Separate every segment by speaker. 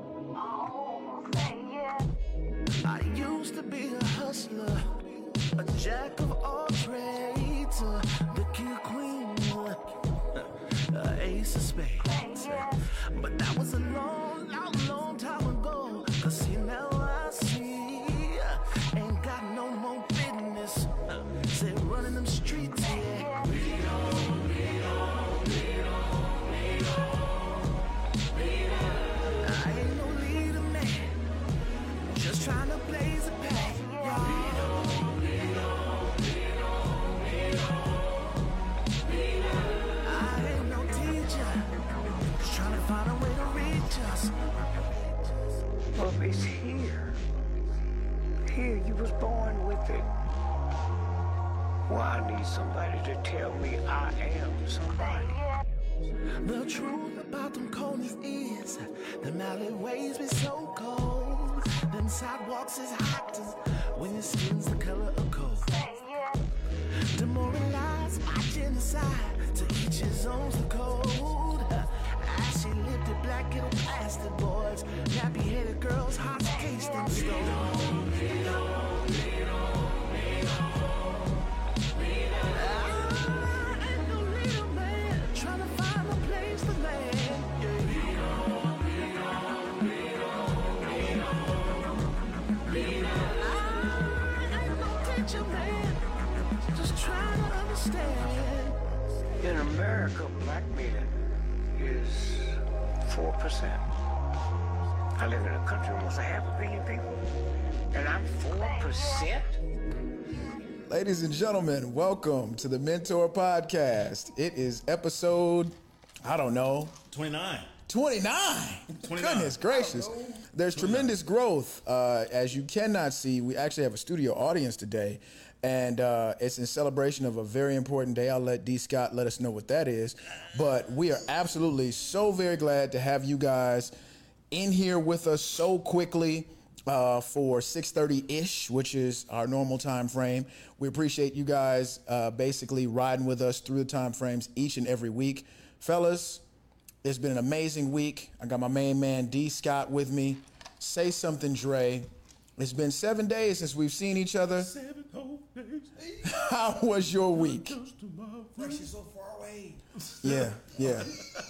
Speaker 1: Oh, say yeah. I used to be a hustler, a jack of all trades, uh, the kid queen, uh, uh, ace of spades. But that was a long, long, long time ago. Cause see, now I see, uh, ain't got no more business. Uh, say, running them streets, yeah. I ain't no leader, man. Just trying to blaze a path, y'all. I ain't no teacher. Just trying to find a way to reach us. Well, it's here. Here, you was born with it. Why I need somebody to tell me I am somebody. The truth about them corners is them alleyways be so cold. Them sidewalks is hot as when your skin's the color of coal. Demoralized by genocide, to each his own's the code. Ashy lifted black and plastic boys, nappy headed girls, hot cased in stone. I ain't no little man trying to find a place to land. Yeah. In America, black meat is 4%. I live in a country with almost a half a billion people, and I'm 4%?
Speaker 2: Ladies and gentlemen, welcome to the Mentor Podcast. It is episode, I don't know,
Speaker 3: 29.
Speaker 2: 29.
Speaker 3: 29.
Speaker 2: Goodness gracious. There's tremendous growth. Uh, as you cannot see, we actually have a studio audience today, and uh, it's in celebration of a very important day. I'll let D. Scott let us know what that is. But we are absolutely so very glad to have you guys in here with us so quickly. Uh, for 6.30ish which is our normal time frame we appreciate you guys uh, basically riding with us through the time frames each and every week fellas it's been an amazing week. I got my main man D Scott with me. Say something, Dre. It's been seven days since we've seen each other.
Speaker 3: Seven whole days. eight
Speaker 2: How was your week?
Speaker 3: goes to my
Speaker 4: Like
Speaker 3: friend.
Speaker 4: she's so far away.
Speaker 2: Yeah, yeah.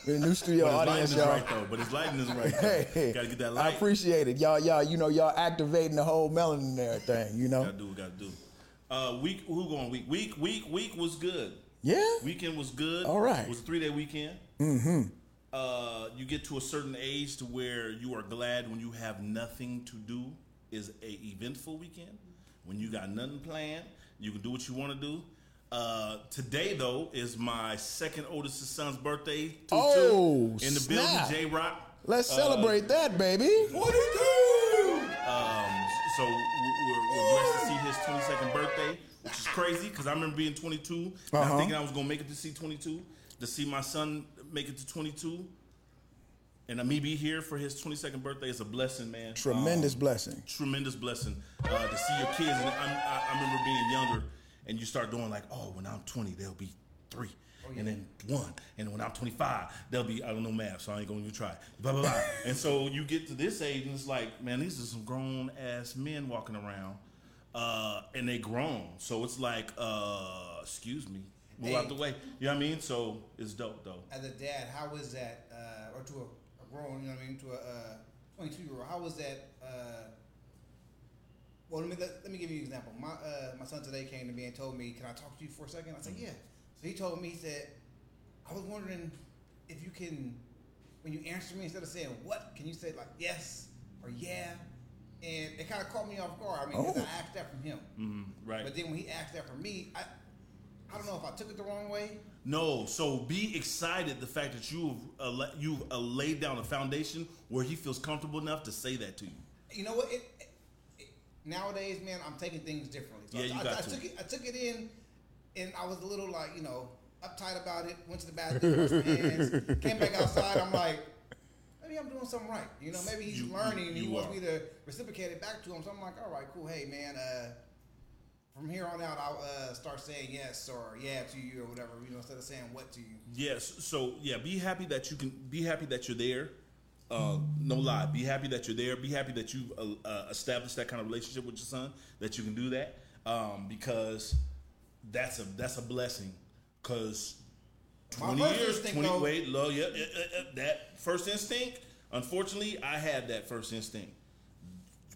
Speaker 2: We're a new studio
Speaker 3: But his lighting
Speaker 2: audience,
Speaker 3: is
Speaker 2: y'all.
Speaker 3: right though. But his lighting is right. Though.
Speaker 2: Hey,
Speaker 3: gotta get that
Speaker 2: I
Speaker 3: light.
Speaker 2: appreciate it, y'all. Y'all, you know, y'all activating the whole melanin and everything. You
Speaker 3: gotta
Speaker 2: know,
Speaker 3: do. what Gotta do. Uh, week. Who going week? Week. Week. Week was good.
Speaker 2: yeah.
Speaker 3: Weekend was good.
Speaker 2: All right.
Speaker 3: It was a three day weekend. Mm-hmm. Uh, you get to a certain age to where you are glad when you have nothing to do is a eventful weekend. When you got nothing planned, you can do what you want to do. Uh, today though is my second oldest son's birthday. Tutu,
Speaker 2: Oh,
Speaker 3: in the
Speaker 2: snap.
Speaker 3: building, J Rock.
Speaker 2: Let's celebrate that, baby.
Speaker 3: Um, so we- we're, we're blessed to see his 22nd birthday, which is crazy because I remember being 22,
Speaker 2: Uh-huh.
Speaker 3: not thinking I was gonna make it to see 22, to see my son make it to 22, and me be here for his 22nd birthday is a blessing, man.
Speaker 2: Tremendous
Speaker 3: Um,
Speaker 2: blessing.
Speaker 3: tremendous blessing uh, to see your kids. And I'm, I, I remember being younger, and you start doing like, oh, when I'm 20, they'll be three,
Speaker 4: Oh,
Speaker 3: and then one, and when I'm 25, they'll be I don't know math, so I ain't gonna even try. Blah blah blah. and so you get to this age, and it's like, man, these are some grown ass men walking around, uh, and they grown. So it's like, uh, excuse me, move out
Speaker 4: Hey.
Speaker 3: the way. You know what I mean? So it's dope though.
Speaker 4: As a dad, how is that? Uh, or to a, a grown, you know what I mean? To a uh, 22 year old, how was that? Uh, well, let me let, let me give you an example. My uh, my son today came to me and told me, "Can I talk to you for a second? I said, "Yeah." So he told me, he said, "I was wondering if you can, when you answer me, instead of saying what, can you say like yes or yeah?" And it kind of caught me off guard. I mean, 'cause
Speaker 2: Oh.
Speaker 4: I asked that from him.
Speaker 3: Right.
Speaker 4: But then when he asked that for me, I I don't know if I took it the wrong way.
Speaker 3: No, so be excited the fact that you've uh, la- you've uh, laid down a foundation where he feels comfortable enough to say that to you.
Speaker 4: You know what? It, it, it, nowadays, man, I'm taking things differently. So
Speaker 3: Yeah,
Speaker 4: I,
Speaker 3: you
Speaker 4: I,
Speaker 3: got
Speaker 4: I
Speaker 3: to.
Speaker 4: took it. I took it in, and I was a little like you know uptight about it. Went to the bathroom, washed my hands, came back outside. I'm like, maybe I'm doing something right. You know, maybe he's
Speaker 3: You- you-
Speaker 4: learning. and he
Speaker 3: you
Speaker 4: wants
Speaker 3: are.
Speaker 4: me to reciprocate it back to him. So I'm like, all right, cool. Hey, man. Uh, from here on out, I'll uh, start saying yes or yeah to you or whatever. You know, instead of saying what to you.
Speaker 3: Yes. So yeah, be happy that you can be happy that you're there. Uh, no lie. Be happy that you're there. Be happy that you uh, uh, established that kind of relationship with your son. That you can do that um, because that's a that's a blessing. Because
Speaker 4: My
Speaker 3: twenty
Speaker 4: first
Speaker 3: years,
Speaker 4: instinct,
Speaker 3: twenty
Speaker 4: though-
Speaker 3: wait, low, yeah, yeah, yeah, yeah, that first instinct. Unfortunately, I had that first instinct.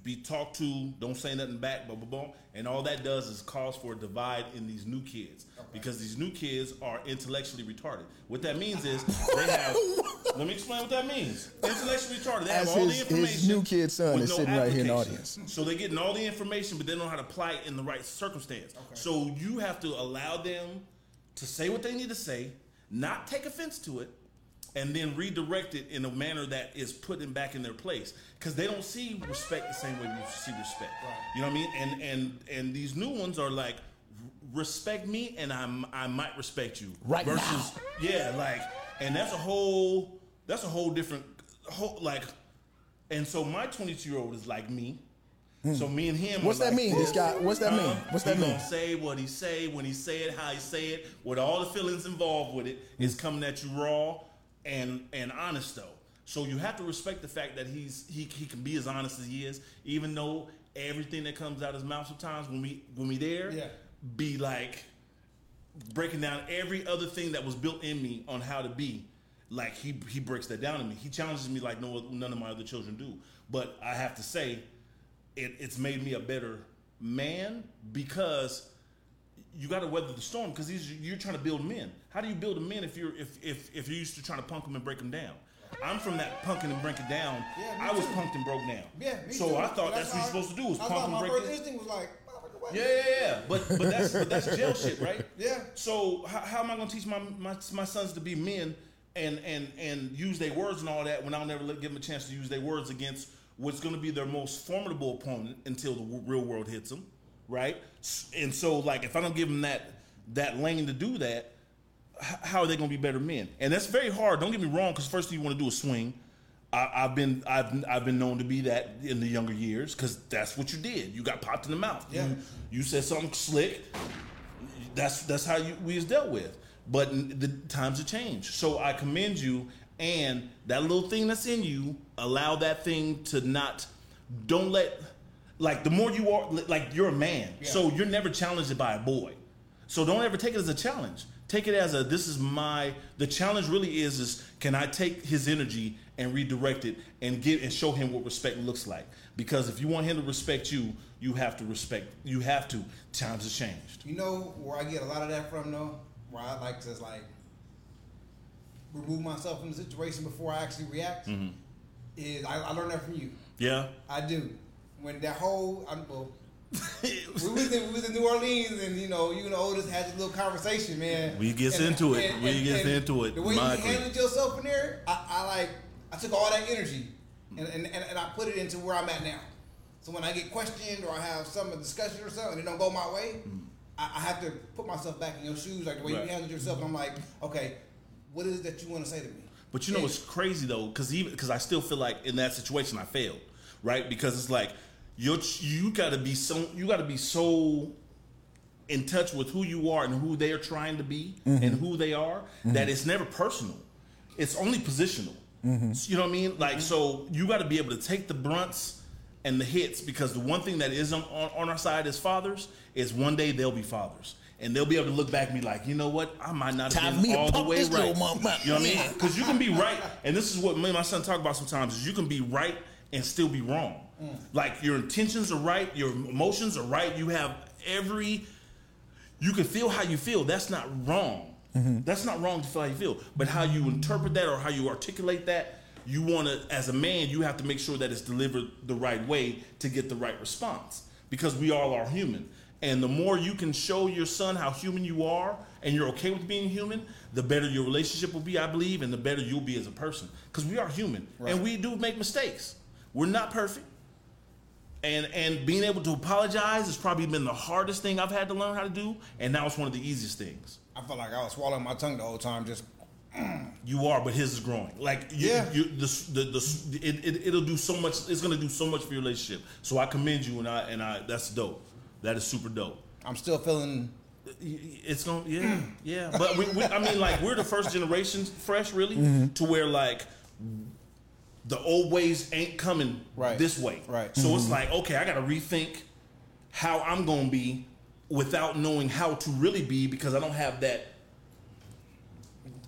Speaker 3: Be talked to, don't say nothing back, blah blah blah, and all that does is cause for a divide in these new kids because these new kids are intellectually retarded. What that means is they have. let me explain what that means. Intellectually retarded. They have
Speaker 2: As
Speaker 3: all
Speaker 2: his-
Speaker 3: the
Speaker 2: his
Speaker 3: information.
Speaker 2: new kid son
Speaker 3: with
Speaker 2: is sitting right here in the
Speaker 3: application.
Speaker 2: audience.
Speaker 3: So they're getting all the information, but they don't know how to apply it in the right circumstance. So you have to allow them to say what they need to say, not take offense to it, and then redirect it in a manner that is putting back in their place. Because they don't see respect the same way we see respect. You know what I mean? And and and these new ones are like, respect me, and I'm I might respect you.
Speaker 2: Right
Speaker 3: Versus,
Speaker 2: now.
Speaker 3: yeah, like, and that's a whole that's a whole different whole like. And so my 22 year old is like me. So me and him.
Speaker 2: What's
Speaker 3: are
Speaker 2: that
Speaker 3: like-
Speaker 2: mean? This guy. What's that mean?
Speaker 3: Huh?
Speaker 2: What's that
Speaker 3: he
Speaker 2: mean?
Speaker 3: Gonna say what he say, when he say it, how he say it, with all the feelings involved with it, is coming at you raw and and honest though. So you have to respect the fact that he's he, he can be as honest as he is, even though everything that comes out his mouth sometimes when we when we there,
Speaker 4: Yeah.
Speaker 3: be like breaking down every other thing that was built in me on how to be. Like he he breaks that down to me. He challenges me like no none of my other children do. But I have to say, it, it's made me a better man because you got to weather the storm because these you're trying to build men. How do you build a man if you're if if if you're used to trying to punk them and break them down? I'm from that punking and breaking down.
Speaker 4: Yeah, me
Speaker 3: I was
Speaker 4: too.
Speaker 3: punked and broke down.
Speaker 4: Yeah. Me
Speaker 3: so
Speaker 4: too.
Speaker 3: I thought that's, what
Speaker 4: how-
Speaker 3: you're supposed to do is
Speaker 4: that's
Speaker 3: punk
Speaker 4: how
Speaker 3: and
Speaker 4: my
Speaker 3: break
Speaker 4: first
Speaker 3: them.
Speaker 4: instinct was like, "Motherfucker, what?"
Speaker 3: Yeah, yeah, yeah. But but that's but that's jail shit, right?
Speaker 4: Yeah.
Speaker 3: So how, how am I gonna teach my, my my sons to be men and and and use their words and all that when I'll never let, give them a chance to use their words against what's gonna be their most formidable opponent until the w- real world hits them, right? S- And so like if I don't give them that that lane to do that, h- how are they going to be better men? And that's very hard. Don't get me wrong, because first thing you want to do is swing. I, I've been I've I've been known to be that in the younger years, because that's what you did. You got popped in the mouth.
Speaker 4: Yeah.
Speaker 3: You, you said something slick. That's that's how you we is dealt with. But n- the times have changed, so I commend you. And that little thing that's in you, allow that thing to not. Don't let like the more you are like you're a man,
Speaker 4: Yeah.
Speaker 3: so you're never challenged by a boy. So don't ever take it as a challenge. Take it as a this is my the challenge really is is can I take his energy and redirect it and give and show him what respect looks like? Because if you want him to respect you, you have to respect you have to. Times have changed.
Speaker 4: You know where I get a lot of that from though? Where I like to just like remove myself from the situation before I actually react. Is I, I learned that from you.
Speaker 3: Yeah.
Speaker 4: I do. When that whole I, well, we was in we was in New Orleans and you know you and the oldest had this little conversation, man.
Speaker 3: We gets
Speaker 4: And-
Speaker 3: into it.
Speaker 4: and-
Speaker 3: We
Speaker 4: and-
Speaker 3: gets
Speaker 4: and
Speaker 3: into it,
Speaker 4: The way you
Speaker 3: Michael.
Speaker 4: handled yourself in there, I, I like I took all that energy and, and, and, and I put it into where I'm at now. So when I get questioned or I have some discussion or something and it don't go my way,
Speaker 3: Mm.
Speaker 4: I, I have to put myself back in your shoes, like the way
Speaker 3: Right.
Speaker 4: you handled yourself. And I'm like, okay, what is it that you want to say to me?
Speaker 3: But you know
Speaker 4: And-
Speaker 3: what's crazy though, because even because I still feel like in that situation I failed, right? Because it's like you you gotta be so you gotta be so in touch with who you are and who they are trying to be
Speaker 2: Mm-hmm.
Speaker 3: and who they are that it's never personal. It's only positional.
Speaker 2: Mm-hmm.
Speaker 3: So you know what I mean? Like so you got to be able to take the brunts and the hits because the one thing that is on, on, on our side as fathers is one day they'll be fathers. And they'll be able to look back and be like, you know what? I might not
Speaker 2: Time
Speaker 3: have
Speaker 2: me
Speaker 3: been
Speaker 2: to
Speaker 3: all the
Speaker 2: pump
Speaker 3: way
Speaker 2: this
Speaker 3: right.
Speaker 2: little mama.
Speaker 3: You know what I mean?
Speaker 2: Yeah.
Speaker 3: Because you can be right, and this is what me and my son talk about sometimes: is you can be right and still be wrong.
Speaker 2: Mm.
Speaker 3: Like your intentions are right, your emotions are right. You have every, you can feel how you feel. That's not wrong. That's not wrong to feel how you feel, but how you interpret that or how you articulate that, you want to, as a man, you have to make sure that it's delivered the right way to get the right response. Because we all are human, and the more you can show your son how human you are and you're okay with being human, the better your relationship will be, I believe, and the better you'll be as a person. Because we are human and we do make mistakes. We're not perfect. And and being able to apologize has probably been the hardest thing I've had to learn how to do, and now it's one of the easiest things.
Speaker 4: I felt like I was swallowing my tongue the whole time, just
Speaker 3: You are, but his is growing. Like you,
Speaker 4: Yeah.
Speaker 3: you, the, the, the, it, it, it'll do so much. It's gonna do so much for your relationship. So I commend you, and I and I. That's dope. That is super dope.
Speaker 4: I'm still feeling.
Speaker 3: It's going, to yeah, yeah. But we, we, I mean, like we're the first generation fresh, really,
Speaker 2: Mm-hmm.
Speaker 3: to where like the old ways ain't coming
Speaker 4: Right.
Speaker 3: this way.
Speaker 4: Right.
Speaker 3: So
Speaker 2: Mm-hmm.
Speaker 3: it's like, okay, I got to rethink how I'm going to be without knowing how to really be because I don't have that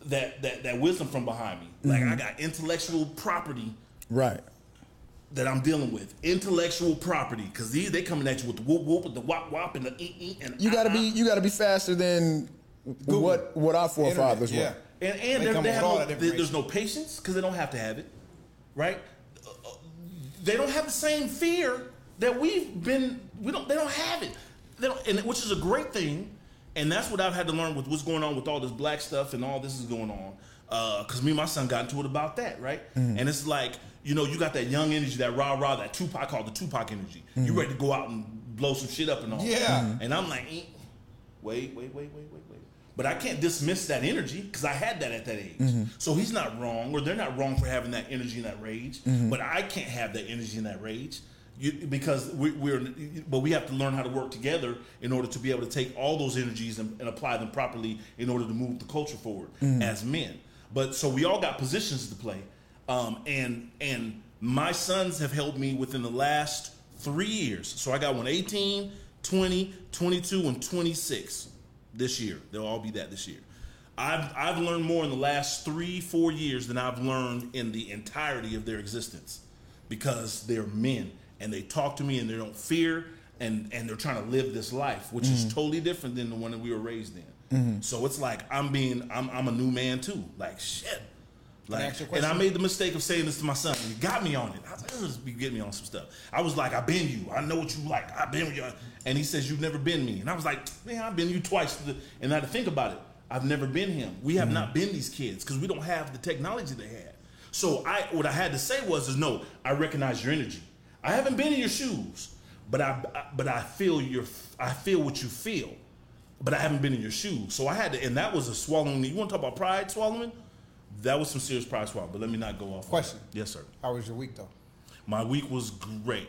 Speaker 3: that that that wisdom from behind me. Like
Speaker 2: Mm-hmm.
Speaker 3: I got intellectual property
Speaker 2: Right.
Speaker 3: that I'm dealing with, intellectual property, because these they coming at you with the whoop whoop, with the wop wop, and the ee ee, and
Speaker 2: You gotta
Speaker 3: ah,
Speaker 2: be you gotta be faster than what what our forefathers
Speaker 4: Internet,
Speaker 2: were.
Speaker 3: ah. and and
Speaker 4: They
Speaker 3: they
Speaker 4: come
Speaker 3: they
Speaker 4: with
Speaker 3: have
Speaker 4: all
Speaker 3: no,
Speaker 4: that
Speaker 3: there-
Speaker 4: information.
Speaker 3: there's no patience because they don't have to have it, right? Uh, uh, They don't have the same fear that we've been. We don't. They don't have it. They don't, and which is a great thing, and that's what I've had to learn with what's going on with all this black stuff and all this is going on. Because me and my son got into it about that, right?
Speaker 4: Mm-hmm.
Speaker 3: And it's like you know you got that young energy, that rah rah, that Tupac called the Tupac energy. You ready to go out and blow some shit up and all?
Speaker 4: Mm-hmm. Yeah. Mhm.
Speaker 3: And I'm like, eh, wait, wait, wait, wait, wait, wait. But I can't dismiss that energy because I had that at that age. So he's not wrong, or they're not wrong for having that energy and that rage. But I can't have that energy and that rage you, because we, we're. But we have to learn how to work together in order to be able to take all those energies and, and apply them properly in order to move the culture forward as men. But so we all got positions to play, um, and and my sons have helped me within the last three years. So I got one 18, 20, 22, and 26 this year. They'll all be that this year. I've, I've learned more in the last three, four years than I've learned in the entirety of their existence because they're men and they talk to me and they don't fear and, and they're trying to live this life, which is totally different than the one that we were raised in. So it's like I'm being, I'm, I'm a new man too. Like, shit.
Speaker 4: I
Speaker 3: Like,
Speaker 4: ask you a
Speaker 3: and I
Speaker 4: question?
Speaker 3: made the mistake of saying this to my son, and he got me on it. I was like, "This is- you get me on some stuff." I was like, "I've been you. I know what you like. I've been you." And he says, "You've never been me." And I was like, "Man, I've been you twice." And I had to think about it. I've never been him. We
Speaker 4: Mm-hmm.
Speaker 3: have not been these kids because we don't have the technology they had. So I, what I had to say was, "Is no, I recognize your energy. I haven't been in your shoes, but I, I- but I feel your, I feel what you feel." But I haven't been in your shoes, so I had to, and that was a swallowing. You want to talk about pride swallowing? That was some serious prize swap, but let me not go off. on
Speaker 4: Question.
Speaker 3: that. Yes, sir.
Speaker 4: How was your week though?
Speaker 3: My week was great.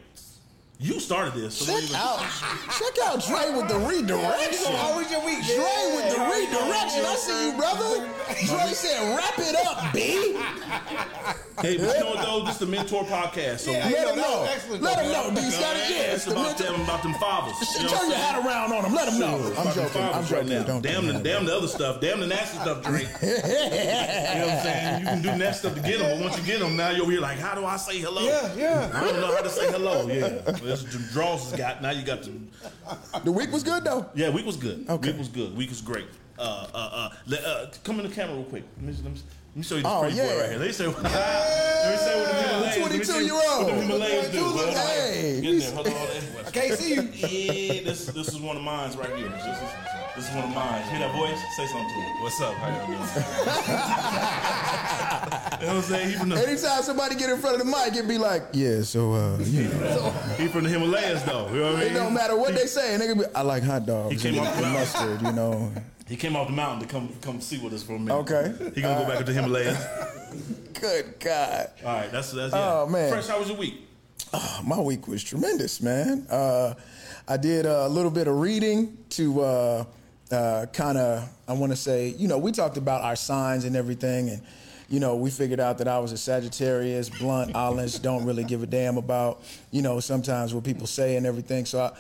Speaker 3: You started this. So don't
Speaker 2: Check
Speaker 3: even-
Speaker 2: out
Speaker 3: ah,
Speaker 2: check out Dre with the redirection.
Speaker 4: How was your week?
Speaker 2: Dre with the redirection. I see you, brother. Dre said, "Wrap it up, B."
Speaker 3: Hey, but you know what, though? This is the Mentor podcast. So
Speaker 4: Yeah.
Speaker 3: you
Speaker 2: Let
Speaker 4: yo,
Speaker 2: him
Speaker 4: that was
Speaker 2: know.
Speaker 4: excellent,
Speaker 2: Let
Speaker 4: though,
Speaker 2: him
Speaker 4: man.
Speaker 2: know. Do you
Speaker 3: know,
Speaker 2: got it? Yeah,
Speaker 3: It's about them, about them fathers. You know what
Speaker 2: Turn
Speaker 3: I'm
Speaker 2: your
Speaker 3: saying?
Speaker 2: hat around on him. Let him know. I'm
Speaker 3: About them
Speaker 2: joking. I'm
Speaker 3: fathers
Speaker 2: joking.
Speaker 3: Right now.
Speaker 2: Don't
Speaker 3: Damn,
Speaker 2: do
Speaker 3: the,
Speaker 2: that.
Speaker 3: damn the other stuff. Damn the nasty stuff, Drake. you know what I'm saying? You can do nasty stuff to get them, but once you get them, now you're over here like, how do I say hello?
Speaker 4: Yeah, yeah.
Speaker 3: I don't know how to say hello. Yeah, that's what the draws has got. Now you got the
Speaker 2: The week was good though.
Speaker 3: Yeah, week was good.
Speaker 2: Okay.
Speaker 3: Week was good. Week was great. Uh, uh, uh, le- uh, come in the camera real quick. Let me, let me, let me show you this
Speaker 2: Oh,
Speaker 3: pretty
Speaker 2: yeah.
Speaker 3: boy right here. Let me say, let me say what the Himalayas, let me see
Speaker 2: 22-year-old.
Speaker 3: What the Himalayas do. Hold on.
Speaker 2: Hey.
Speaker 3: Get in there. Hold on.
Speaker 4: I can't see you.
Speaker 3: Yeah, this this is one of mine's right here. This is, this is one of mine. Hear that voice? Say something to it. What's up? How y'all doing? you know what I'm saying? He from the
Speaker 2: Anytime somebody get in front of the mic, it'd be like, yeah. So uh, you know,
Speaker 3: he from the Himalayas though. You know what I mean?
Speaker 2: it don't matter what they say. And they can be, I like hot dogs.
Speaker 3: He came
Speaker 2: and
Speaker 3: off the-
Speaker 2: mustard, you know.
Speaker 3: He came off the mountain to come come see with us for a minute.
Speaker 2: Okay. Uh,
Speaker 3: He gonna go back up to Himalayas.
Speaker 2: Good God.
Speaker 3: All right, that's that's yeah.
Speaker 2: Oh, man.
Speaker 3: Fresh, how was your week?
Speaker 2: my week was tremendous, man. Uh, I did uh, a little bit of reading to uh, uh, kind of, I want to say, you know, we talked about our signs and everything, and you know, we figured out that I was a Sagittarius, blunt, honest, don't really give a damn about, you know, sometimes what people say and everything. So I,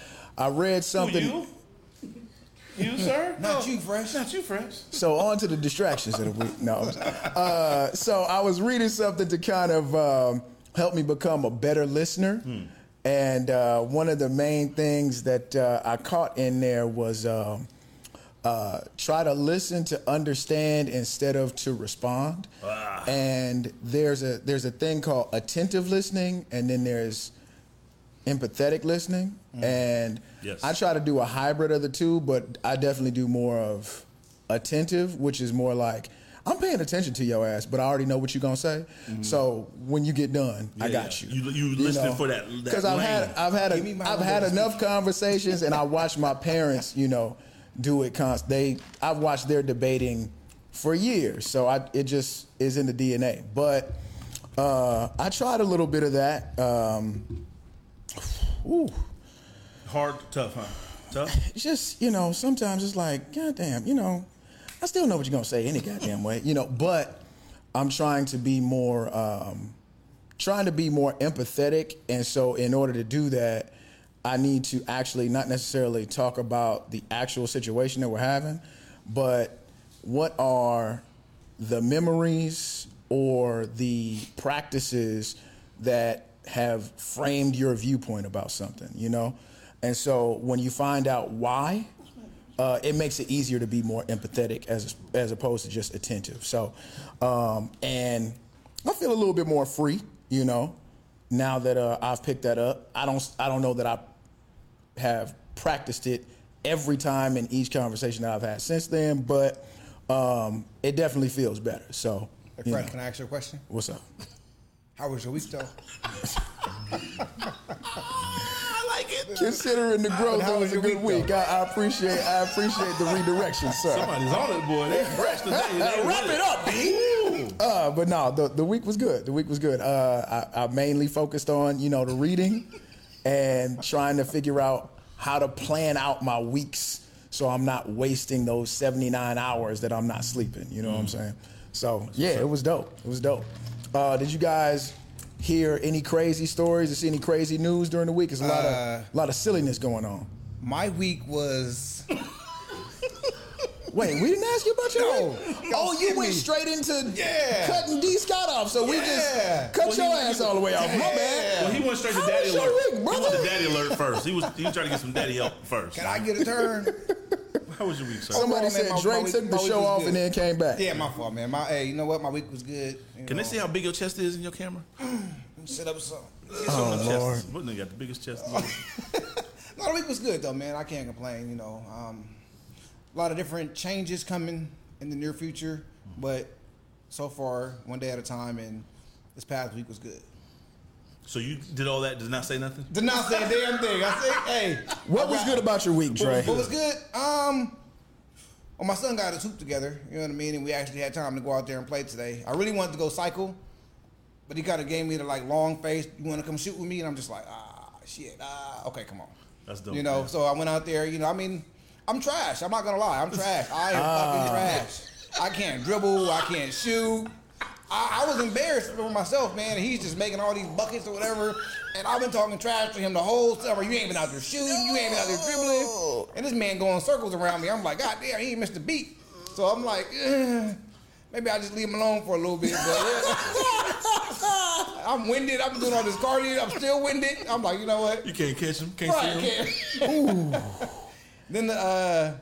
Speaker 2: I read
Speaker 3: Who,
Speaker 2: something.
Speaker 3: you? You, sir?
Speaker 4: Not you, fresh.
Speaker 3: Not you, Fresh.
Speaker 2: So on to the distractions of the week. No. Uh, so I was reading something to kind of um, help me become a better listener. And uh, one of the main things that uh, I caught in there was um, uh, try to listen to understand instead of to respond. And there's a there's a thing called attentive listening, and then there's empathetic listening. And
Speaker 3: Mm-hmm. Yes.
Speaker 2: I try to do a hybrid of the two, but I definitely do more of attentive, which is more like I'm paying attention to your ass, but I already know what you're gonna say. So when you get done, I
Speaker 3: Mm-hmm. Yeah,
Speaker 2: got
Speaker 3: yeah.
Speaker 2: you.
Speaker 3: You- you listening for that- that
Speaker 2: Because I've had
Speaker 3: lane.
Speaker 2: I've had
Speaker 4: Give me
Speaker 2: a,
Speaker 4: my
Speaker 2: I've had
Speaker 4: windows.
Speaker 2: enough conversations, and I watched my parents, you know, do it. Const- they I've watched their debating for years, so I it just is in the DNA. But uh, I tried a little bit of that. Um, ooh.
Speaker 3: Hard, tough, huh?
Speaker 5: Tough.
Speaker 2: it's just you know sometimes it's like goddamn you know i still know what you're gonna say any goddamn way you know but i'm trying to be more um trying to be more empathetic and so in order to do that i need to actually not necessarily talk about the actual situation that we're having but what are the memories or the practices that have framed your viewpoint about something you know and so when you find out why, uh, it makes it easier to be more empathetic as as opposed to just attentive. So, um, and I feel a little bit more free, you know, now that uh, I've picked that up. I don't I don't know that I have practiced it every time in each conversation that I've had since then, but um, it definitely feels better. So,
Speaker 4: Hey,
Speaker 2: you
Speaker 4: Frank,
Speaker 2: know,
Speaker 4: can I ask you a question?
Speaker 2: what's up?
Speaker 4: How was your week though?
Speaker 5: I like it.
Speaker 2: Considering the growth,
Speaker 4: how
Speaker 2: that was
Speaker 4: was
Speaker 2: a
Speaker 4: your
Speaker 2: good
Speaker 4: week, though?
Speaker 2: week. I, I appreciate I appreciate the redirection, sir.
Speaker 5: Somebody's on it, boy. They fresh today. They
Speaker 2: Wrap
Speaker 5: with
Speaker 2: it up,
Speaker 5: Ooh.
Speaker 2: Uh, but no, the, the week was good. The week was good. Uh, I, I mainly focused on you know the reading and trying to figure out how to plan out my weeks so I'm not wasting those 79 hours that I'm not sleeping. You know what I'm saying? So yeah, it was dope. It was dope. Uh, did you guys hear any crazy stories or see any crazy news during the week? There's a lot of a lot of silliness going on.
Speaker 4: My week was
Speaker 2: Wait, we didn't ask you about your
Speaker 4: No.
Speaker 2: week?
Speaker 4: Y'all
Speaker 2: Oh, you
Speaker 4: skipped
Speaker 2: went
Speaker 4: me.
Speaker 2: straight into
Speaker 4: Yeah.
Speaker 2: cutting D Scott off, so we
Speaker 4: Yeah.
Speaker 2: just cut
Speaker 5: Well,
Speaker 2: your
Speaker 5: he-
Speaker 2: ass all the way off. My bad.
Speaker 5: Well, he went straight to
Speaker 2: How
Speaker 5: daddy
Speaker 2: was your
Speaker 5: alert.
Speaker 2: week,
Speaker 5: he
Speaker 2: brother?
Speaker 5: went to daddy alert first. He was he was trying to get some daddy help first.
Speaker 4: Can I get a turn?
Speaker 5: How was your week, sir?
Speaker 2: Somebody
Speaker 4: Overall, man,
Speaker 2: said
Speaker 4: my-
Speaker 2: Drake
Speaker 4: my week-
Speaker 2: took
Speaker 4: my
Speaker 2: the
Speaker 4: week
Speaker 2: show
Speaker 4: was
Speaker 2: off
Speaker 4: good.
Speaker 2: and then came back.
Speaker 4: yeah, my fault, man. My hey, you know what? My week was good. you
Speaker 5: Can
Speaker 4: know.
Speaker 5: they see how big your chest is in your camera?
Speaker 4: set up some?
Speaker 5: Oh,
Speaker 2: Oh, Lord.
Speaker 5: What nigga got the biggest chest?
Speaker 4: No, the week was good though, man. I can't complain. You know, um, a lot of different changes coming in the near future, but so far, one day at a time. And this past week was good.
Speaker 5: so you did all that, did not say nothing?
Speaker 4: Did not say a damn thing. I said, hey,
Speaker 2: What
Speaker 4: I
Speaker 2: was
Speaker 4: got-
Speaker 2: good about your week, Dre?
Speaker 4: What was good? Um, well, my son got his hoop together. You know what I mean? And we actually had time to go out there and play today. I really wanted to go cycle, but he kind of gave me the like long face. You want to come shoot with me? And I'm just like, ah, shit. Ah, okay, come on.
Speaker 5: That's dope,
Speaker 4: You know.
Speaker 5: man.
Speaker 4: So I went out there. You know, I mean, I'm trash. I'm not gonna lie. I'm trash. I am
Speaker 5: Ah.
Speaker 4: fucking trash. I can't dribble. I can't shoot. I, I was embarrassed for myself, man. And he's just making all these buckets or whatever. And I've been talking trash to him the whole summer. You ain't been out there shooting. You ain't been out there dribbling. And this man going circles around me. I'm like, God damn, he ain't missed a beat. So I'm like, "Ugh, maybe I just leave him alone for a little bit. But I'm winded. I'm doing all this cardio. I'm still winded. I'm like, you know what?
Speaker 5: You can't catch him, can't
Speaker 4: Right,
Speaker 5: see him.
Speaker 4: kid. then the uh,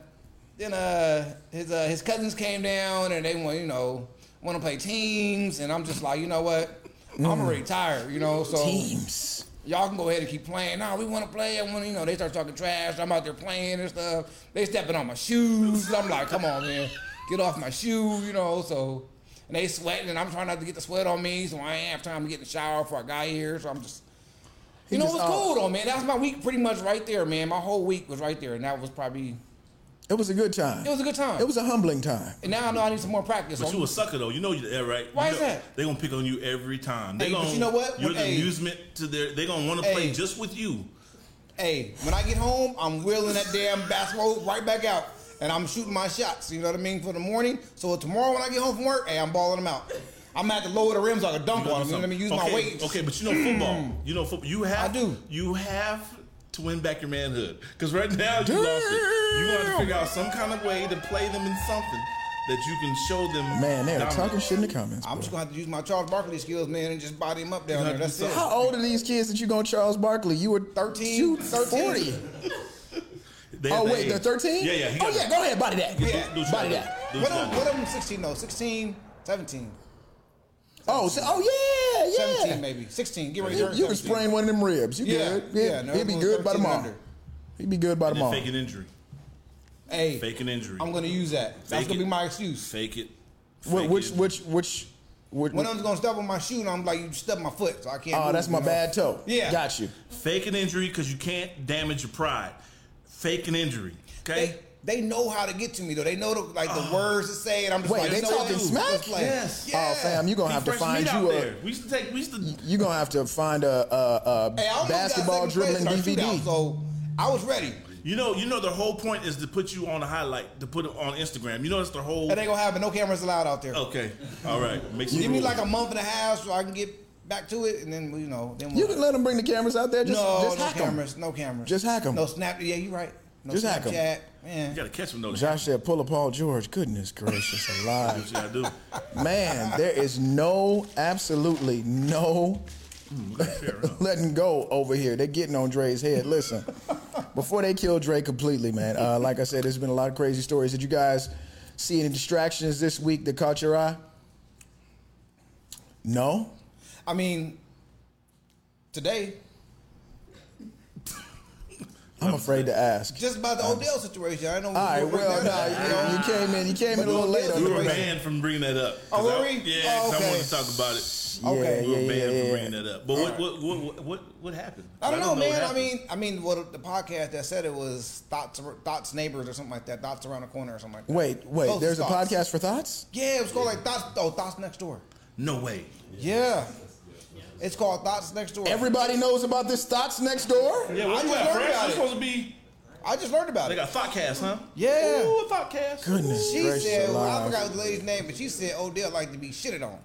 Speaker 4: then uh, his uh, his cousins came down and they want you know want to play teams and I'm just like you know what I'm already tired you know so
Speaker 2: Teams.
Speaker 4: y'all can go ahead and keep playing. Nah, we want to play. I want you know they start talking trash. I'm out there playing and stuff. They stepping on my shoes. I'm like, come on, man, get off my shoe, you know. So and they sweating and I'm trying not to get the sweat on me, so I ain't have time to get in the shower before I got here. So I'm just. You know
Speaker 2: just uh,
Speaker 4: what's
Speaker 2: out.
Speaker 4: cool though, man. That's my week, pretty much right there, man. My whole week was right there, and that was probably
Speaker 2: It was a good time.
Speaker 4: it was a good time.
Speaker 2: It was a humbling time.
Speaker 4: and now I know I need some more practice.
Speaker 5: But
Speaker 4: so-
Speaker 5: you a sucker though. You know you that right?
Speaker 4: Why
Speaker 5: you
Speaker 4: is
Speaker 5: know-
Speaker 4: that?
Speaker 5: They gonna pick on you every time. They
Speaker 4: Hey, but
Speaker 5: gonna
Speaker 4: you know what?
Speaker 5: You're the
Speaker 4: Hey.
Speaker 5: amusement to their. They gonna want to play
Speaker 4: Hey.
Speaker 5: just with you.
Speaker 4: hey, when I get home, I'm wheeling that damn basketball hoop right back out. And I'm shooting my shots, you know what I mean, for the morning. So tomorrow when I get home from work, hey, I'm balling them out. I'm gonna have to lower the rims like a dunk on them. You know what I mean? Use
Speaker 5: okay,
Speaker 4: my weight.
Speaker 5: Okay, but you know football. You know football. You have.
Speaker 4: I do.
Speaker 5: You have to win back your manhood because right now you lost it. You want to figure out some kind of way to play them in something that you can show them.
Speaker 2: Man, they're
Speaker 5: dominance.
Speaker 2: talking shit in the comments.
Speaker 4: I'm
Speaker 2: bro.
Speaker 4: just gonna have to use my Charles Barkley skills, man, and just body him up down there. That's it.
Speaker 2: How old are these kids that you going Charles Barkley? You were
Speaker 4: 13,
Speaker 2: shoot,
Speaker 4: 13.
Speaker 2: 40.
Speaker 5: They-
Speaker 2: Oh
Speaker 5: they-
Speaker 2: wait, they're 13?
Speaker 5: Yeah, yeah. he
Speaker 2: Oh
Speaker 5: got-
Speaker 2: yeah, go ahead, body that.
Speaker 5: Yeah, do-
Speaker 2: Body
Speaker 5: do something.
Speaker 2: that.
Speaker 5: Do
Speaker 4: What
Speaker 5: something.
Speaker 4: of, what of them 16 though? 16, 17.
Speaker 2: Oh, so, oh yeah, yeah.
Speaker 4: 17 maybe. 16. Get ready.
Speaker 2: You, you can sprain one of them ribs. You
Speaker 4: Yeah,
Speaker 2: good? Yeah,
Speaker 4: yeah, no,
Speaker 2: he'd be
Speaker 4: it was
Speaker 2: good by
Speaker 4: 13
Speaker 2: tomorrow.
Speaker 4: under.
Speaker 2: He'd be good by
Speaker 5: And then
Speaker 2: tomorrow.
Speaker 5: fake an injury.
Speaker 4: Hey,
Speaker 5: Fake an injury.
Speaker 4: I'm gonna use that. That's
Speaker 5: Fake
Speaker 4: gonna
Speaker 5: it.
Speaker 4: be my excuse.
Speaker 5: fake it.
Speaker 2: Wh-
Speaker 5: Fake
Speaker 2: Which,
Speaker 5: it.
Speaker 2: which, which, which?
Speaker 4: One of them's gonna step on my shoe, and I'm like, you stubbed my foot, so I can't.
Speaker 2: Oh,
Speaker 4: move,
Speaker 2: that's
Speaker 4: you
Speaker 2: my
Speaker 4: know?
Speaker 2: bad toe.
Speaker 4: Yeah.
Speaker 2: got you.
Speaker 5: Fake an injury because you can't damage your pride. Fake an injury. Okay.
Speaker 4: They, they know how to get to me though. They know the, like the words to say, and I'm just
Speaker 2: Oh. Wait,
Speaker 4: like,
Speaker 2: they
Speaker 4: you know what?
Speaker 2: talking
Speaker 4: Just
Speaker 2: smack?
Speaker 4: play.
Speaker 5: Yes.
Speaker 4: Yeah.
Speaker 2: Oh, fam, you gonna
Speaker 5: He
Speaker 2: have to
Speaker 5: fresh
Speaker 2: find
Speaker 5: meat out
Speaker 2: you a.
Speaker 5: there. We used to take. We used to.
Speaker 2: You gonna have to find a, a, a
Speaker 4: Hey, I almost got
Speaker 2: basketball
Speaker 4: second place
Speaker 2: dribbling
Speaker 4: in our
Speaker 2: DVD.
Speaker 4: shootout, so I was ready.
Speaker 3: You know, you know, their whole point is to put you on a highlight, to put it on Instagram. You know, that's their whole.
Speaker 4: That ain't gonna happen. No cameras allowed out
Speaker 2: Oh.
Speaker 4: there.
Speaker 3: Okay, all right. Make some
Speaker 4: Give me
Speaker 3: rules.
Speaker 4: like a month and a half so I can get back to it, and then we- you know, then we'll
Speaker 2: You can let them bring the cameras out there. Just,
Speaker 4: no,
Speaker 2: just
Speaker 4: no
Speaker 2: hack 'em.
Speaker 4: cameras, no cameras,
Speaker 2: Just hack 'em.
Speaker 4: No snap. Yeah, you right. No
Speaker 2: Just hack 'em.
Speaker 4: Snapchat, man.
Speaker 3: You gotta catch them though.
Speaker 2: Josh said, "Pull up Paul George." Goodness gracious,
Speaker 3: That's
Speaker 2: alive,
Speaker 3: what you gotta
Speaker 2: man! There is no, absolutely no
Speaker 3: do. Fair enough.
Speaker 2: letting go over here. They're getting on Dre's head. Listen, before they kill Dre completely, man. Uh, like I said, there's been a lot of crazy stories. Did you guys see any distractions this week that caught your eye? No.
Speaker 4: I mean, today,
Speaker 2: I'm afraid to ask.
Speaker 4: just about the Odell situation. I know.
Speaker 2: All right. Well, nah, you, you came in. You came in a little late.
Speaker 3: We
Speaker 2: On
Speaker 3: were
Speaker 2: the
Speaker 3: banned from bringing that up. 'Cause
Speaker 4: Oh,
Speaker 3: I-
Speaker 4: were we?
Speaker 3: Yeah,
Speaker 4: Oh,
Speaker 3: 'cause I
Speaker 4: okay.
Speaker 3: wanted to talk about it.
Speaker 2: Okay.
Speaker 3: We were
Speaker 2: Yeah,
Speaker 3: banned
Speaker 2: yeah,
Speaker 3: from
Speaker 2: yeah,
Speaker 3: bringing that up. But what, what, what, what, what happened?
Speaker 4: I don't know,
Speaker 3: what
Speaker 4: man. I
Speaker 3: happened.
Speaker 4: mean, I mean, what the podcast that said it was thoughts, thoughts, neighbors, or something like that. Thoughts around the corner, or something like that.
Speaker 2: Wait, wait.
Speaker 4: Close to
Speaker 2: there's a
Speaker 4: Oh, Thoughts.
Speaker 2: podcast for thoughts.
Speaker 4: Yeah, it was called like thoughts. Oh, thoughts next door.
Speaker 3: no way.
Speaker 4: Yeah, it's called thoughts next door.
Speaker 2: Everybody knows about this thoughts next door.
Speaker 3: Yeah,
Speaker 4: I
Speaker 3: what you got,
Speaker 4: just learned
Speaker 3: Frank?
Speaker 4: about
Speaker 3: You
Speaker 4: it.
Speaker 3: supposed to be.
Speaker 4: I just learned about
Speaker 3: They
Speaker 4: it.
Speaker 3: got Thoughtcast, huh?
Speaker 4: Yeah.
Speaker 3: Ooh, a Thoughtcast.
Speaker 2: Goodness
Speaker 4: She
Speaker 2: gracious
Speaker 4: said, well, I
Speaker 2: alive.
Speaker 4: forgot the lady's name, but she said Odell like to be shitted on.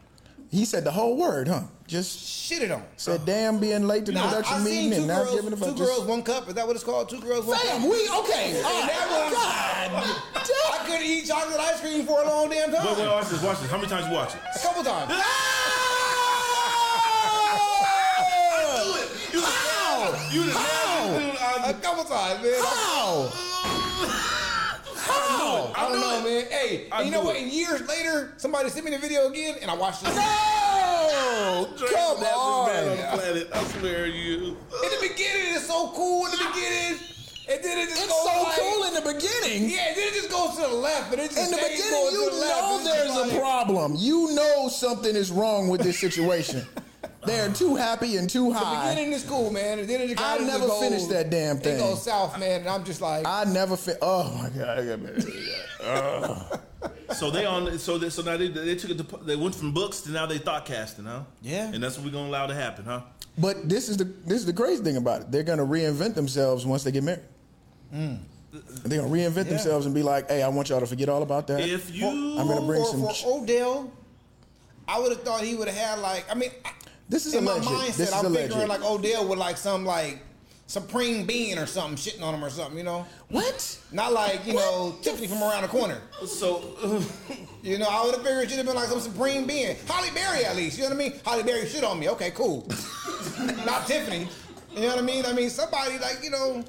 Speaker 2: He said the whole word, huh? Just
Speaker 4: Shitted on.
Speaker 2: said, "Damn, being late to the
Speaker 4: Now, I,
Speaker 2: production
Speaker 4: I seen
Speaker 2: meeting
Speaker 4: two
Speaker 2: and not
Speaker 4: girls,
Speaker 2: giving a
Speaker 4: two
Speaker 2: fuck."
Speaker 4: girls,
Speaker 2: Just-
Speaker 4: one cup. Is that what it's called? Two girls, one
Speaker 2: Damn,
Speaker 4: cup.
Speaker 2: we okay. all right.
Speaker 4: that one-
Speaker 2: God damn.
Speaker 4: I couldn't eat chocolate ice cream for a long damn time.
Speaker 3: Wait, wait, watch this. Watch this. How many times you watch it?
Speaker 4: A couple times.
Speaker 3: Do it. You the
Speaker 2: How?
Speaker 3: You the
Speaker 4: A
Speaker 2: Uh,
Speaker 4: couple times, man.
Speaker 2: How? How?
Speaker 4: I don't know, man. Hey,
Speaker 3: I
Speaker 4: and you know
Speaker 3: do
Speaker 4: what?
Speaker 3: it.
Speaker 4: And years later, somebody sent me the video again, and I watched it.
Speaker 2: No! Come
Speaker 3: on
Speaker 2: on.
Speaker 3: the planet. I swear you.
Speaker 4: In the beginning, it's so cool. In the beginning, and then it just
Speaker 2: It's
Speaker 4: goes
Speaker 2: so
Speaker 4: like,
Speaker 2: cool in the beginning.
Speaker 4: Yeah, and then it just goes to the left, and it just
Speaker 2: In the
Speaker 4: stays
Speaker 2: beginning,
Speaker 4: going to
Speaker 2: you
Speaker 4: the left,
Speaker 2: know
Speaker 4: and it's just
Speaker 2: there's a
Speaker 4: like-
Speaker 2: problem. You know something is wrong with this situation. They're too happy and too high.
Speaker 4: beginning is cool, man. And then it
Speaker 2: I
Speaker 4: kind of
Speaker 2: never
Speaker 4: goes,
Speaker 2: finished that damn thing.
Speaker 4: It goes south, man, and I'm just like,
Speaker 2: I never fit. Oh my god! I got better.
Speaker 3: So they on. So they, so now they, they took it. To, they went from books to now they thought casting, huh?
Speaker 4: Yeah.
Speaker 3: And that's what we're gonna allow to happen, huh?
Speaker 2: But this is the this is the crazy thing about it. They're gonna reinvent themselves once they get married.
Speaker 4: Mm.
Speaker 2: They're gonna reinvent themselves and be like, "Hey, I want y'all to forget all about that.
Speaker 3: If you,
Speaker 2: Uh, I'm gonna bring
Speaker 4: for,
Speaker 2: some
Speaker 4: for
Speaker 2: sh-
Speaker 4: Odell, I would have thought he would have had like, I mean, I-
Speaker 2: This is
Speaker 4: in my
Speaker 2: alleged.
Speaker 4: mindset,
Speaker 2: This is
Speaker 4: I'm
Speaker 2: alleged.
Speaker 4: figuring like Odell with like some like supreme being or something shitting on him or something, you know?
Speaker 2: what?
Speaker 4: Not like you know Tiffany from around the corner.
Speaker 3: so
Speaker 4: You know, I would have figured she'd have been like some supreme being, Holly Berry at least. You know what I mean? Holly Berry shit on me. Okay, cool. Not Tiffany. You know what I mean? I mean somebody like you know.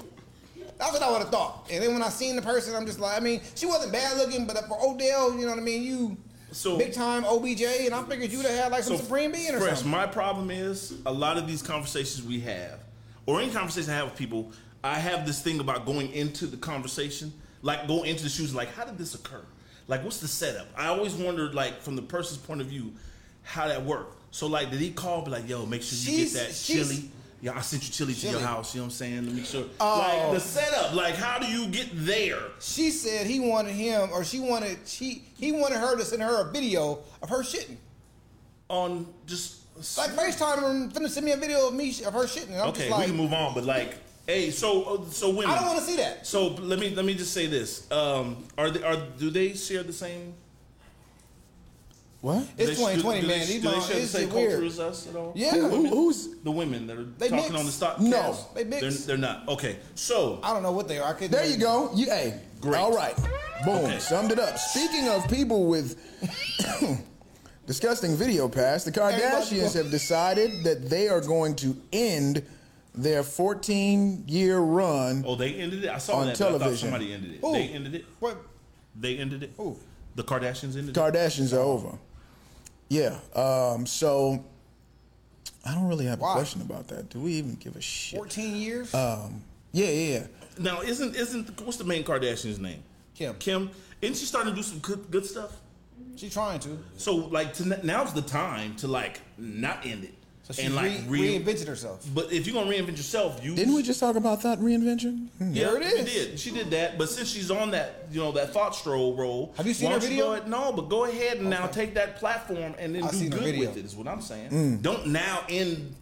Speaker 4: That's what I would have thought. And then when I seen the person, I'm just like, I mean, she wasn't bad looking, but for Odell, you know what I mean? You
Speaker 3: So-
Speaker 4: big time OBJ, and I figured you'd have had like some supreme being or
Speaker 3: Fresh,
Speaker 4: something.
Speaker 3: My problem is a lot of these conversations we have, or any conversation I have with people, I have this thing about going into the conversation, like go into the shoes, and like how did this occur? Like what's the setup? I always wondered, like from the person's point of view, how that worked. So like, did he call? Be like, yo, make sure you
Speaker 4: She's-
Speaker 3: get that
Speaker 4: she's-
Speaker 3: chili. Yeah, I sent you chili, to
Speaker 4: Chili.
Speaker 3: your house. You know what I'm saying? To make sure,
Speaker 2: Oh.
Speaker 3: like the setup. Like, how do you get there?
Speaker 4: She said he wanted him, or she wanted she he wanted her to send her a video of her shitting.
Speaker 3: On just
Speaker 4: Like FaceTime and finna send me a video of me of her shitting. And I'm
Speaker 3: okay,
Speaker 4: just like,
Speaker 3: we can move on. But like, hey, so uh, so women.
Speaker 4: I don't want to see that.
Speaker 3: So let me let me just say this: um, Are they are do they share the same?
Speaker 2: What?
Speaker 3: do
Speaker 4: It's
Speaker 3: they-
Speaker 4: 2020,
Speaker 3: do they-
Speaker 4: man.
Speaker 3: Do
Speaker 4: These
Speaker 3: they,
Speaker 4: motherfuckers-
Speaker 3: share the
Speaker 4: this
Speaker 3: same
Speaker 4: is
Speaker 3: culture
Speaker 4: weird.
Speaker 3: as us at all?
Speaker 4: Yeah.
Speaker 2: Who- who- who's?
Speaker 3: The women that are
Speaker 4: They
Speaker 3: talking
Speaker 4: mix.
Speaker 3: on the stock.
Speaker 2: No.
Speaker 3: cast,
Speaker 4: They mix.
Speaker 3: They're, they're not okay. So
Speaker 4: I don't know what they are. I couldn't.
Speaker 2: There you go. You hey.
Speaker 3: Great.
Speaker 2: All right. Boom.
Speaker 3: Okay.
Speaker 2: Summed it up. Speaking of people with disgusting video past, the Kardashians
Speaker 4: Everybody-
Speaker 2: have decided that they are going to end their 14 year run.
Speaker 3: oh, they ended it. I saw
Speaker 2: On
Speaker 3: that. But I thought
Speaker 2: television.
Speaker 3: somebody ended it.
Speaker 4: Who?
Speaker 3: They ended it.
Speaker 4: What?
Speaker 3: They ended it.
Speaker 4: Who?
Speaker 3: The Kardashians ended it.
Speaker 2: Kardashians are over. Yeah. Um, so I don't really have
Speaker 4: Why?
Speaker 2: a question about that. Do we even give a shit?
Speaker 4: 14 years?
Speaker 2: Uh, Yeah, yeah, yeah.
Speaker 3: Now isn't isn't what's the main Kardashian's name?
Speaker 4: Kim.
Speaker 3: Kim. Isn't she starting to do some good, good stuff?
Speaker 4: She trying to.
Speaker 3: So like to, now's the time to like not end it
Speaker 4: So she
Speaker 3: and like
Speaker 4: re- reinvented herself.
Speaker 3: But if you're gonna reinvent yourself, you
Speaker 2: Didn't we just talk about that reinvention? Hmm.
Speaker 3: Yeah,
Speaker 4: There it
Speaker 3: She
Speaker 4: is.
Speaker 3: did. She did that. But since she's on that, you know, that thought stroll role.
Speaker 4: Have you seen
Speaker 3: why
Speaker 4: her
Speaker 3: don't you
Speaker 4: video?
Speaker 3: go ahead- no, but go ahead and now take that platform and then
Speaker 4: I've
Speaker 3: do
Speaker 4: seen her
Speaker 3: good
Speaker 4: video. Mm.
Speaker 3: with it. Is what I'm saying. Don't now end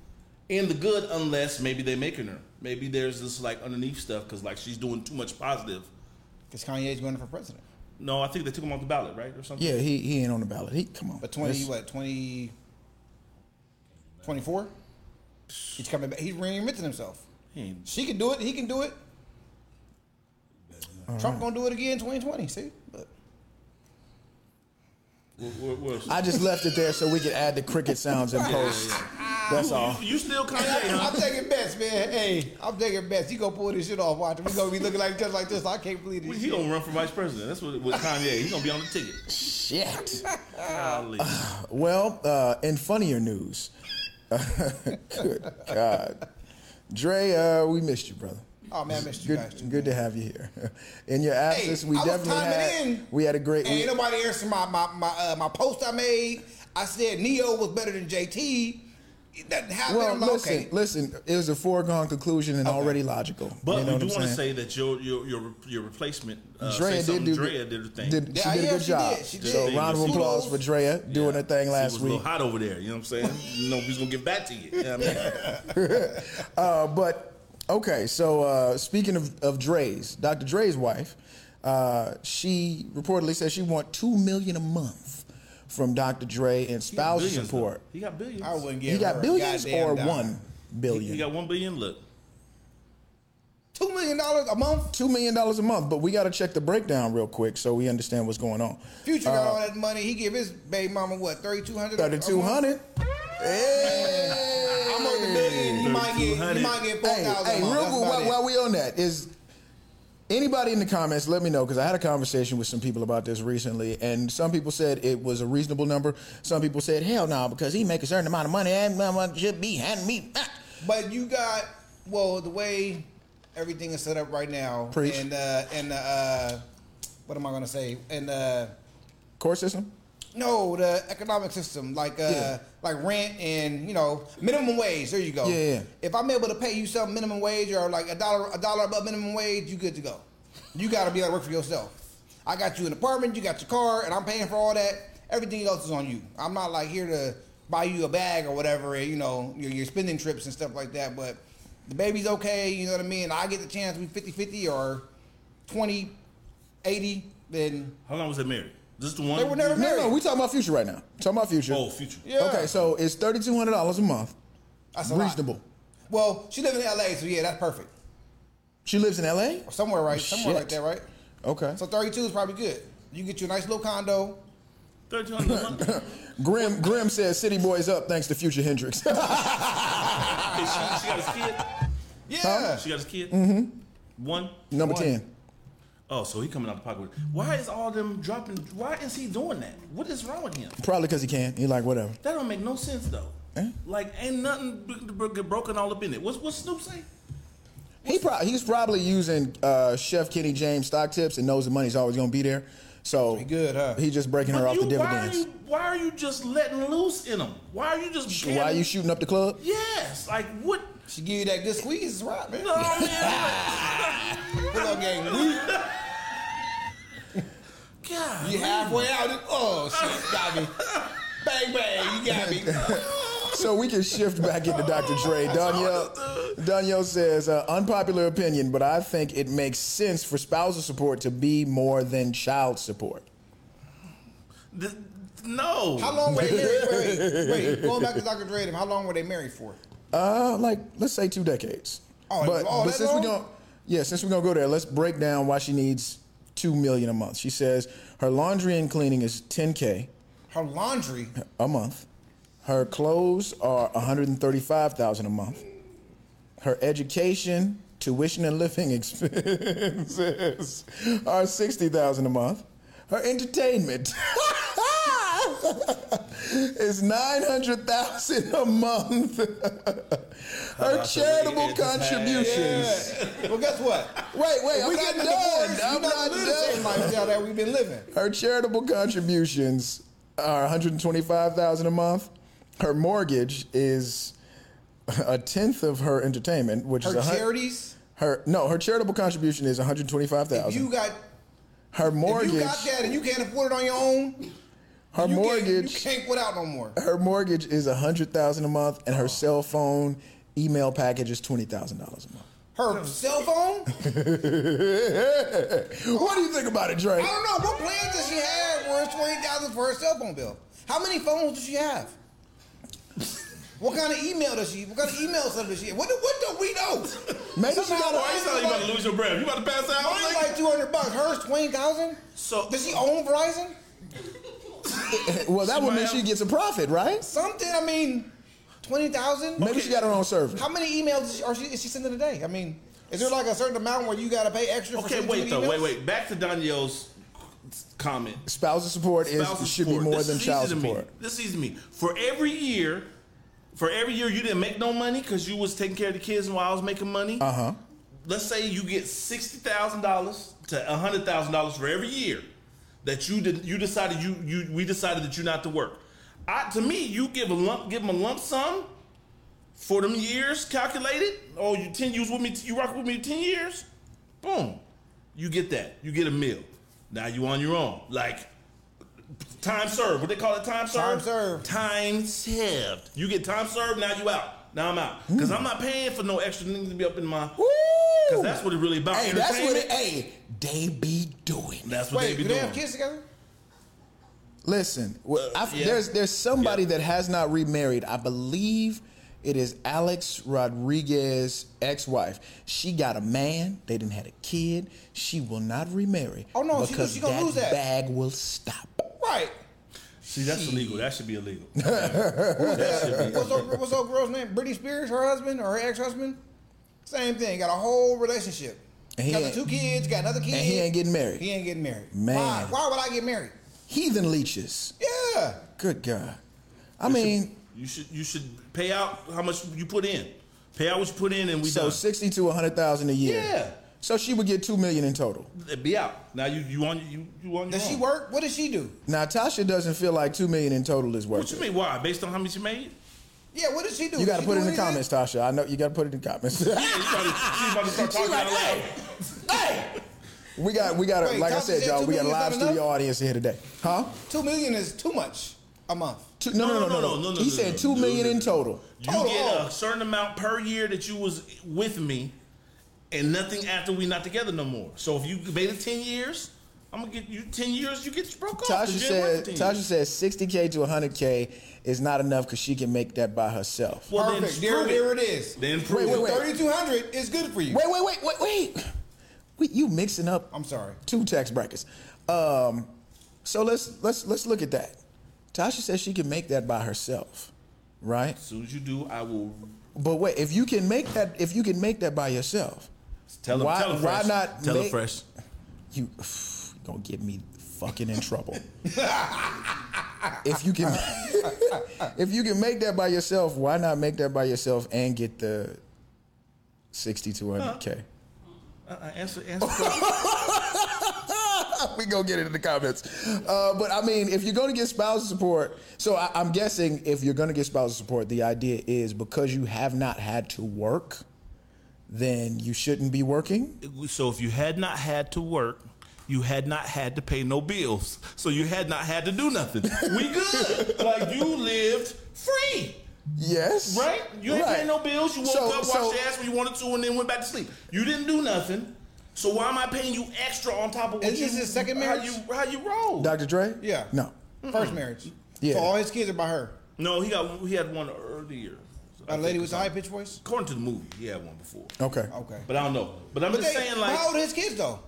Speaker 3: in the good unless maybe they're making her. Maybe there's this like underneath stuff because like she's doing too much positive.
Speaker 4: Because Kanye's running for president.
Speaker 3: No, I think they took him off the ballot, right, or something.
Speaker 2: Yeah, he he ain't on the ballot. He come on.
Speaker 4: But 20,
Speaker 2: That's-
Speaker 4: what, 20, 24? He's coming back. He's reinventing himself.
Speaker 3: He ain't-
Speaker 4: She can do it. He can do it. Trump gonna do it again in 2020. See? Look.
Speaker 3: wh- wh- wh-
Speaker 2: I just left it there so we could add the cricket sounds in post. That's all.
Speaker 3: you still Kanye, huh?
Speaker 4: I'm taking bets, man. Hey, I'm taking bets. You gonna pull this shit off, watch. We gonna be looking like just like this. I can't believe this.
Speaker 3: He
Speaker 4: shit.
Speaker 3: gonna run for vice president. That's what with Kanye. He gonna be on the ticket.
Speaker 2: Shit.
Speaker 3: Golly.
Speaker 2: Well, uh, in funnier news, good God, Dre, uh, we missed you, brother.
Speaker 4: Oh man, I missed you
Speaker 2: Good,
Speaker 4: guys. too.
Speaker 2: good to have you here. In your absence, we
Speaker 4: I was
Speaker 2: definitely
Speaker 4: timing
Speaker 2: had
Speaker 4: in.
Speaker 2: we had a great.
Speaker 4: Hey,
Speaker 2: We,
Speaker 4: ain't nobody answered my my my, uh, my post I made. I said Neo was better than JT. It doesn't happen.
Speaker 2: well,
Speaker 4: I'm like,
Speaker 2: listen,
Speaker 4: okay.
Speaker 2: listen. It was a foregone conclusion and already logical.
Speaker 3: But
Speaker 2: you know
Speaker 3: we do
Speaker 2: what I'm
Speaker 3: want to
Speaker 2: saying?
Speaker 3: say that your your your, your replacement uh,
Speaker 2: Drea
Speaker 3: say something,
Speaker 2: did do
Speaker 3: Drea
Speaker 2: good-
Speaker 3: did her thing.
Speaker 2: Did,
Speaker 4: Yeah,
Speaker 2: she did
Speaker 4: yeah,
Speaker 2: a good
Speaker 4: she
Speaker 2: job.
Speaker 4: did, she did.
Speaker 2: So
Speaker 3: She
Speaker 2: round of
Speaker 3: was-
Speaker 2: applause for Drea
Speaker 3: Yeah.
Speaker 2: doing her thing
Speaker 3: she
Speaker 2: last
Speaker 3: was a
Speaker 2: week.
Speaker 3: little hot over there. You know what I'm saying? you know, he's gonna get back to you. you know what I mean?
Speaker 2: Uh, but okay, so uh, speaking of, of Dre's, Dr. Dre's wife, uh, she reportedly said she want two million a month from Dr. Dre and
Speaker 3: He got
Speaker 2: spousal
Speaker 3: billions, though.
Speaker 2: support.
Speaker 3: He got billions.
Speaker 4: I wouldn't
Speaker 2: He
Speaker 4: give. her
Speaker 2: got
Speaker 4: a
Speaker 2: billions
Speaker 4: goddamn
Speaker 2: or
Speaker 4: dime.
Speaker 2: one
Speaker 3: He
Speaker 2: billion.
Speaker 3: got one billion. Look,
Speaker 4: Two million dollars a month.
Speaker 2: Two million dollars a month, but we got to check the breakdown real quick so we understand what's going on.
Speaker 4: Future got all that money. He give his baby mama what thirty two hundred.
Speaker 2: Uh, Thirty-two hundred.
Speaker 4: I'm on the billion. He might get. He
Speaker 3: 3,200.
Speaker 4: might get four
Speaker 2: Hey,
Speaker 4: thousand.
Speaker 2: hey, real good. While, while we on that, is anybody in the comments? Let me know because I had a conversation with some people about this recently, and some people said it was a reasonable number. Some people said, "Hell no," because he make a certain amount of money and mama should be handing me. back."
Speaker 4: But you got well the way everything is set up right now,
Speaker 2: Preach.
Speaker 4: and uh, and uh, what am I gonna say? And uh,
Speaker 2: Court system.
Speaker 4: no, the economic system like uh,
Speaker 2: Yeah.
Speaker 4: like rent and you know minimum wage. There you go.
Speaker 2: Yeah, yeah.
Speaker 4: If I'm able to pay you some minimum wage or like a dollar a dollar above minimum wage, you good to go. You got to be able to work for yourself. I got you an apartment, you got your car, and I'm paying for all that. Everything else is on you. I'm not like here to buy you a bag or whatever, and, you know, your, your spending trips and stuff like that. But the baby's okay, you know what I mean? I get the chance, we 50 50 or 20 80, then
Speaker 3: how long was they married? Just the one.
Speaker 4: They were never
Speaker 2: No,
Speaker 4: Married.
Speaker 2: no, we talking about future right now. Talking about future.
Speaker 3: Oh, future.
Speaker 4: Yeah.
Speaker 2: Okay, so it's thirty-two hundred dollars a month.
Speaker 4: that's a lot.
Speaker 2: Reasonable.
Speaker 4: Well, she lives in LA, so yeah, that's perfect.
Speaker 2: She lives in L.A.
Speaker 4: Somewhere right, somewhere like
Speaker 2: Shit.
Speaker 4: that, right?
Speaker 2: Okay.
Speaker 4: So 32 is probably good. You get you a nice little condo.
Speaker 3: Thirteen hundred a month. Hey,
Speaker 2: Grim Grim says City Boys up thanks to Future Hendrix.
Speaker 3: she, she got his kid.
Speaker 4: Yeah.
Speaker 3: She got his kid. Mm-hmm. One.
Speaker 2: Number
Speaker 4: One.
Speaker 2: ten.
Speaker 3: Oh, so he coming out the pocket. with- Why is all them dropping? Why is he doing that? What is wrong with him?
Speaker 2: Probably because he can. He like whatever.
Speaker 3: That don't make no sense though.
Speaker 2: Eh?
Speaker 3: Like ain't nothing b- b- get broken all up in it. What's what's Snoop say?
Speaker 2: He probably he's probably using uh, Chef Kenny James stock tips and knows the money's always gonna be there. So
Speaker 4: Pretty good, huh?
Speaker 2: He just breaking her
Speaker 3: But
Speaker 2: off
Speaker 3: you-
Speaker 2: the
Speaker 3: why are
Speaker 2: dividends.
Speaker 3: you why are you just letting loose in him? Why are you just
Speaker 2: Why are you shooting up the club?
Speaker 3: Yes, like what? Oh,
Speaker 4: She give you that good squeeze, it's right, man.
Speaker 3: No, man.
Speaker 4: Pull up game. We,
Speaker 3: God,
Speaker 4: you halfway out. and- Oh, shit. Got me. Bang, bang. You got me.
Speaker 2: So we can shift back into Dr. Dre. Danielle, Danielle says, uh, unpopular opinion, but I think it makes sense for spousal support to be more than child support.
Speaker 3: Th- no.
Speaker 4: How long were they married? Wait, wait, wait. Going back to Dr. Dre, how long were they married for?
Speaker 2: Uh, like let's say two decades.
Speaker 4: Oh,
Speaker 2: but,
Speaker 4: oh,
Speaker 2: but
Speaker 4: that
Speaker 2: since we
Speaker 4: long?
Speaker 2: going yeah, since we're gonna go there, let's break down why she needs two million a month. She says her laundry and cleaning is ten k.
Speaker 4: Her laundry.
Speaker 2: a month. Her clothes are one hundred and thirty-five thousand a month. Her education, tuition, and living expenses are sixty thousand a month. Her entertainment is nine hundred thousand a month. Her charitable
Speaker 3: it just had-
Speaker 2: contributions.
Speaker 4: Well, guess what?
Speaker 2: Wait, wait, I'm
Speaker 4: we
Speaker 2: not
Speaker 4: getting
Speaker 2: done.
Speaker 4: divorced.
Speaker 2: I'm
Speaker 4: We're
Speaker 2: not
Speaker 4: not living the
Speaker 2: done.
Speaker 4: same lifestyle that we've been living.
Speaker 2: Her charitable contributions are 125,000 a month. Her mortgage is a tenth of her entertainment, which is
Speaker 4: Her
Speaker 2: a hun-
Speaker 4: charities.
Speaker 2: Her no, her charitable contribution is
Speaker 4: You
Speaker 2: 125,000.
Speaker 4: got.
Speaker 2: Her mortgage,
Speaker 4: If you got that and you can't afford it on your own,
Speaker 2: her
Speaker 4: you, can't, you
Speaker 2: mortgage,
Speaker 4: can't put out no more.
Speaker 2: her mortgage is 100,000 a month, and her cell phone email package is twenty thousand dollars a month.
Speaker 4: Her cell phone? I
Speaker 2: what do you think about it, Drake?
Speaker 4: don't know. What plans does she have where it's 20000 for her cell phone bill? How many phones does she have? What kind of email does she? What kind of email stuff does she? What do, what do we know?
Speaker 2: Maybe she
Speaker 4: Somehow
Speaker 2: got
Speaker 5: Boy, you sound like you about to lose your breath. You about to pass out?
Speaker 4: Mine's
Speaker 5: Like,
Speaker 4: like two hundred bucks. Hers twenty thousand.
Speaker 3: So-
Speaker 4: does she own Verizon?
Speaker 2: a well. That would mean she gets a profit, right?
Speaker 4: Something. I mean, twenty thousand.
Speaker 2: Maybe she got her own server.
Speaker 4: How many emails is she, are she, is she sending a day? I mean, is there like a certain amount where you got to pay extra? for
Speaker 3: okay,
Speaker 4: sending
Speaker 3: wait
Speaker 4: two
Speaker 3: though,
Speaker 4: emails?
Speaker 3: wait, wait. Back to Danielle's comment.
Speaker 2: Spousal support is
Speaker 3: spousal
Speaker 2: should
Speaker 3: support.
Speaker 2: be more
Speaker 3: This
Speaker 2: than
Speaker 3: is
Speaker 2: child
Speaker 3: easy to me.
Speaker 2: support.
Speaker 3: This is me. For every year, for every year you didn't make no money because you was taking care of the kids and while I was making money.
Speaker 2: Uh huh.
Speaker 3: Let's say you get sixty thousand dollars to hundred thousand dollars for every year that you did. You decided you you we decided that you're not to work. I to me you give a lump give them a lump sum for them years calculated. Oh, you ten years with me. You rock with me ten years. Boom, you get that. You get a meal. Now you on your own. Like time served. What they call it? Time served.
Speaker 4: Time served.
Speaker 3: Time served. You get time served. Now you out. Now I'm out because I'm not paying for no extra things to be up in my. Because that's what it really about.
Speaker 2: Hey, that's what it.
Speaker 3: Entertainment,
Speaker 2: Hey, they be doing.
Speaker 3: that's what
Speaker 4: Wait,
Speaker 3: they
Speaker 4: do
Speaker 3: be
Speaker 4: they
Speaker 3: doing.
Speaker 4: have kids together?
Speaker 2: Listen, well,
Speaker 3: Uh,
Speaker 2: I've-
Speaker 3: yeah.
Speaker 2: there's there's somebody
Speaker 3: Yeah.
Speaker 2: that has not remarried. I believe it is Alex Rodriguez' ex-wife. She got a man. They didn't have a kid. She will not remarry.
Speaker 4: Oh, no, she-
Speaker 2: because
Speaker 4: she gonna
Speaker 2: that
Speaker 4: lose that.
Speaker 2: bag will stop.
Speaker 4: Right.
Speaker 3: See, that's illegal. That should be illegal.
Speaker 4: What's that, what's that girl's name? Britney Spears, her husband or her ex-husband? Same thing. Got a whole relationship.
Speaker 2: And he
Speaker 4: got the
Speaker 2: ain't-
Speaker 4: two kids. Got another kid.
Speaker 2: And he ain't getting married.
Speaker 4: He ain't getting married.
Speaker 2: Man.
Speaker 4: Why, why would I get married?
Speaker 2: Heathen leeches.
Speaker 4: Yeah.
Speaker 2: Good God. I mean,
Speaker 3: you should you should pay out how much you put in. Pay out what you put in, and we
Speaker 2: so
Speaker 3: done.
Speaker 2: sixty to hundred thousand a year.
Speaker 3: Yeah.
Speaker 2: So she would get two million in total.
Speaker 3: Be out. Now you you on you you on your
Speaker 4: Does she
Speaker 3: own.
Speaker 4: work? What does she do?
Speaker 2: Now Tasha doesn't feel like two million in total is worth
Speaker 3: What you
Speaker 2: it.
Speaker 3: mean? Why? Based on how much you made?
Speaker 4: Yeah. What does she do?
Speaker 2: You got
Speaker 4: She
Speaker 2: to put
Speaker 4: do
Speaker 2: it in the
Speaker 4: anything?
Speaker 2: comments, Tasha. I know you got to put it in the comments.
Speaker 3: Yeah, you about to, she's about to start
Speaker 2: She
Speaker 3: talking
Speaker 2: like,
Speaker 3: out loud.
Speaker 2: hey, hey. We got, we got, a
Speaker 4: Wait,
Speaker 2: like I
Speaker 4: Tasha
Speaker 2: said,
Speaker 4: said
Speaker 2: y'all,
Speaker 4: two
Speaker 2: we got a
Speaker 4: million
Speaker 2: live
Speaker 4: is not
Speaker 2: studio
Speaker 4: enough?
Speaker 2: audience here today, huh?
Speaker 4: Two million is too much a month.
Speaker 2: Two, no, no, no, no, no, He said two
Speaker 3: no,
Speaker 2: million
Speaker 3: no,
Speaker 2: in
Speaker 3: no.
Speaker 2: total.
Speaker 3: You
Speaker 4: Total.
Speaker 3: get a certain amount per year that you was with me, and nothing after we not together no more. So if you made it ten years, I'm gonna get you ten years. You get broke off.
Speaker 2: Tasha
Speaker 3: 'cause you didn't work
Speaker 2: said,
Speaker 3: for 10
Speaker 2: Tasha
Speaker 3: years.
Speaker 2: said, sixty k to hundred k is not enough because she can make that by herself.
Speaker 3: Well, then
Speaker 4: Perfect. There,
Speaker 3: prove
Speaker 4: there it is.
Speaker 3: Then prove
Speaker 2: Wait,
Speaker 3: it.
Speaker 2: wait,
Speaker 4: Thirty-two hundred is good for you.
Speaker 2: Wait, wait, wait, wait, wait. Wait, you mixing up?
Speaker 4: I'm sorry.
Speaker 2: Two tax brackets. Um, so let's let's let's look at that. Tasha says she can make that by herself, right?
Speaker 3: As soon as you do, I will
Speaker 2: But wait, if you can make that, if you can make that by yourself,
Speaker 3: tell him.
Speaker 2: Why-
Speaker 3: tell him
Speaker 2: why
Speaker 3: fresh.
Speaker 2: not
Speaker 3: Tell
Speaker 2: make-
Speaker 3: him fresh.
Speaker 2: you gonna get me fucking in trouble. if you can, if you can make that by yourself, why not make that by yourself and get the sixty to hundred k?
Speaker 3: Uh-uh, answer, answer. questions.
Speaker 2: We gonna get it in the comments. Uh, but I mean, if you're gonna get spousal support, so I, I'm guessing if you're gonna get spousal support, the idea is because you have not had to work, then you shouldn't be working.
Speaker 3: so if you had not had to work. You had not had to pay no bills, so you had not had to do nothing. We good, like you lived free.
Speaker 2: Yes.
Speaker 3: Right? You ain't
Speaker 2: Right.
Speaker 3: paying no bills. You woke
Speaker 2: So-
Speaker 3: up, washed
Speaker 2: so-
Speaker 3: your ass when you wanted to, and then went back to sleep. You didn't do nothing. So why am I paying you extra on top of what
Speaker 4: Is
Speaker 3: you?
Speaker 4: this his second
Speaker 3: How
Speaker 4: marriage?
Speaker 3: you how you roll?
Speaker 2: Dr. Dre?
Speaker 4: Yeah.
Speaker 2: No.
Speaker 4: First marriage.
Speaker 2: Yeah.
Speaker 4: So all his kids are by her.
Speaker 3: no, he got he had one earlier. I
Speaker 4: A lady
Speaker 3: think
Speaker 4: with
Speaker 3: it's
Speaker 4: a
Speaker 3: like-
Speaker 4: high pitched voice.
Speaker 3: According to the movie, he had one before,
Speaker 2: Okay.
Speaker 4: Okay.
Speaker 3: but I don't know. But I'm
Speaker 4: Oh. But
Speaker 3: just
Speaker 4: they-
Speaker 3: saying, like,
Speaker 4: how old are his kids though?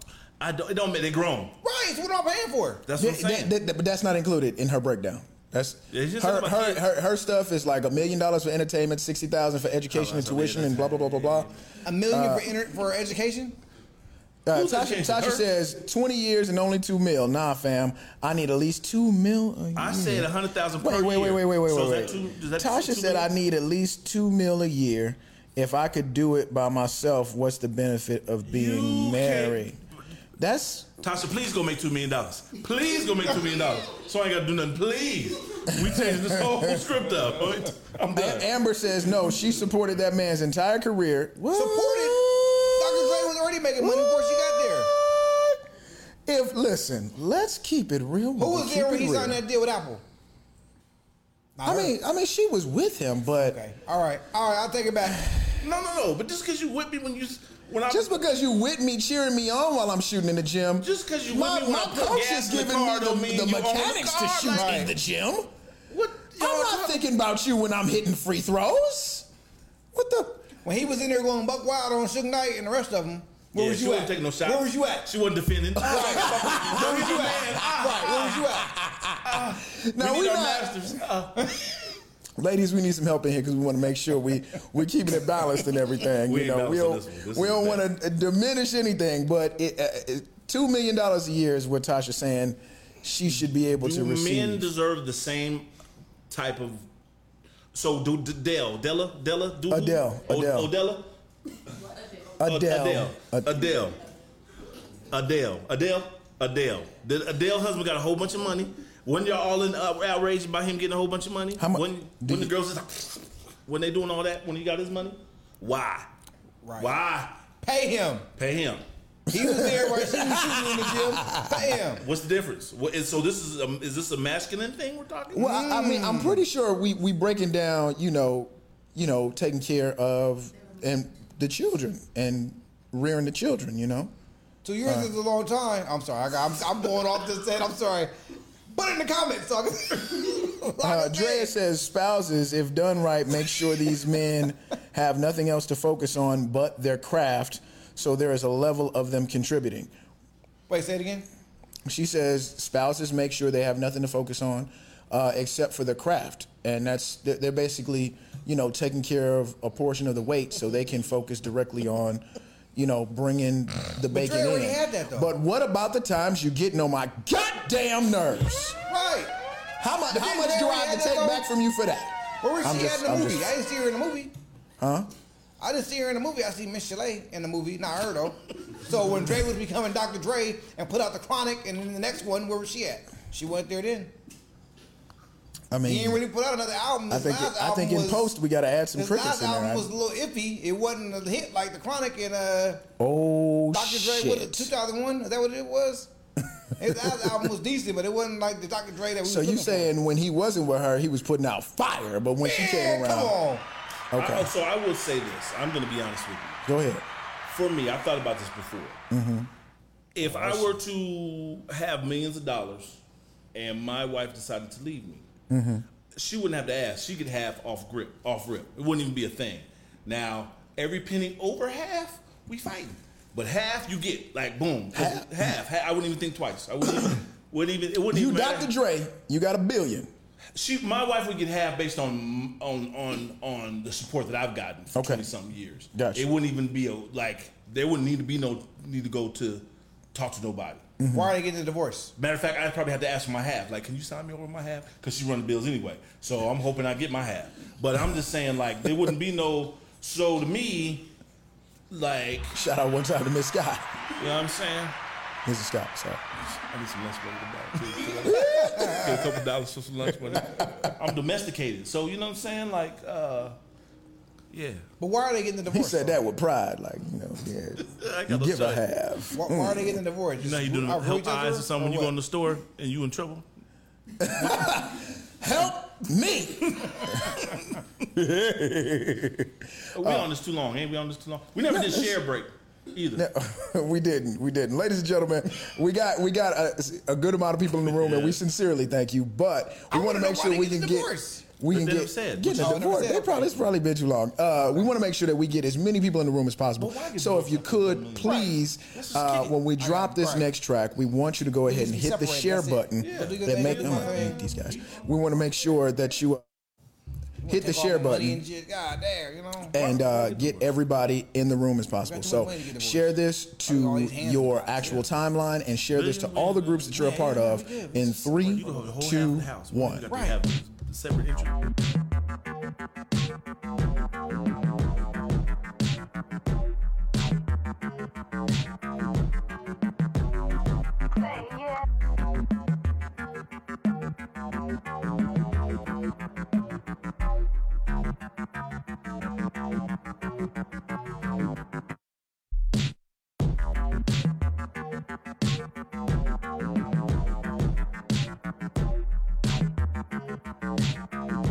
Speaker 3: I don't. It don't make they grown.
Speaker 4: Right. So what am I paying for?
Speaker 3: That's
Speaker 2: Th-
Speaker 3: what I'm
Speaker 2: th-
Speaker 3: saying.
Speaker 2: th- th- but that's not included in her breakdown. That's
Speaker 3: It's just
Speaker 2: her,
Speaker 3: about
Speaker 2: her,
Speaker 3: kids.
Speaker 2: her her stuff is like a million dollars for entertainment, sixty thousand for education and
Speaker 3: Oh, that's what it is.
Speaker 2: tuition, and blah blah blah blah blah.
Speaker 4: A million for inter- for education?
Speaker 2: Uh,
Speaker 3: Who's
Speaker 2: Tasha,
Speaker 3: education?
Speaker 2: Tasha
Speaker 3: Her?
Speaker 2: says twenty years and only two mil. Nah, fam, I need at least two mil. A year.
Speaker 3: I said a hundred thousand.
Speaker 2: Wait,
Speaker 3: per
Speaker 2: wait, wait,
Speaker 3: year.
Speaker 2: wait, wait, wait,
Speaker 3: So
Speaker 2: wait.
Speaker 3: is that two- does that
Speaker 2: Tasha
Speaker 3: two
Speaker 2: said
Speaker 3: million?
Speaker 2: I need at least two mil a year. If I could do it by myself, what's the benefit of being
Speaker 3: You can't-
Speaker 2: married? That's
Speaker 3: Tasha, please go make two million dollars. Please go make two million dollars. So I ain't gotta do nothing. Please. We changed this whole script up. right? I'm
Speaker 2: A-
Speaker 3: done.
Speaker 2: Amber says no. She supported that man's entire career. What?
Speaker 4: Supported? Dr. Dre was already making money before she got there.
Speaker 2: If listen, let's keep it real.
Speaker 4: Who was there when he signed that deal with Apple? Not
Speaker 2: I
Speaker 4: her.
Speaker 2: mean, I mean, she was with him, but
Speaker 4: okay, all right, all right. I'll take it back.
Speaker 3: No, no, no. But just because you whip me when you s- when I
Speaker 2: just because you with me cheering me on while I'm shooting in the gym,
Speaker 3: Just 'cause you
Speaker 2: my,
Speaker 3: with me when
Speaker 2: my
Speaker 3: I put
Speaker 2: coach
Speaker 3: gas
Speaker 2: is
Speaker 3: in the
Speaker 2: giving
Speaker 3: car don't
Speaker 2: me
Speaker 3: mean
Speaker 2: the, the
Speaker 3: you own the
Speaker 2: mechanics to
Speaker 3: car,
Speaker 2: shoot
Speaker 3: like-
Speaker 2: in the gym.
Speaker 3: what
Speaker 2: I'm
Speaker 3: y'all
Speaker 2: not
Speaker 3: talking-
Speaker 2: thinking about you when I'm hitting free throws. What the?
Speaker 4: When he was in there going buck wild on Suge Knight and the rest of them, where
Speaker 3: Yeah,
Speaker 4: was
Speaker 3: she
Speaker 4: you
Speaker 3: wasn't
Speaker 4: at?
Speaker 3: taking no shots.
Speaker 4: Where was you at?
Speaker 3: She wasn't defending.
Speaker 4: where was you at? right, where was you at?
Speaker 2: Now
Speaker 3: Ah, we
Speaker 2: we
Speaker 3: need
Speaker 2: are
Speaker 3: our
Speaker 2: not,
Speaker 3: masters. Uh,
Speaker 2: ladies. We need some help in here because we want to make sure we we keeping it balanced and everything.
Speaker 3: We
Speaker 2: you
Speaker 3: ain't
Speaker 2: know, we
Speaker 3: balancing
Speaker 2: don't
Speaker 3: this one. This
Speaker 2: we
Speaker 3: is
Speaker 2: don't
Speaker 3: bad.
Speaker 2: want to diminish anything, but it, uh, it, two million dollars a year is what Tasha's saying she should be able to
Speaker 3: do men
Speaker 2: receive.
Speaker 3: deserve the same type of? So do D- Dell, Della, Della, do who?
Speaker 2: Adele,
Speaker 3: O-
Speaker 2: Adele.
Speaker 3: Odella,
Speaker 2: Adele,
Speaker 3: Adele,
Speaker 2: Ad-
Speaker 3: Adele, Adele, Adele, Adele. The Adele husband got a whole bunch of money. When y'all all in uh, outraged by him getting a whole bunch of money,
Speaker 2: How mu-
Speaker 3: when
Speaker 2: do
Speaker 3: when the girls is like, when they doing all that when he got his money, why?
Speaker 4: Right.
Speaker 3: Why
Speaker 4: Pay him.
Speaker 3: pay him?
Speaker 4: He was there while she was shooting in the gym. Pay him.
Speaker 3: What's the difference? What is, so this is a, is this a masculine thing we're talking?
Speaker 2: Well, I, I mean, I'm pretty sure we we breaking down, you know, you know, taking care of and the children and rearing the children, you know.
Speaker 4: Two years is a long time. I'm sorry. I got, I'm, I'm going off this set. I'm sorry. But in the comments, so I can.
Speaker 2: Uh, Drea says spouses, if done right, make sure these men have nothing else to focus on but their craft, so there is a level of them contributing.
Speaker 4: Wait, say it again.
Speaker 2: She says spouses make sure they have nothing to focus on uh, except for their craft, and that's they're they're basically you know taking care of a portion of the weight so they can focus directly on. You know, bringing the bacon
Speaker 4: Drea
Speaker 2: in.
Speaker 4: already had that, though.
Speaker 2: But what about the times you getting on my goddamn nerves?
Speaker 4: Right.
Speaker 2: How much?
Speaker 4: But
Speaker 2: How
Speaker 4: didn't
Speaker 2: much
Speaker 4: Drea
Speaker 2: do I
Speaker 4: already
Speaker 2: have to
Speaker 4: had
Speaker 2: take
Speaker 4: that, though?
Speaker 2: back from you for that?
Speaker 4: Where was
Speaker 2: I'm
Speaker 4: she
Speaker 2: just-
Speaker 4: at in the
Speaker 2: I'm
Speaker 4: movie?
Speaker 2: just-
Speaker 4: I didn't see her in the movie.
Speaker 2: Huh?
Speaker 4: I didn't see her in the movie. I see Miss Chalet in the movie, not her though. so when Dre was becoming Dr. Dre and put out the Chronic, and then the next one, where was she at? She went there then.
Speaker 2: I mean,
Speaker 4: He didn't really put out another album.
Speaker 2: I
Speaker 4: His
Speaker 2: think
Speaker 4: last
Speaker 2: I think
Speaker 4: album
Speaker 2: in
Speaker 4: was-
Speaker 2: post we got to add some
Speaker 4: His
Speaker 2: crickets
Speaker 4: last
Speaker 2: in there.
Speaker 4: album
Speaker 2: right?
Speaker 4: was a little iffy. It wasn't a hit like the Chronic and uh,
Speaker 2: oh
Speaker 4: Dr. Dre. What,
Speaker 2: shit!
Speaker 4: 2001? Is that what it was? His last album was decent, but it wasn't like the Dr. Dre that we.
Speaker 2: so
Speaker 4: was
Speaker 2: you
Speaker 4: looking
Speaker 2: saying when he wasn't with her, he was putting out fire, but when
Speaker 4: for.
Speaker 2: she
Speaker 4: Yeah,
Speaker 2: came around,
Speaker 4: Come on.
Speaker 2: okay,
Speaker 3: I, so I will say this. I'm going to be honest with you.
Speaker 2: go ahead.
Speaker 3: for me, I thought about this before.
Speaker 2: Mm-hmm.
Speaker 3: If I were to have millions of dollars and my wife decided to leave me,
Speaker 2: Mm-hmm.
Speaker 3: she wouldn't have to ask. She could have off grip, off rip. It wouldn't even be a thing. Now, every penny over half, we fighting. But half you get, like boom, 'Cause
Speaker 2: Half?
Speaker 3: half. half. I wouldn't even think twice. I wouldn't even. Wouldn't even, it wouldn't
Speaker 2: You
Speaker 3: even matter.
Speaker 2: Dr. Dre, you got a billion.
Speaker 3: She, my wife would get half based on on on on the support that I've gotten for
Speaker 2: Okay.
Speaker 3: twenty something years.
Speaker 2: Gotcha.
Speaker 3: It wouldn't even be a like there wouldn't need to be no need to go to talk to nobody.
Speaker 2: Mm-hmm.
Speaker 4: Why are they getting a divorce?
Speaker 3: Matter of fact, I'd probably have to ask for my half. Like, can you sign me over my half? Because she run the bills anyway. So I'm hoping I get my half. But I'm just saying, like, there wouldn't be no. So to me, like,
Speaker 2: Shout out one time to Miss Scott,
Speaker 3: you know what I'm saying?
Speaker 2: Mrs. Scott. Sorry.
Speaker 3: I need some lunch money to buy. Get a couple dollars for some lunch money. I'm domesticated, so you know what I'm saying. Like, uh, yeah,
Speaker 4: But why are they getting a
Speaker 2: He
Speaker 4: divorce?
Speaker 2: said
Speaker 4: though?
Speaker 2: that with pride, like you know, yeah.
Speaker 3: I
Speaker 2: You
Speaker 3: no
Speaker 2: give a
Speaker 3: shot.
Speaker 2: half.
Speaker 4: Why, why are they
Speaker 2: Mm.
Speaker 4: getting a divorce?
Speaker 3: You know how you do
Speaker 4: Just
Speaker 3: them
Speaker 4: out-
Speaker 3: help
Speaker 4: reach out to
Speaker 3: eyes
Speaker 4: her
Speaker 3: or something when you
Speaker 4: what?
Speaker 3: go in the store and you in trouble.
Speaker 2: Help me!
Speaker 3: We
Speaker 2: Uh,
Speaker 3: on this too long, ain't we? On this too long. We never did share break either.
Speaker 2: we didn't. We didn't. Ladies and gentlemen, we got we got a, a good amount of people in the room, and we sincerely thank you. But we
Speaker 4: I
Speaker 2: want
Speaker 4: wanna
Speaker 2: to
Speaker 4: know
Speaker 2: make
Speaker 4: why
Speaker 2: sure
Speaker 4: they
Speaker 2: we
Speaker 4: get
Speaker 2: can
Speaker 4: the
Speaker 2: get
Speaker 4: divorce.
Speaker 2: we
Speaker 3: But
Speaker 2: can
Speaker 3: they never
Speaker 2: get
Speaker 3: said.
Speaker 2: get a
Speaker 3: Oh, they never
Speaker 2: divorce.
Speaker 4: said.
Speaker 2: They probably it's probably been too long. Uh, we want to make sure that we get as many people in the room as possible.
Speaker 3: But why get
Speaker 2: So if you
Speaker 3: divorced after a
Speaker 2: could
Speaker 3: million?
Speaker 2: please,
Speaker 3: Let's just
Speaker 2: uh,
Speaker 3: kick it.
Speaker 2: when we
Speaker 4: I
Speaker 2: drop
Speaker 4: got
Speaker 2: this
Speaker 4: Brian.
Speaker 2: next track, we want you to go ahead and
Speaker 4: just
Speaker 2: hit the
Speaker 4: be separate,
Speaker 2: share
Speaker 4: that's it.
Speaker 2: button
Speaker 4: Yeah. Do your
Speaker 2: that
Speaker 4: thing,
Speaker 2: make
Speaker 4: do
Speaker 2: oh,
Speaker 4: your
Speaker 2: I
Speaker 4: thing.
Speaker 2: hate these guys. We want to make sure that you. Uh, Hit the
Speaker 4: Take all
Speaker 2: share
Speaker 4: the money
Speaker 2: button
Speaker 4: and shit. God damn, you know.
Speaker 2: and uh, get everybody in the room as possible.
Speaker 4: Got too
Speaker 2: So
Speaker 4: much money to get divorced.
Speaker 2: share this
Speaker 4: I got all
Speaker 2: to
Speaker 4: these hands
Speaker 2: your
Speaker 4: in my
Speaker 2: actual timeline and share this to
Speaker 3: Billion,
Speaker 2: all the
Speaker 3: billion,
Speaker 2: groups that you're a part of in three,
Speaker 3: You go the whole half
Speaker 2: two,
Speaker 3: the house. You
Speaker 2: one.
Speaker 3: got to have separate entry.
Speaker 6: Thank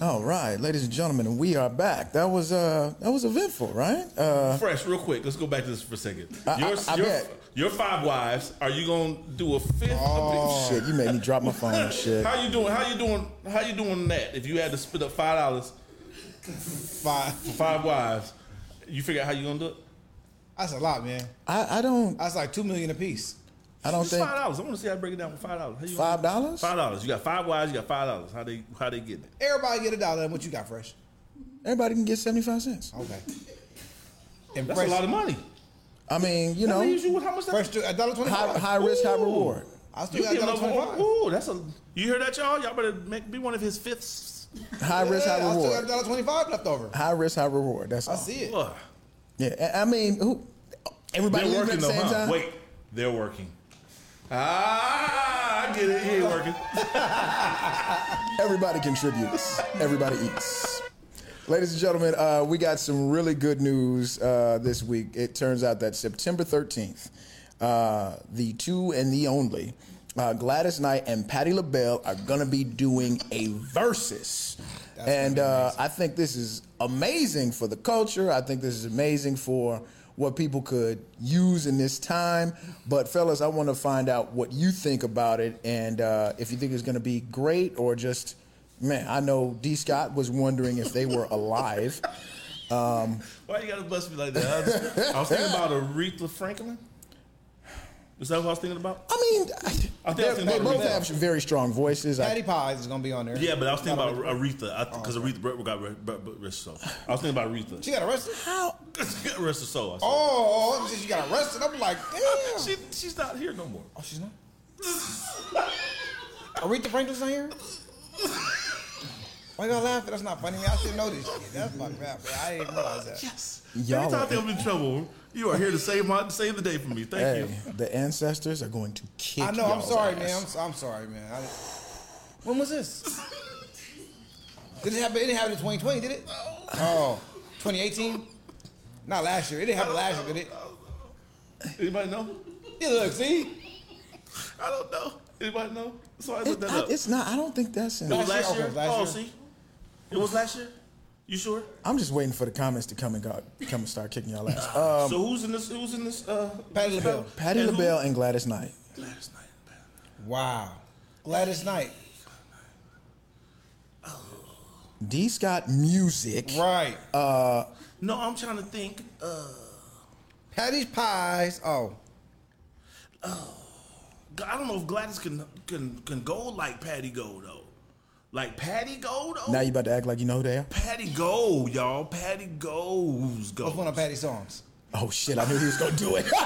Speaker 2: All right, ladies and gentlemen, we are back. That was uh that was eventful, right? Uh
Speaker 3: Fresh, real quick. Let's go back to this for a second.
Speaker 2: I-
Speaker 3: Your,
Speaker 2: I
Speaker 3: your,
Speaker 2: bet.
Speaker 3: your five wives. Are you gonna do a fifth? Oh,
Speaker 2: shit, you made me drop my phone and shit.
Speaker 3: How you doing? How you doing? How you doing that? If you had to split up five dollars
Speaker 4: Five.
Speaker 3: for five wives, you figure out how you gonna do it.
Speaker 4: That's a lot, man.
Speaker 2: I, I don't
Speaker 4: That's like two million apiece.
Speaker 2: I don't
Speaker 3: It's
Speaker 2: think
Speaker 3: five dollars. I want to see how I break it down for five dollars. How you
Speaker 2: five dollars?
Speaker 3: Five dollars. You got five wives. You got five dollars. How they how they getting it?
Speaker 4: Everybody get a dollar. and What you got, fresh?
Speaker 2: Everybody can get seventy five cents.
Speaker 4: Okay. And
Speaker 3: That's
Speaker 4: fresh,
Speaker 3: a lot of money.
Speaker 2: I mean, you
Speaker 3: No,
Speaker 2: know,
Speaker 3: you with how much? that-
Speaker 4: fresh a dollar
Speaker 2: high,
Speaker 4: twenty-five.
Speaker 2: high risk, high
Speaker 3: Ooh.
Speaker 2: reward.
Speaker 4: I still
Speaker 3: You
Speaker 4: got a
Speaker 3: getting
Speaker 4: dollar
Speaker 3: up on?
Speaker 4: twenty-five.
Speaker 3: Ooh, that's a. You hear that, y'all? Y'all better make, be one of his fifths.
Speaker 2: High risk,
Speaker 4: Yeah,
Speaker 2: high
Speaker 4: I still got a
Speaker 2: reward.
Speaker 4: dollar twenty-five left over.
Speaker 2: High risk, high reward. That's
Speaker 4: I
Speaker 2: all.
Speaker 4: see it.
Speaker 3: Ugh.
Speaker 2: Yeah, I- I mean, who? Everybody
Speaker 3: They're
Speaker 2: leaving
Speaker 3: working
Speaker 2: at the
Speaker 3: though,
Speaker 2: same
Speaker 3: huh?
Speaker 2: time.
Speaker 3: Wait, they're working. Ah, I get it. He ain't working.
Speaker 2: Everybody contributes. Everybody eats. Ladies and gentlemen, uh, we got some really good news uh, this week. It turns out that September 13th, uh, the two and the only uh, Gladys Knight and Patti LaBelle are going to be doing a versus. and uh, I think this is amazing for the culture. I think this is amazing for what people could use in this time. But fellas, I want to find out what you think about it and uh, if you think it's going to be great or just man. I know D. Scott was wondering if they were alive.
Speaker 3: Why you gotta bust me like that? I was, I was thinking about Aretha Franklin. Is that what I was thinking about?
Speaker 2: I mean,
Speaker 3: I think
Speaker 2: they're-
Speaker 3: I think
Speaker 2: they
Speaker 3: about
Speaker 2: both
Speaker 3: Rebel.
Speaker 2: have very strong voices. I-
Speaker 4: Patty Pies is gonna be on there.
Speaker 3: Yeah, but I was thinking about Aretha because Aretha Bre- got re- bre- bre- rest of soul. I was thinking about Aretha.
Speaker 4: She got arrested.
Speaker 2: how
Speaker 3: She got rest of soul. I said.
Speaker 4: Oh, she got arrested. I'm like, damn.
Speaker 3: she, she's not here no more.
Speaker 4: oh, she's not. Aretha Franklin's on here. Why y'all laughing? That's not funny. I should know this shit. That's fucked up. man. I didn't realize that.
Speaker 3: Yes.
Speaker 2: Y'all
Speaker 3: Anytime I
Speaker 2: are-
Speaker 3: think I'm in trouble, you are here to save my save the day for me. Thank
Speaker 2: hey,
Speaker 3: you.
Speaker 2: the ancestors are going to kick.
Speaker 4: I know. I'm
Speaker 2: y'all's
Speaker 4: sorry,
Speaker 2: ass.
Speaker 4: man. I'm, so- I'm sorry, man. I, when was this? did it happen? It didn't happen in 2020, did it? Oh, 2018? Not last year. It didn't happen last year, did it?
Speaker 3: Anybody know?
Speaker 4: Yeah, look, see?
Speaker 3: I don't know. Anybody know? So I looked
Speaker 2: It-
Speaker 3: that
Speaker 2: I-
Speaker 3: up.
Speaker 2: it's not. I don't think that's. In,
Speaker 3: It was
Speaker 4: Last
Speaker 3: last
Speaker 4: year?
Speaker 3: year.
Speaker 4: Okay, last
Speaker 3: oh,
Speaker 4: year.
Speaker 3: see, it was last year. You sure?
Speaker 2: I'm just waiting for the comments to come and go, come and start kicking y'all ass. Um,
Speaker 3: so who's in this? Who's in this? Uh,
Speaker 4: Patti LaBelle.
Speaker 2: Patty
Speaker 3: and who?
Speaker 2: LaBelle and Gladys Knight.
Speaker 3: Last night.
Speaker 4: Wow. Gladys Knight.
Speaker 2: D. Scott music.
Speaker 4: Right.
Speaker 2: Uh,
Speaker 3: No, I'm trying to think. Uh,
Speaker 4: Patty's Pies. Oh.
Speaker 3: I don't know if Gladys can can can go like Patty Gold though. Like Patty Gold though.
Speaker 2: Now you about to act like you know who they are?
Speaker 3: Patty Gold, y'all. Patty goes
Speaker 4: What's one
Speaker 3: goes.
Speaker 4: of Patty's songs?
Speaker 2: Oh shit! I knew he was gonna do it.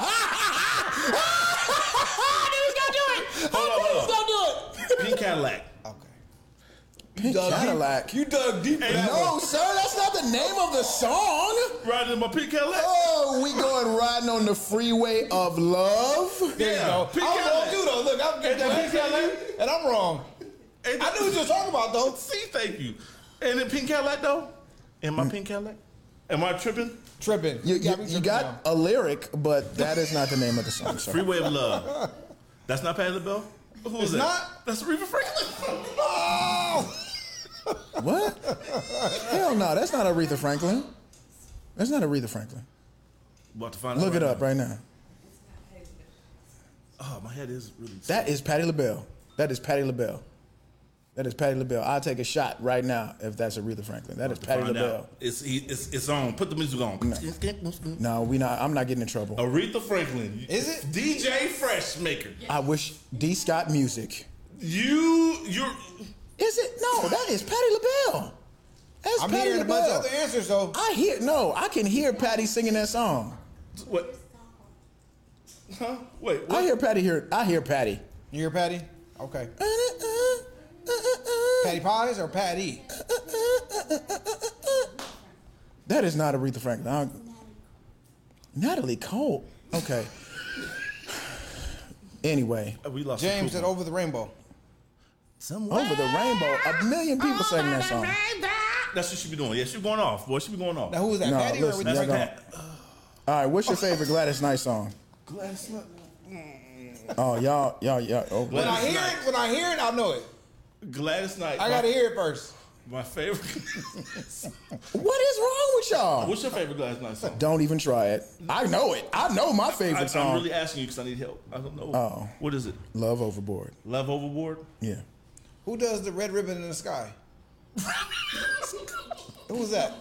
Speaker 3: Hold on, hold on. Pink Cadillac.
Speaker 4: Okay.
Speaker 2: Pink Cadillac.
Speaker 4: You dug deep. in that
Speaker 2: No,
Speaker 4: one.
Speaker 2: sir, that's not the name of the song.
Speaker 3: Riding in my pink Cadillac.
Speaker 2: Oh, we going riding on the freeway of love.
Speaker 4: There
Speaker 3: yeah,
Speaker 4: you go.
Speaker 3: Pink
Speaker 4: I was wrong
Speaker 3: Cadillac.
Speaker 4: too, though. Look, I'm
Speaker 3: Ain't that Pink Cadillac?
Speaker 4: And I'm wrong. I knew what you were talking about, though.
Speaker 3: See, thank you. And then pink Cadillac though. Am I
Speaker 4: Hmm.
Speaker 3: pink Cadillac? Am I tripping?
Speaker 4: Tripping.
Speaker 2: You, you,
Speaker 4: got me
Speaker 2: you
Speaker 4: tripping now.
Speaker 2: got a lyric, but that is not the name of the song. Sir.
Speaker 3: Freeway of Love. That's not Patty LaBelle. Who is
Speaker 4: It's
Speaker 3: that?
Speaker 4: not?
Speaker 3: That's Aretha Franklin.
Speaker 4: Oh!
Speaker 2: What? Hell no, that's not Aretha Franklin. That's not Aretha Franklin.
Speaker 3: About to find out
Speaker 2: Look it
Speaker 3: right
Speaker 2: up
Speaker 3: now.
Speaker 2: right now.
Speaker 3: Oh, my head is really.
Speaker 2: That is Patty LaBelle. That is Patty LaBelle. That is Patty LaBelle. I'll take a shot right now if that's Aretha Franklin. That is Patty
Speaker 3: Find
Speaker 2: LaBelle.
Speaker 3: out. It's, he, it's it's on. Put the music on.
Speaker 2: No, we not. I'm not getting in trouble.
Speaker 3: Aretha Franklin.
Speaker 4: Is it?
Speaker 3: DJ Freshmaker?
Speaker 2: I wish D. Scott music.
Speaker 3: You you're
Speaker 2: Is it? No, that is Patty LaBelle. That's
Speaker 4: I'm
Speaker 2: Patty
Speaker 4: hearing a bunch of
Speaker 2: LaBelle.
Speaker 4: other answers, though.
Speaker 2: I hear no. I can hear Patty singing that song.
Speaker 3: what? Huh? Wait.
Speaker 2: I
Speaker 3: What?
Speaker 2: hear Patty here. I hear Patty.
Speaker 4: You hear Patty? Okay.
Speaker 2: Patty.
Speaker 4: Patty Pies or Patty?
Speaker 2: That is not Aretha Franklin. I- Natalie Cole. Okay. Anyway,
Speaker 3: we lost the
Speaker 4: James
Speaker 3: cool
Speaker 4: said
Speaker 3: one.
Speaker 4: Over the Rainbow.
Speaker 3: Somewhere.
Speaker 2: over the rainbow, a million people sang that song.
Speaker 3: That's what she be doing. Yeah, she going off, boy. She be going off.
Speaker 4: Now, who was that?
Speaker 2: No,
Speaker 4: Patty
Speaker 2: listen,
Speaker 4: or
Speaker 3: That's
Speaker 2: y'all
Speaker 3: like
Speaker 4: Aretha?
Speaker 2: gonna-
Speaker 3: that.
Speaker 2: All right, what's your favorite Gladys Knight song?
Speaker 3: Gladys Knight.
Speaker 2: Oh, y'all, y'all, y'all. Oh,
Speaker 4: When I
Speaker 3: Gladys
Speaker 4: hear
Speaker 3: Knight.
Speaker 4: it, when I hear it, I'll know it.
Speaker 3: Gladys Knight.
Speaker 4: I gotta hear it first.
Speaker 3: My favorite.
Speaker 2: What is wrong with y'all?
Speaker 3: What's your favorite Gladys Knight song?
Speaker 2: Don't even try it. I know it. I know my
Speaker 3: I,
Speaker 2: favorite
Speaker 3: am
Speaker 2: song.
Speaker 3: really asking you because I need help. I don't know.
Speaker 2: Oh.
Speaker 3: What is it?
Speaker 2: Love Overboard.
Speaker 3: Love Overboard?
Speaker 2: Yeah.
Speaker 4: Who does the red ribbon in the sky? Who was that?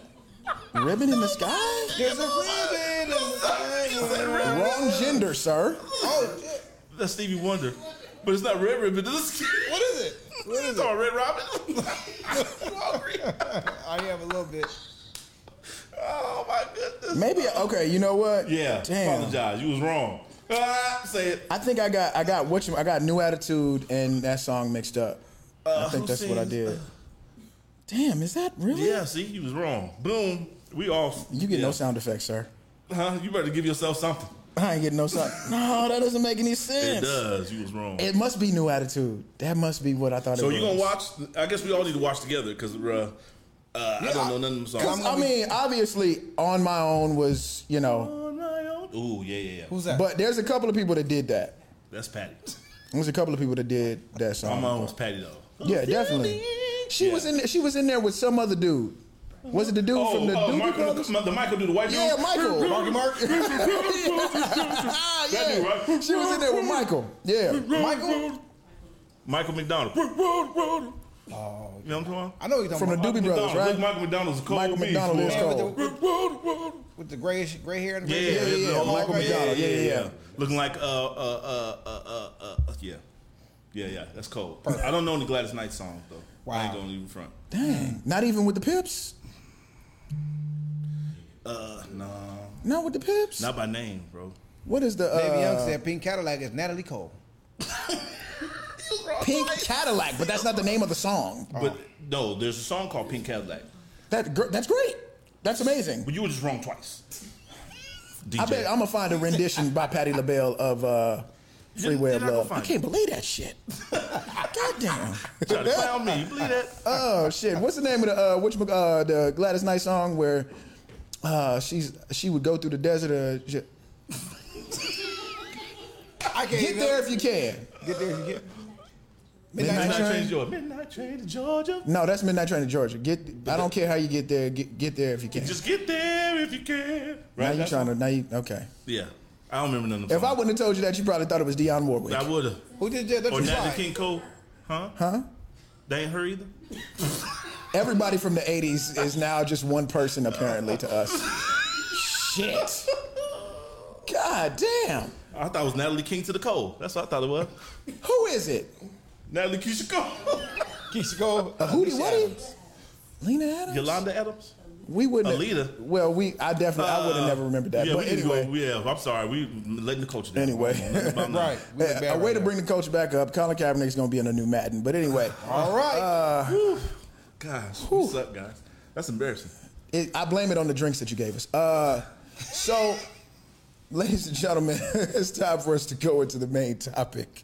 Speaker 2: Ribbon in the sky?
Speaker 4: There's a ribbon in the sky.
Speaker 2: Wrong gender, sir.
Speaker 4: Oh, shit.
Speaker 3: That's Stevie Wonder. But it's not Red Ribbon. This is
Speaker 4: what is it? What is
Speaker 3: it's
Speaker 4: it?
Speaker 3: on Red Robin.
Speaker 4: I am a little bit.
Speaker 3: oh my goodness.
Speaker 2: Maybe okay. You know what?
Speaker 3: Yeah.
Speaker 2: Damn.
Speaker 3: Apologize. You was wrong. Ah, say it.
Speaker 2: I think I got I got what you I got new attitude and that song mixed up. I think
Speaker 3: Uh, who
Speaker 2: that's what I
Speaker 3: sings-
Speaker 2: did. Damn, is that really?
Speaker 3: Yeah, see, you was wrong. Boom. We off.
Speaker 2: You get
Speaker 3: yeah.
Speaker 2: no sound effects, sir.
Speaker 3: Huh? You better give yourself something.
Speaker 2: I ain't getting no sound. no, that doesn't make any sense.
Speaker 3: It does. You was wrong.
Speaker 2: It must be new attitude. That must be what I thought
Speaker 3: so
Speaker 2: it was.
Speaker 3: you gonna watch? I guess we all need to watch together because uh, uh, I don't know none of them songs.
Speaker 2: I mean, obviously, on my own was you know,
Speaker 3: Ooh, yeah, yeah, yeah.
Speaker 4: Who's that?
Speaker 2: but there's a couple of people that did that.
Speaker 3: That's Patty.
Speaker 2: There's a couple of people that did that
Speaker 3: My
Speaker 2: song.
Speaker 3: mom was Patty though.
Speaker 2: Yeah, definitely. She
Speaker 3: Yeah.
Speaker 2: was in. She was in there with some other dude. Was it the dude
Speaker 3: Oh,
Speaker 2: from the
Speaker 3: oh,
Speaker 2: Doobie
Speaker 3: Michael,
Speaker 2: Brothers?
Speaker 3: the Michael dude, the white dude.
Speaker 2: Yeah, Michael.
Speaker 4: Marky Mark?
Speaker 2: Ah,
Speaker 3: That dude, right?
Speaker 2: She was in there with Michael. Yeah.
Speaker 4: Michael?
Speaker 3: Michael McDonald. Oh, you know what I'm talking about?
Speaker 4: I know you're talking
Speaker 2: From the
Speaker 4: about.
Speaker 2: Doobie Brothers,
Speaker 3: McDonald. Look,
Speaker 2: right?
Speaker 3: Michael McDonald's a cold
Speaker 2: Michael
Speaker 3: beast,
Speaker 2: McDonald
Speaker 3: boy.
Speaker 2: is
Speaker 4: Yeah, with
Speaker 2: cold.
Speaker 4: the, with the grayish, gray hair and the
Speaker 3: Yeah,
Speaker 4: red
Speaker 3: yeah,
Speaker 4: hair.
Speaker 3: yeah,
Speaker 2: yeah, Michael
Speaker 3: yeah,
Speaker 2: McDonald. Yeah, yeah, yeah.
Speaker 3: Looking like uh uh uh uh uh, uh yeah. Yeah, yeah, that's cold. I don't know any Gladys Knight songs though. I ain't
Speaker 4: Wow.
Speaker 3: gonna even front.
Speaker 2: Dang. Not even with the Pips.
Speaker 3: Uh, no,
Speaker 2: Not with the Pips.
Speaker 3: not by name, bro.
Speaker 2: What is the
Speaker 4: Baby Young
Speaker 2: uh,
Speaker 4: said pink Cadillac is Natalie Cole.
Speaker 2: Pink Cadillac? But that's not the name of the song.
Speaker 3: But no, there's a song called Pink Cadillac.
Speaker 2: That gr- that's great. That's amazing.
Speaker 3: But you were just wrong twice. DJ.
Speaker 2: I bet I'm gonna find a rendition by Patti LaBelle of uh, Free
Speaker 3: You're-
Speaker 2: Way
Speaker 3: you're
Speaker 2: of
Speaker 3: not gonna
Speaker 2: Love. I
Speaker 3: find
Speaker 2: can't believe that shit. Goddamn.
Speaker 3: Try to clown me. You believe that?
Speaker 2: Oh shit! What's the name of the uh, which uh, the Gladys Knight song where uh, she's she would go through the desert? Uh, shit.
Speaker 4: I can't
Speaker 2: Get
Speaker 4: even-
Speaker 2: there if you can.
Speaker 4: Get there if you get.
Speaker 2: Midnight
Speaker 3: Midnight Train to
Speaker 2: Train.
Speaker 3: Georgia. Midnight Train to Georgia.
Speaker 2: No, that's Midnight Train to Georgia. Get. I don't care how you get there. Get, get there if you can.
Speaker 3: Just get there if you can.
Speaker 2: Now you
Speaker 3: that's-
Speaker 2: trying to? Now you okay?
Speaker 3: Yeah, I don't remember none of them.
Speaker 2: If I wouldn't have told you that, you probably thought it was Dionne Warwick.
Speaker 3: I would have.
Speaker 4: Who did that?
Speaker 3: Or
Speaker 4: Don't you
Speaker 3: Natalie
Speaker 4: lie.
Speaker 3: King Cole, huh? Huh? They ain't her either.
Speaker 2: Everybody from the '80s is now just one person apparently to us. Shit. God damn.
Speaker 3: I thought it was Natalie King to the Cole. That's what I thought it was.
Speaker 2: Who is it?
Speaker 3: Natalie Keisha Cole,
Speaker 4: Keisha Cole.
Speaker 2: A Hootie
Speaker 4: Lisa
Speaker 2: Wootie? Lena Adams.
Speaker 3: Yolanda Adams.
Speaker 2: We wouldn't.
Speaker 3: Alita.
Speaker 2: Well, we. I definitely. I would have never remembered that.
Speaker 3: Uh, Yeah,
Speaker 2: but
Speaker 3: we need to go-
Speaker 2: anyway.
Speaker 3: yeah, I'm sorry. We letting the culture down.
Speaker 2: Anyway.
Speaker 3: About now.
Speaker 4: Right. We look
Speaker 2: Yeah,
Speaker 4: bad
Speaker 2: a way
Speaker 4: right
Speaker 2: to
Speaker 4: now.
Speaker 2: bring the coach back up. Colin Kaepernick's going to be in a new Madden. But anyway,
Speaker 4: All right.
Speaker 3: Gosh, what's up, guys? That's embarrassing.
Speaker 2: it, I blame it on the drinks that you gave us. Uh, so, ladies and gentlemen, it's time for us to go into the main topic.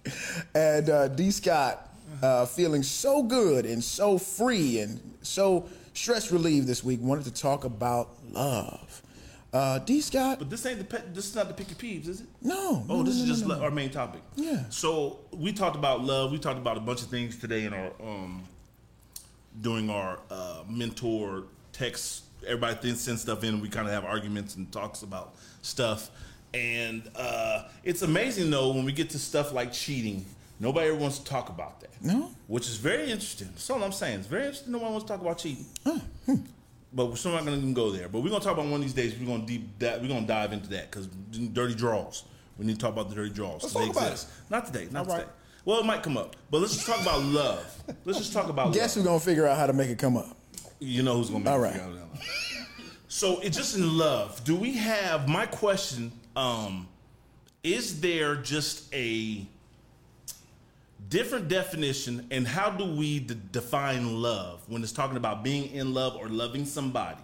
Speaker 2: And uh, D. Scott uh, feeling so good and so free and so stress relieved this week wanted to talk about love. Uh, D. Scott,
Speaker 3: But this ain't the pet. This is not the picky peeves, is it?
Speaker 2: no.
Speaker 3: Oh,
Speaker 2: no,
Speaker 3: this
Speaker 2: no,
Speaker 3: is
Speaker 2: no,
Speaker 3: just
Speaker 2: no, no.
Speaker 3: lo- our main topic.
Speaker 2: Yeah.
Speaker 3: So we talked about love. We talked about a bunch of things today in our um during our uh, mentor text. Everybody thin- sends stuff in. We kind of have arguments and talks about stuff. And uh, it's amazing though when we get to stuff like cheating. Nobody ever wants to talk about that.
Speaker 2: No?
Speaker 3: Which is very interesting. That's all I'm saying. It's very interesting. Nobody wants to talk about cheating. But we're still not going to even go there. But we're going to talk about one of these days. We're going to deep dive, we're going to dive into that because dirty draws. We need to talk about the dirty draws.
Speaker 4: Let's
Speaker 3: They
Speaker 4: talk about
Speaker 3: exist. Not today. Not today. Well, it might come up. But let's just talk about love. Let's just talk about
Speaker 2: Guess
Speaker 3: love.
Speaker 2: we're going to figure out how to make it come up.
Speaker 3: You know who's going to be
Speaker 2: All right.
Speaker 3: So it's just in love. Do we have my question? Um, is there just a different definition, and how do we d- define love when it's talking about being in love or loving somebody?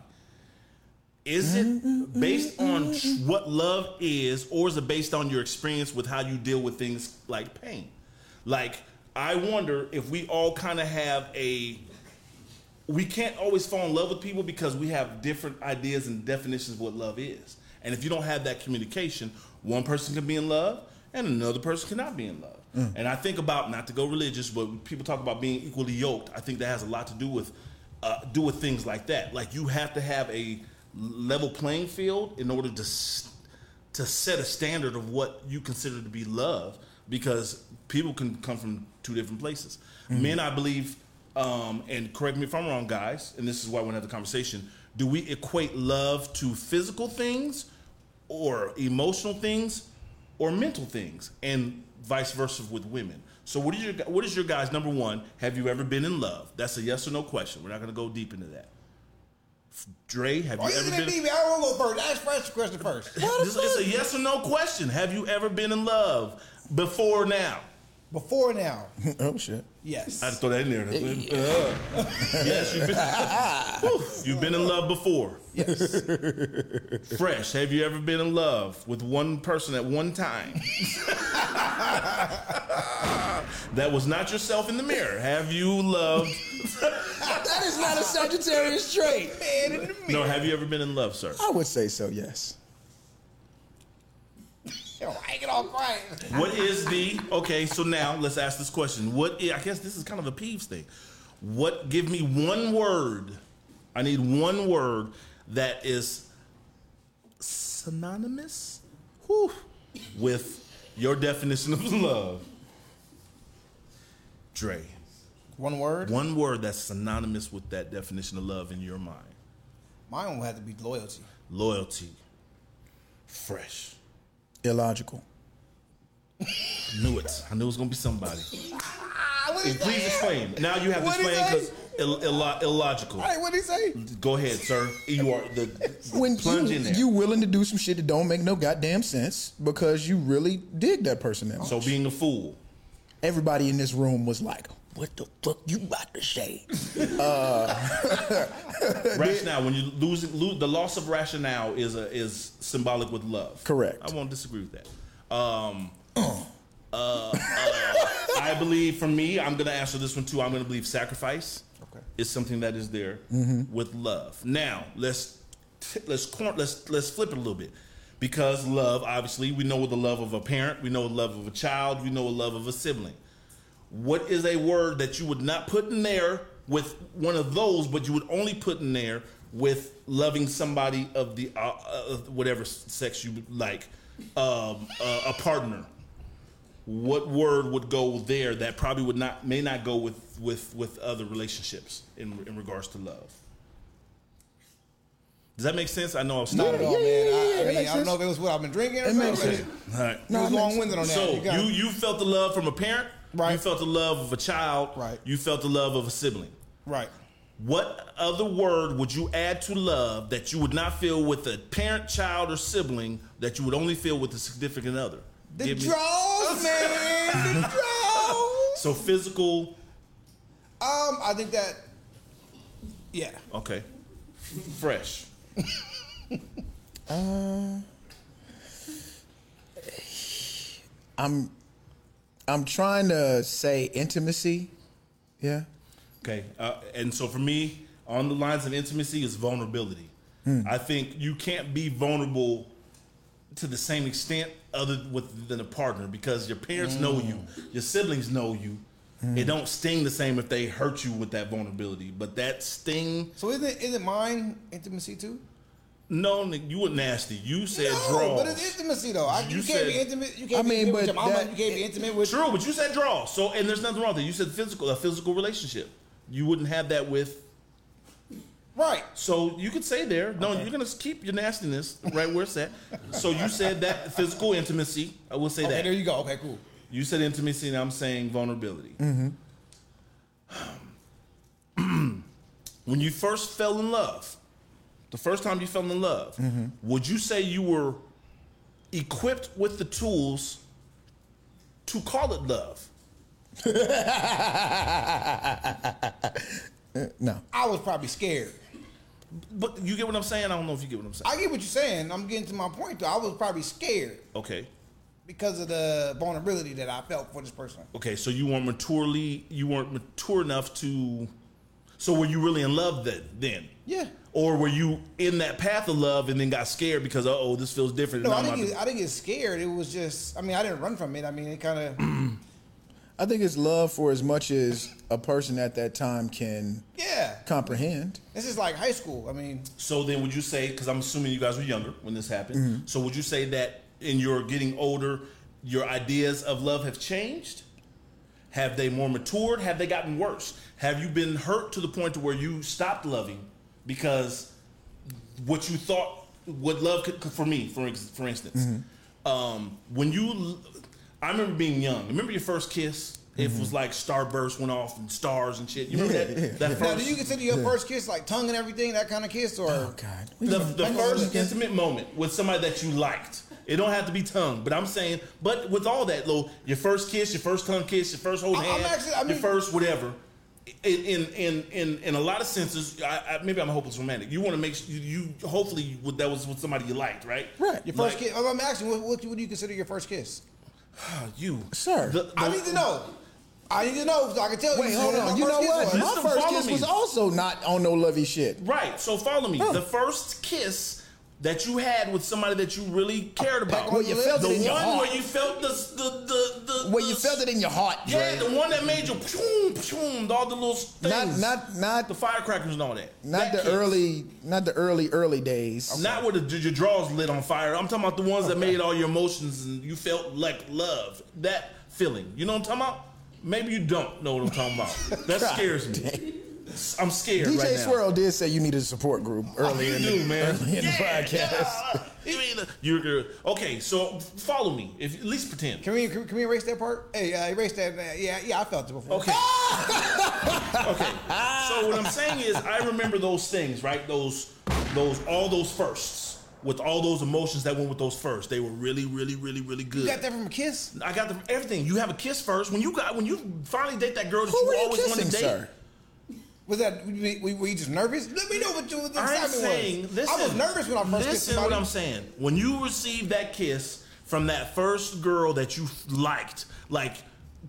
Speaker 3: Is it based on tr- what love is, or is it based on your experience with how you deal with things like pain? Like, I wonder if we all kind of have a we can't always fall in love with people because we have different ideas and definitions of what love is. And if you don't have that communication, one person can be in love and another person cannot be in love. And I think about not to go religious, but when people talk about being equally yoked. I think that has a lot to do with uh, do with things like that. Like you have to have a level playing field in order to s- to set a standard of what you consider to be love, because people can come from two different places. Men, I believe, um, and correct me if I'm wrong, guys, and this is why we want to have the conversation. Do we equate love to physical things, or emotional things, or mental things, and vice versa with women? So, what is your what is your guys' number one? Have you ever been in love? That's a yes or no question. We're not going to go deep into that. Dre, have
Speaker 4: Why
Speaker 3: you
Speaker 4: isn't
Speaker 3: ever
Speaker 4: it
Speaker 3: been?
Speaker 4: me? man? I don't want to go first. Ask Fresh the question first.
Speaker 3: This is a yes or no question. Have you ever been in love before now?
Speaker 4: Before now,
Speaker 2: oh shit.
Speaker 4: yes.
Speaker 3: I just throw that in there. Uh, yes, you've been, Whew, you've been in love before.
Speaker 4: Yes.
Speaker 3: Fresh, have you ever been in love with one person at one time? that was not yourself in the mirror. Have you loved?
Speaker 2: That is not a Sagittarius trait.
Speaker 4: Man in the
Speaker 3: No, have you ever been in love, sir?
Speaker 2: I would say so. Yes.
Speaker 4: mirror. I get all quiet.
Speaker 3: What is the okay? So now let's ask this question. What i- I guess this is kind of a peeves thing. What? Give me one word. I need one word that is synonymous whew, with your definition of love. Dre,
Speaker 4: One word.
Speaker 3: one word that's synonymous with that definition of love in your mind.
Speaker 4: Mine will have to be loyalty.
Speaker 3: Loyalty. Fresh.
Speaker 2: Illogical.
Speaker 3: Knew it. I knew it was gonna be somebody.
Speaker 4: Ah, what did
Speaker 3: Please explain. Now you have to
Speaker 4: What'd he
Speaker 3: explain because Ill, illo- illogical.
Speaker 4: Hey, what did he say?
Speaker 3: Go ahead, sir. You are the
Speaker 2: When
Speaker 3: plunge
Speaker 2: you,
Speaker 3: in there.
Speaker 2: you willing to do some shit that don't make no goddamn sense because you really dig that person that much.
Speaker 3: so being a fool.
Speaker 2: everybody in this room was like, "What the fuck you about to say?"
Speaker 3: Rationale. When you losing lo- the loss of rationale is a, is symbolic with love.
Speaker 2: Correct.
Speaker 3: I won't disagree with that. Um, uh, uh, I believe for me, I'm gonna answer this one too. I'm gonna believe sacrifice
Speaker 4: Okay.
Speaker 3: is something that is there with love. Now let's t- let's cor- let's let's flip it a little bit because love, obviously, we know the love of a parent, we know the love of a child, we know the love of a sibling. What is a word that you would not put in there with one of those, but you would only put in there with loving somebody of the uh, uh, whatever sex you would like, um, uh, a partner? What word would go there that probably would not may not go with with with other relationships in in regards to love? Does that make sense? I know I was
Speaker 4: Not
Speaker 3: stopping.
Speaker 4: at all,
Speaker 2: yeah,
Speaker 4: man.
Speaker 2: yeah, yeah,
Speaker 4: I, I
Speaker 2: it
Speaker 4: mean, I
Speaker 2: makes
Speaker 4: don't know
Speaker 2: sense.
Speaker 4: if it was what I've been drinking. Or
Speaker 2: It makes
Speaker 4: something.
Speaker 2: sense.
Speaker 3: All right.
Speaker 4: It
Speaker 2: Nah,
Speaker 4: was
Speaker 2: it makes
Speaker 4: long winded on that.
Speaker 3: So
Speaker 4: got-
Speaker 3: you you felt the love from a parent, You
Speaker 4: Right.
Speaker 3: felt the love of a child,
Speaker 4: Right.
Speaker 3: You felt the love of a sibling.
Speaker 4: right.
Speaker 3: What other word would you add to love that you would not feel with a parent, child, or sibling that you would only feel with a significant other?
Speaker 4: The
Speaker 3: Give me-
Speaker 4: draws, man. The draws.
Speaker 3: So physical.
Speaker 4: Um, I think that. Yeah.
Speaker 3: Okay. Fresh.
Speaker 2: I'm, I'm trying to say intimacy. Yeah.
Speaker 3: Okay, uh, and so for me, on the lines of intimacy is vulnerability. I think you can't be vulnerable to the same extent other with than a partner because your parents know you, your siblings know you. It don't sting the same if they hurt you with that vulnerability, but that sting.
Speaker 4: So isn't isn't mine intimacy too?
Speaker 3: No, nigga, you were nasty. You said
Speaker 4: No,
Speaker 3: draws.
Speaker 4: but it's intimacy though. I, you,
Speaker 3: You
Speaker 4: can't be
Speaker 3: said-
Speaker 4: intimate. You can't
Speaker 2: I
Speaker 4: be
Speaker 2: mean,
Speaker 4: intimate with
Speaker 2: but
Speaker 4: your mama.
Speaker 2: that-
Speaker 4: you can't be intimate with.
Speaker 3: True, but you said draw. So, and there's nothing wrong with that. You said physical, a physical relationship. You wouldn't have that with
Speaker 4: Right.
Speaker 3: So you could say there. No, you're gonna keep your nastiness right where it's at. so you said that physical intimacy. I will say
Speaker 4: Okay,
Speaker 3: that
Speaker 4: there you go. Okay, cool.
Speaker 3: you said intimacy, and I'm saying vulnerability.
Speaker 4: Mm-hmm.
Speaker 3: when you first fell in love, the first time you fell in love,
Speaker 4: Mm-hmm.
Speaker 3: would you say you were equipped with the tools to call it love?
Speaker 2: No.
Speaker 4: I was probably scared.
Speaker 3: But you get what I'm saying. I don't know if you get what I'm saying.
Speaker 4: I get what you're saying. I'm getting to my point though. I was probably scared
Speaker 3: okay.
Speaker 4: because of the vulnerability that I felt for this person.
Speaker 3: Okay, so you weren't maturely you weren't mature enough to so were you really in love then then?
Speaker 4: Yeah.
Speaker 3: Or were you in that path of love and then got scared because uh oh this feels different?
Speaker 4: No,
Speaker 3: and
Speaker 4: I
Speaker 3: I'm
Speaker 4: didn't.
Speaker 3: not-
Speaker 4: Get, I didn't get scared. It was just. I mean, I didn't run from it. I mean, it kind of.
Speaker 2: I think it's love for as much as a person at that time can
Speaker 4: Yeah,
Speaker 2: comprehend.
Speaker 4: this is like high school. I mean,
Speaker 3: So then, would you say? Because I'm assuming you guys were younger when this happened. So would you say that in your getting older, your ideas of love have changed? Have they more matured? Have they gotten worse? Have you been hurt to the point to where you stopped loving because what you thought what love could for me, for ex- for instance, um, when you, l- I remember being young. Remember your first kiss? It was like starburst went off and stars and shit. You remember that? that first,
Speaker 4: now do you consider your first kiss like tongue and everything that kind of kiss or?
Speaker 2: Oh God,
Speaker 3: the, the first intimate moment with somebody that you liked. It don't have to be tongue, but I'm saying, but with all that, though, your first kiss, your first tongue kiss, your first hold
Speaker 4: I'm- I'm
Speaker 3: hand,
Speaker 4: actually- I
Speaker 3: your
Speaker 4: mean-
Speaker 3: first whatever. In in in in, in a lot of senses, I, I, maybe I'm a hopeless romantic. You want to make s- you, you hopefully you, would- that was with somebody you liked, right?
Speaker 2: Right.
Speaker 4: Your first
Speaker 3: Like,
Speaker 4: kiss. I'm asking, what, what, what do you consider your first kiss?
Speaker 3: oh, you
Speaker 2: Sir.
Speaker 4: I need to know. I need to know so I can tell
Speaker 2: Wait,
Speaker 4: you.
Speaker 2: hold
Speaker 4: what
Speaker 2: on.
Speaker 4: my
Speaker 2: You
Speaker 4: first
Speaker 2: know
Speaker 4: kiss
Speaker 2: what?
Speaker 4: was.
Speaker 3: Listen,
Speaker 2: My first
Speaker 3: follow
Speaker 2: kiss
Speaker 3: me.
Speaker 2: was also not on no lovey shit.
Speaker 3: Right. So follow me. The first kiss that you had with somebody that you really cared about,
Speaker 2: Well, you felt
Speaker 3: the
Speaker 2: it in
Speaker 3: one
Speaker 2: your heart.
Speaker 3: where you felt the the the, the
Speaker 2: Where you
Speaker 3: the-
Speaker 2: felt it in your heart,
Speaker 3: Yeah,
Speaker 2: Dre.
Speaker 3: the one that made you pshoom, pshoom, all the little
Speaker 2: Not
Speaker 3: things.
Speaker 2: not not
Speaker 3: the firecrackers and all that.
Speaker 2: not
Speaker 3: That
Speaker 2: the
Speaker 3: kiss.
Speaker 2: early not the early early days.
Speaker 3: Not where the, your drawers lit on fire. I'm talking about the ones that made all your emotions and you felt like love. That feeling. You know what I'm talking about? Maybe you don't know what I'm talking about. That
Speaker 2: God
Speaker 3: scares me. I'm scared
Speaker 2: DJ
Speaker 3: right now. Oh,
Speaker 2: Swirl did say you needed a support group early
Speaker 3: you
Speaker 2: in
Speaker 3: do,
Speaker 2: the,
Speaker 3: man.
Speaker 2: early in the
Speaker 3: Yeah,
Speaker 2: podcast.
Speaker 3: yeah. You mean the- You're good. Okay, so follow me. If at least pretend.
Speaker 4: Can we, can, we- can we erase that part? Hey, uh, erase that. uh, yeah, yeah, I felt it before.
Speaker 3: Okay. okay. So what I'm saying is, I remember those things, right? Those, those, all those firsts with all those emotions that went with those firsts. They were really, really, really, really good.
Speaker 4: You got that from a kiss?
Speaker 3: I got the, everything. You have a kiss first when you got when you finally date that girl that
Speaker 2: Who
Speaker 3: you
Speaker 2: were you
Speaker 3: always
Speaker 2: kissing,
Speaker 3: wanted to date.
Speaker 2: sir?
Speaker 4: Was that were you, were you just nervous? Let me know what you what the
Speaker 3: I'm
Speaker 4: excitement
Speaker 3: saying,
Speaker 4: was.
Speaker 3: listen.
Speaker 4: I was nervous when I first kissed
Speaker 3: Listen,
Speaker 4: somebody.
Speaker 3: what I'm saying. When you received that kiss from that first girl that you liked, like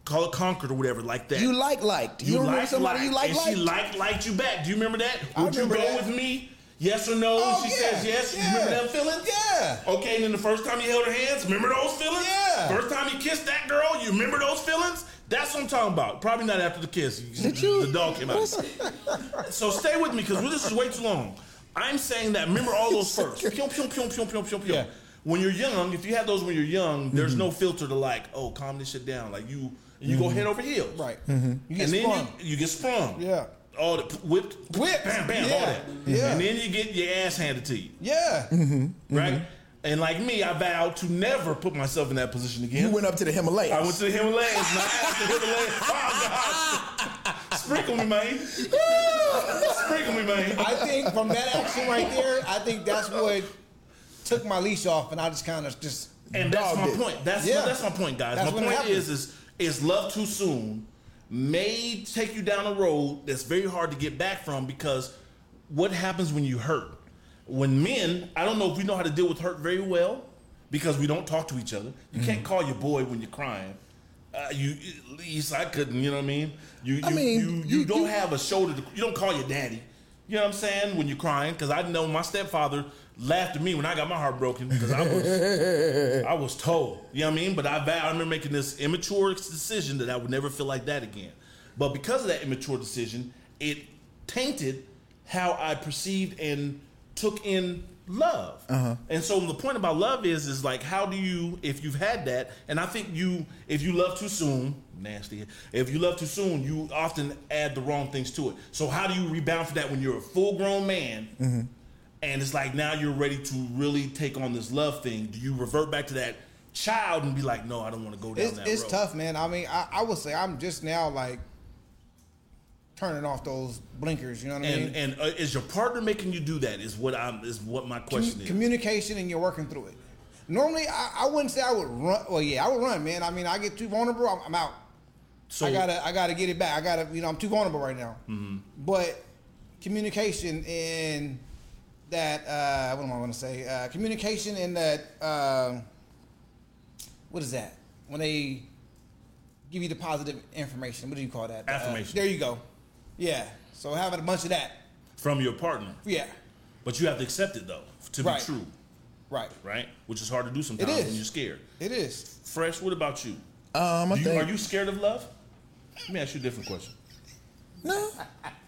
Speaker 3: call it conquered or whatever, like that.
Speaker 2: You like liked. You, remember
Speaker 3: liked,
Speaker 2: somebody you like
Speaker 3: liked, and
Speaker 2: liked.
Speaker 3: she liked liked you back. Do you remember that?
Speaker 4: I
Speaker 3: Would
Speaker 4: remember
Speaker 3: you go
Speaker 4: that.
Speaker 3: with me? Yes or no?
Speaker 4: Oh,
Speaker 3: she
Speaker 4: yeah,
Speaker 3: says yes.
Speaker 4: yeah.
Speaker 3: You remember that feeling?
Speaker 4: Yeah.
Speaker 3: Okay, and then the first time you held her hands, remember those feelings?
Speaker 4: Yeah.
Speaker 3: First time you kissed that girl, you remember those feelings? That's what I'm talking about. Probably not after the kiss.
Speaker 2: Did you?
Speaker 3: The dog came out.
Speaker 2: Listen.
Speaker 3: So stay with me because this is way too long. I'm saying that remember all those first. Pew, pew, pew, pew, pew, pew, pew.
Speaker 4: Yeah. Mm-hmm.
Speaker 3: When you're young, if you have those when you're young, there's no filter to like, oh, calm this shit down. Like you, you go head over heels.
Speaker 4: Right. You get
Speaker 3: and then
Speaker 4: sprung.
Speaker 3: You, you get sprung.
Speaker 4: Yeah.
Speaker 3: All the whipped,
Speaker 4: Whipped.
Speaker 3: bam, bam, all
Speaker 4: Yeah.
Speaker 3: that.
Speaker 4: Yeah. Mm-hmm.
Speaker 3: And then you get your ass handed to you,
Speaker 4: yeah.
Speaker 3: right? And like me, I vowed to never put myself in that position again.
Speaker 2: You went up to the Himalayas.
Speaker 3: I went to the Himalayas and I asked the Himalayas, oh God, sprinkle me, man. sprinkle me, man.
Speaker 4: I think from that action right there, I think that's what took my leash off, and I just kind of just.
Speaker 3: And that's
Speaker 2: Dogged
Speaker 3: my
Speaker 2: it.
Speaker 3: point. That's
Speaker 4: Yeah.
Speaker 3: that's my point, guys.
Speaker 4: That's
Speaker 3: my
Speaker 4: what
Speaker 3: point
Speaker 4: happened.
Speaker 3: is is is love too soon may take you down a road that's very hard to get back from because what happens when you hurt? When men, I don't know if we know how to deal with hurt very well because we don't talk to each other. You
Speaker 2: Mm-hmm.
Speaker 3: can't call your boy when you're crying. Uh, you, at least I couldn't. You know what I mean? You, you,
Speaker 2: I mean,
Speaker 3: you, you,
Speaker 2: you-
Speaker 3: don't
Speaker 2: you-
Speaker 3: have a shoulder. To, you don't call your daddy. You know what I'm saying? When you're crying, because I know my stepfather laughed at me when I got my heart broken because I was I was told, you know what I mean? But I vow, I remember making this immature decision that I would never feel like that again. But because of that immature decision, it tainted how I perceived and took in love. And so the point about love is, is like, how do you, if you've had that, and I think you, if you love too soon, nasty, if you love too soon, you often add the wrong things to it. So how do you rebound from that when you're a full grown man? and it's like now you're ready to really take on this love thing. Do you revert back to that child and be like, no, I don't want to go down
Speaker 4: It's,
Speaker 3: that
Speaker 4: it's
Speaker 3: road?
Speaker 4: tough, man. I mean, I, I would say I'm just now like turning off those blinkers. You know what I mean?
Speaker 3: And and uh, is your partner making you do that? Is what I'm is what my question is.
Speaker 4: communication and you're working through it. Normally, I, I wouldn't say I would run. Well, yeah, I would run, man. I mean, I get too vulnerable. I'm, I'm out.
Speaker 3: So Mm-hmm.
Speaker 4: I gotta, I gotta get it back. I gotta, you know, I'm too vulnerable right now. But communication and that, uh, what am I gonna say? Uh, communication and that, um what is that? When they give you the positive information, what do you call that? Uh,
Speaker 3: Affirmation.
Speaker 4: there you go. Yeah. So having a bunch of that.
Speaker 3: from your partner,
Speaker 4: Yeah.
Speaker 3: but you have to accept it though to
Speaker 4: Right.
Speaker 3: be true,
Speaker 4: Right.
Speaker 3: right? Which is hard to do sometimes
Speaker 4: is.
Speaker 3: when you're scared.
Speaker 4: It is.
Speaker 3: Fresh, what about you?
Speaker 2: Um, I
Speaker 3: Do you
Speaker 2: think
Speaker 3: are you scared of love? Let me ask you a different question.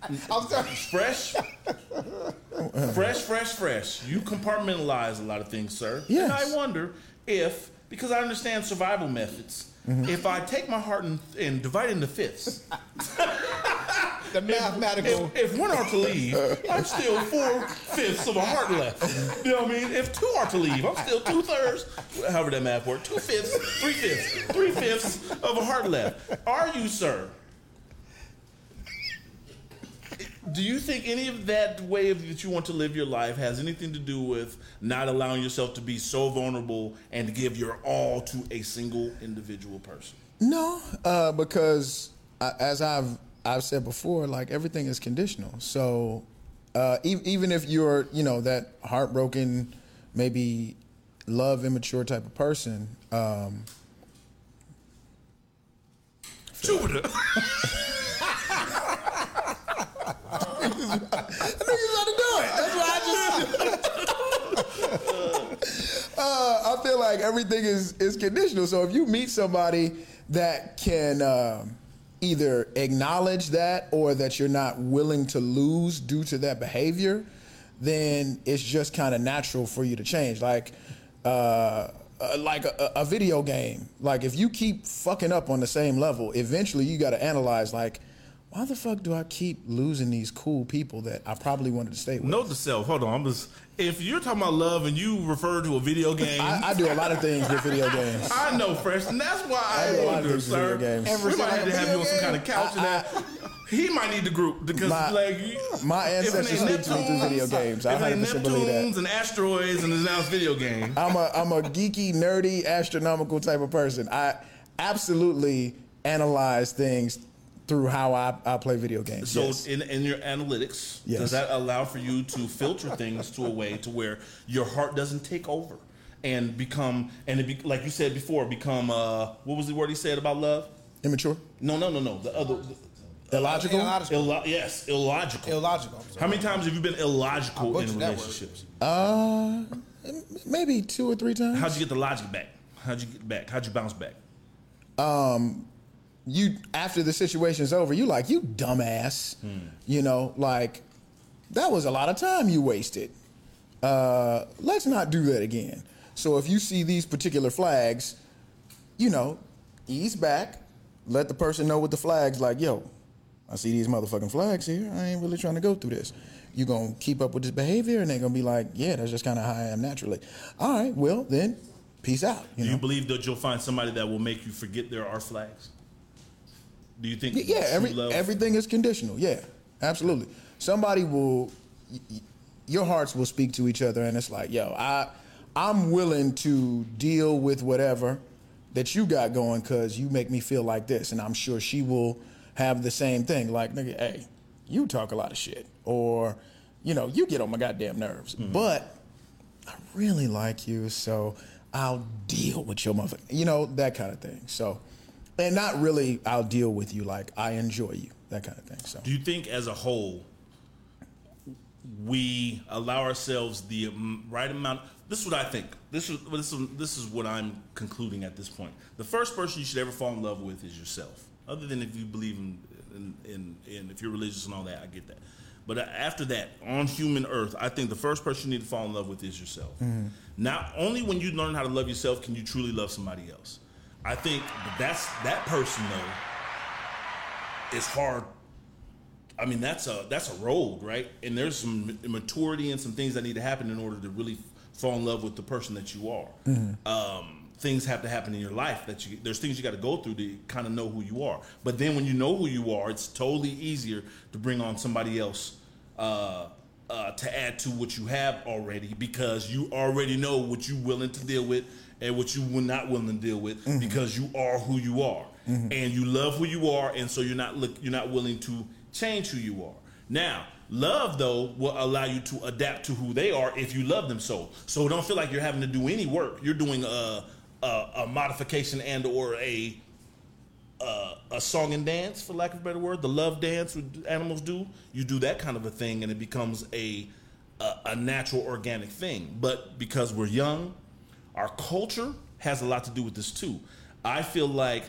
Speaker 4: I'm sorry.
Speaker 3: Fresh, fresh, fresh, fresh. You compartmentalize a lot of things, sir.
Speaker 2: Yes.
Speaker 3: And I wonder if, because I understand survival methods,
Speaker 4: Mm-hmm.
Speaker 3: if I take my heart and, and divide it into fifths,
Speaker 4: The mathematical.
Speaker 3: if, if one are to leave, I'm still four fifths of a heart left. You know what I mean? If two are to leave, I'm still two thirds, however that math works, two fifths, three fifths, three fifths of a heart left. Are you, sir? Do you think any of that way of, that you want to live your life has anything to do with not allowing yourself to be so vulnerable and to give your all to a single individual person?
Speaker 2: No, uh, because I, as I've I've said before, like everything is conditional. So uh, e- even if you're you know that heartbroken, maybe love immature type of person, um,
Speaker 3: Jupiter.
Speaker 2: That's what I just. uh, I feel like everything is is conditional. So if you meet somebody that can um, either acknowledge that or that you're not willing to lose due to that behavior, then it's just kind of natural for you to change. Like. Uh, uh, like a, a a video game. Like if you keep fucking up on the same level, eventually you got to analyze. Like, why the fuck do I keep losing these cool people that I probably wanted to stay with?
Speaker 3: Note to self. Hold on. I'm just, if you're talking about love and you refer to a video game, I,
Speaker 2: I, I do a lot of things with video games.
Speaker 3: know, fresh, and that's why I,
Speaker 2: do a lot of
Speaker 3: wonder,
Speaker 2: things with
Speaker 3: sir.
Speaker 2: video games.
Speaker 3: We
Speaker 4: Ever
Speaker 3: might have
Speaker 4: since
Speaker 3: to
Speaker 4: I-
Speaker 3: have you on some kind of couch and
Speaker 2: I-
Speaker 3: that. He might need the group because,
Speaker 2: My-
Speaker 3: like, you-
Speaker 2: my
Speaker 3: if it
Speaker 2: ancestors
Speaker 3: ain't
Speaker 2: lived through
Speaker 3: Neptunes-
Speaker 2: video games. I
Speaker 3: if it ain't
Speaker 2: 100% believe that.
Speaker 3: Neptunes and asteroids and it's now it's video game.
Speaker 2: I'm a I'm a geeky, nerdy, astronomical type of person. I absolutely analyze things through how I, I play video games.
Speaker 3: So
Speaker 2: yes.
Speaker 3: in, in your analytics,
Speaker 2: Yes.
Speaker 3: does that allow for you to filter things to a way to where your heart doesn't take over and become and it be, like you said before, become uh, what was the word he said about love?
Speaker 2: immature,
Speaker 3: No, no, no, no. The other,
Speaker 2: illogical.
Speaker 4: Illogical.
Speaker 3: illo- yes, illogical.
Speaker 4: Illogical. I'm sorry.
Speaker 3: How many times have you been illogical
Speaker 4: I
Speaker 3: in
Speaker 4: butchered that word.
Speaker 3: relationships?
Speaker 2: Uh, m- maybe two or three times.
Speaker 3: How'd you get the logic back? How'd you get back? How'd you bounce back?
Speaker 2: um, you after the situation's over, you like you dumbass. You know, like that was a lot of time you wasted. Uh, let's not do that again. So if you see these particular flags, you know, ease back, let the person know with the flags. Like, yo, I see these motherfucking flags here. I ain't really trying to go through this. You gonna keep up with this behavior, and they're gonna be like, yeah, that's just kind of how I am naturally. All right, well then, peace out. You
Speaker 3: Do
Speaker 2: know?
Speaker 3: you believe that you'll find somebody that will make you forget there are flags? Do you think?
Speaker 2: Yeah,
Speaker 3: true
Speaker 2: every,
Speaker 3: love-
Speaker 2: everything is conditional. Yeah, absolutely. Somebody will, y- y- your hearts will speak to each other, and it's like, yo, I, I'm willing to deal with whatever that you got going because you make me feel like this, and I'm sure she will have the same thing. Like, nigga, hey, you talk a lot of shit, or, you know, you get on my goddamn nerves, but I really like you, so I'll deal with your mother. You know, that kind of thing. So, and not really, I'll deal with you, like, I enjoy you, that kind of thing. So,
Speaker 3: Do you think, as a whole, we allow ourselves the um, right amount? This is what I think. This is this is this is what I'm concluding at this point. The first person you should ever fall in love with is yourself. Other than if you believe in in, in, in if you're religious and all that, I get that. But a- after that, on human earth, I think the first person you need to fall in love with is yourself. Not only when you learn how to love yourself can you truly love somebody else. I think that's that person though is hard I mean, that's a that's a road, right? And there's some ma- maturity and some things that need to happen in order to really fall in love with the person that you are. Um, things have to happen in your life that you there's things you got to go through to kind of know who you are. But then when you know who you are, it's totally easier to bring on somebody else uh, uh, to add to what you have already because you already know what you're willing to deal with and what you were not willing to deal with because you are who you are and you love who you are and so you're not look you're not willing to change who you are now love though will allow you to adapt to who they are if you love them so so don't feel like you're having to do any work you're doing a a, a modification and or a uh, a song and dance, for lack of a better word, the love dance what animals do. You do that kind of a thing, and it becomes a a, a natural, organic thing. But because we're young, our culture has a lot to do with this too. I feel like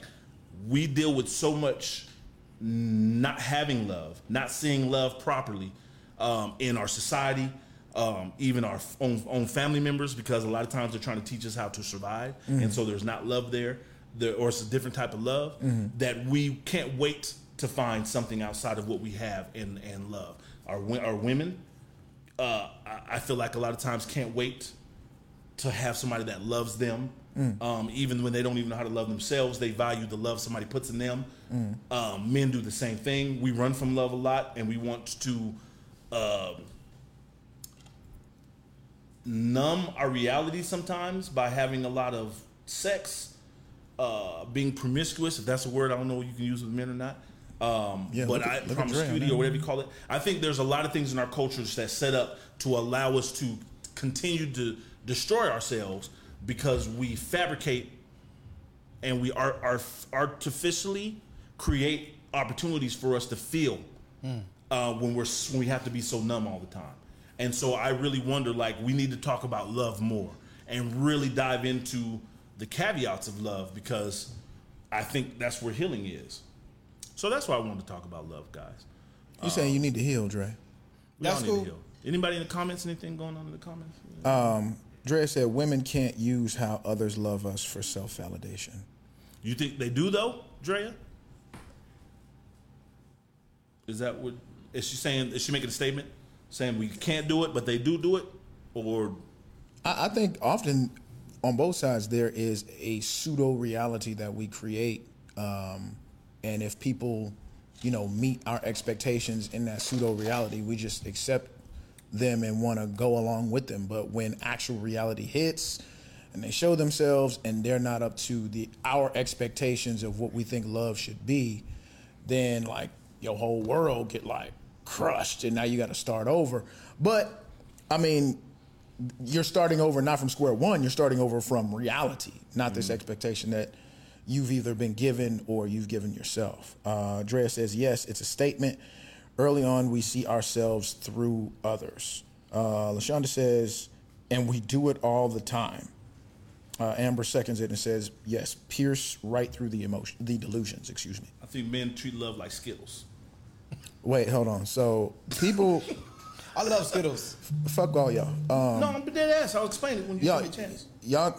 Speaker 3: we deal with so much not having love, not seeing love properly um, in our society, um, even our f- own, own family members, because a lot of times they're trying to teach us how to survive, and so there's not love there, there, or it's a different type of love that we can't wait to find something outside of what we have and and love. Our wo- our women, uh, I, I feel like a lot of times can't wait to have somebody that loves them. Um, even when they don't even know how to love themselves, they value the love somebody puts in them. Um, men do the same thing. We run from love a lot, and we want to um numb our reality sometimes by having a lot of sex, uh, being promiscuous. If that's a word, I don't know if you can use with men or not. Um,
Speaker 2: Yeah,
Speaker 3: but
Speaker 2: look at-
Speaker 3: I
Speaker 2: look at Dre on
Speaker 3: promiscuity
Speaker 2: that.
Speaker 3: or whatever you call it. I think there's a lot of things in our cultures that set up to allow us to continue to destroy ourselves because we fabricate and we are, are artificially create opportunities for us to feel
Speaker 2: Hmm.
Speaker 3: uh, when we're s- when we have to be so numb all the time. And so I really wonder, like, we need to talk about love more and really dive into the caveats of love because I think that's where healing is. So that's why I wanted to talk about love, guys.
Speaker 2: You saying you need to heal, Dre?
Speaker 3: We all
Speaker 4: That's
Speaker 3: need to
Speaker 4: cool.
Speaker 3: heal. Anybody in the comments? Anything going on in the comments?
Speaker 2: Dre said women can't use how others love us for self validation.
Speaker 3: you think they do though, Drea? Is that what? Is she saying? Is she making a statement saying we can't do it, but they do do it, or
Speaker 2: I, I think often on both sides there is a pseudo reality that we create, um, and if people, you know, meet our expectations in that pseudo reality, we just accept them and want to go along with them. But when actual reality hits, and they show themselves, and they're not up to the our expectations of what we think love should be, then like your whole world get like crushed, and now you got to start over. But I mean, you're starting over not from square one you're starting over from reality not this expectation that you've either been given or you've given yourself uh Drea says yes it's a statement early on we see ourselves through others uh lashonda says and we do it all the time uh, amber seconds it and says yes pierce right through the emotion the delusions excuse me
Speaker 3: I think men treat love like skittles.
Speaker 2: wait hold on so people
Speaker 4: I love Skittles.
Speaker 2: fuck all y'all um
Speaker 3: no, I'm dead ass. I'll explain it when you
Speaker 2: y'all,
Speaker 3: give me a chance.
Speaker 2: y'all,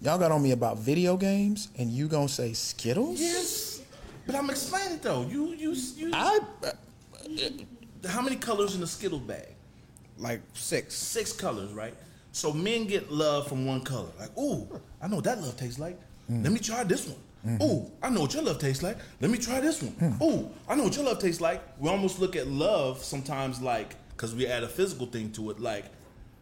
Speaker 2: y'all got on me about video games, and you gonna say Skittles?
Speaker 3: Yes, but I'm explaining it though. You, you, you.
Speaker 2: I uh,
Speaker 3: how many colors in a skittle bag?
Speaker 4: Like six.
Speaker 3: six colors, right? So men get love from one color. Like, ooh, I know what that love tastes like. Let me try this one. Ooh, I know what your love tastes like. Let me try this one. Ooh, I know what your love tastes like. We almost look at love sometimes like, because we add a physical thing to it, like,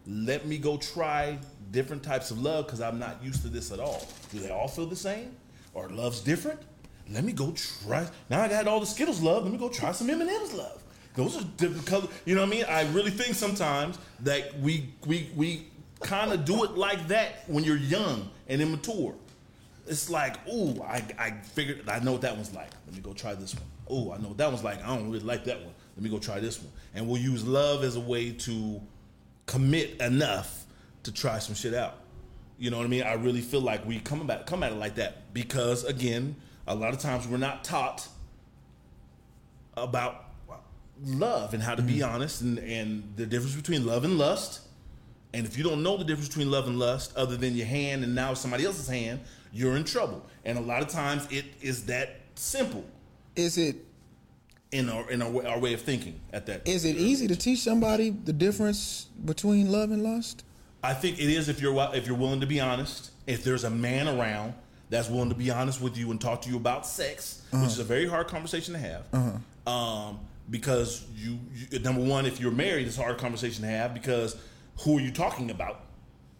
Speaker 3: let me go try different types of love because I'm not used to this at all. Do they all feel the same? Or love's different? Let me go try. Now I got all the Skittles love. Let me go try some M&M's love. Those are different colors. You know what I mean? I really think sometimes that we we we kind of do it like that when you're young and immature. It's like, ooh, I, I figured I know what that one's like. Let me go try this one. Ooh, I know what that one's like. I don't really like that one. Let me go try this one. And we'll use love as a way to commit enough to try some shit out. You know what I mean? I really feel like we come about come at it like that because again, a lot of times we're not taught about love and how to be
Speaker 2: Mm.
Speaker 3: honest and, and the difference between love and lust. And if you don't know the difference between love and lust, other than your hand and now somebody else's hand, you're in trouble. And a lot of times it is that simple
Speaker 2: is it
Speaker 3: in our in our way, our way of thinking at that.
Speaker 2: is it easy to teach somebody the difference between love and lust?
Speaker 3: I think it is if you're wi- if you're willing to be honest. If there's a man around that's willing to be honest with you and talk to you about sex, which is a very hard conversation to have, um, because you, you number one, if you're married, it's a hard conversation to have because who are you talking about?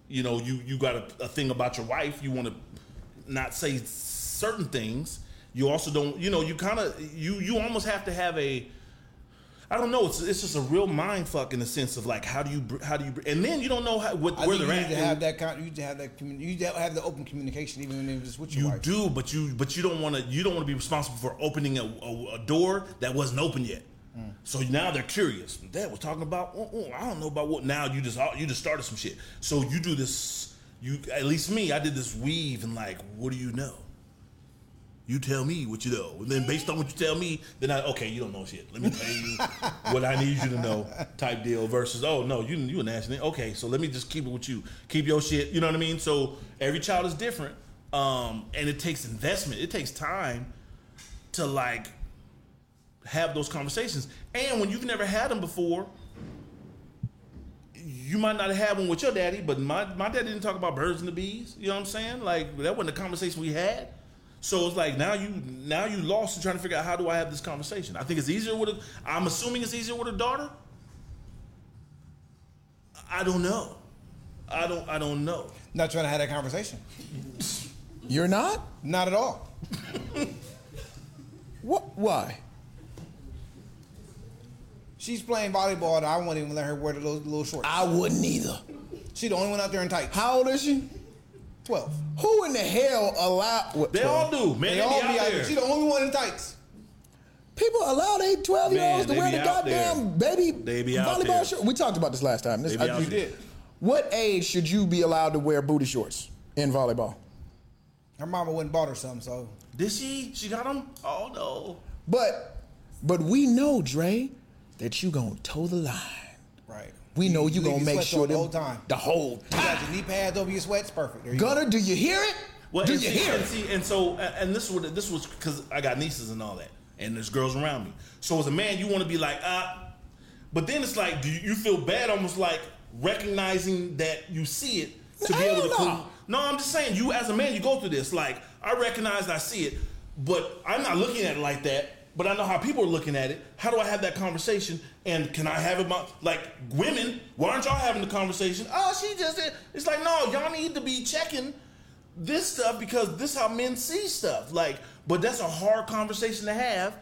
Speaker 3: You know, you you got a, a thing about your wife. You want to not say certain things. You also don't. You know, you kind of you you almost have to have a I don't know. It's it's just a real mind fuck in the sense of like how do you br- how do you br- and then you don't know how, what
Speaker 4: I
Speaker 3: where
Speaker 4: think
Speaker 3: they're
Speaker 4: you
Speaker 3: at.
Speaker 4: need to have
Speaker 3: and
Speaker 4: that con- you need to have that commun- you need to have the open communication even if it's with your
Speaker 3: you
Speaker 4: wife.
Speaker 3: do, but you but you don't want to you don't want to be responsible for opening a, a, a door that wasn't open yet.
Speaker 4: Mm.
Speaker 3: So now they're curious. Dad was talking about "Oh, oh, I don't know about what. Now you just all- you just started some shit. So you do this. You at least me. I did this weave and like what do you know? You tell me what you know, and then based on what you tell me, then I okay, you don't know shit. Let me tell you what I need you to know, type deal. Versus, oh no, you you an accident. Okay, so let me just keep it with you. Keep your shit. You know what I mean? So every child is different, um, and it takes investment. It takes time to like have those conversations. And when you've never had them before, you might not have had one with your daddy, but my, my dad didn't talk about birds and the bees. You know what I'm saying? Like that wasn't a conversation we had. So it's like now you now you lost in trying to figure out how do I have this conversation. I think it's easier with a I'm assuming it's easier with a daughter. I don't know. I don't I don't know.
Speaker 4: Not trying to have that conversation.
Speaker 2: You're not?
Speaker 4: Not at all.
Speaker 2: What? Why?
Speaker 4: She's playing volleyball, and I won't even let her wear the little, little shorts.
Speaker 2: I wouldn't either.
Speaker 4: She the only one out there in tights.
Speaker 2: How old is she?
Speaker 4: Twelve.
Speaker 2: Who in the hell allow? What,
Speaker 3: They all do, man. They,
Speaker 4: They
Speaker 3: be
Speaker 4: all
Speaker 3: out there.
Speaker 4: She the only one in tights.
Speaker 2: People allow they twelve year olds
Speaker 3: Man,
Speaker 2: to
Speaker 3: they
Speaker 2: wear
Speaker 3: be
Speaker 2: the
Speaker 3: out there.
Speaker 2: goddamn baby
Speaker 3: They be out
Speaker 2: volleyball
Speaker 3: there.
Speaker 2: shirt. We talked about this last time. This,
Speaker 3: They be out
Speaker 2: you
Speaker 3: there.
Speaker 2: did. What age should you be allowed to wear booty shorts in volleyball?
Speaker 4: Her mama wouldn't bought her some, so
Speaker 3: Did she? She got them? Oh no.
Speaker 2: But, but we know, Dre, that you gonna toe the line.
Speaker 4: right.
Speaker 2: We know you
Speaker 4: leave
Speaker 2: gonna
Speaker 4: your
Speaker 2: make
Speaker 4: sweats
Speaker 2: sure
Speaker 4: on the
Speaker 2: them-
Speaker 4: whole time.
Speaker 2: The whole
Speaker 4: You
Speaker 2: time.
Speaker 4: got your knee pads over your sweats, perfect. There you
Speaker 2: Gunner, do you hear it?
Speaker 3: Well,
Speaker 2: do
Speaker 3: and
Speaker 2: you
Speaker 3: see,
Speaker 2: hear
Speaker 3: and
Speaker 2: it?
Speaker 3: see, and so, a- and this was this was because I got nieces and all that, and there's girls around me. So as a man, you want to be like, ah, but then it's like, do you, you feel bad, almost like recognizing that you see it to be
Speaker 2: Hell
Speaker 3: able to.
Speaker 2: no.
Speaker 3: clean- No, I'm just saying, you as a man, you go through this. Like, I recognize, I see it, but I'm not looking at it like that. But I know how people are looking at it. How do I have that conversation? And can I have it? My, like women, why aren't y'all having the conversation? Oh, she just did. It's like no, y'all need to be checking this stuff because this how men see stuff. Like, but that's a hard conversation to have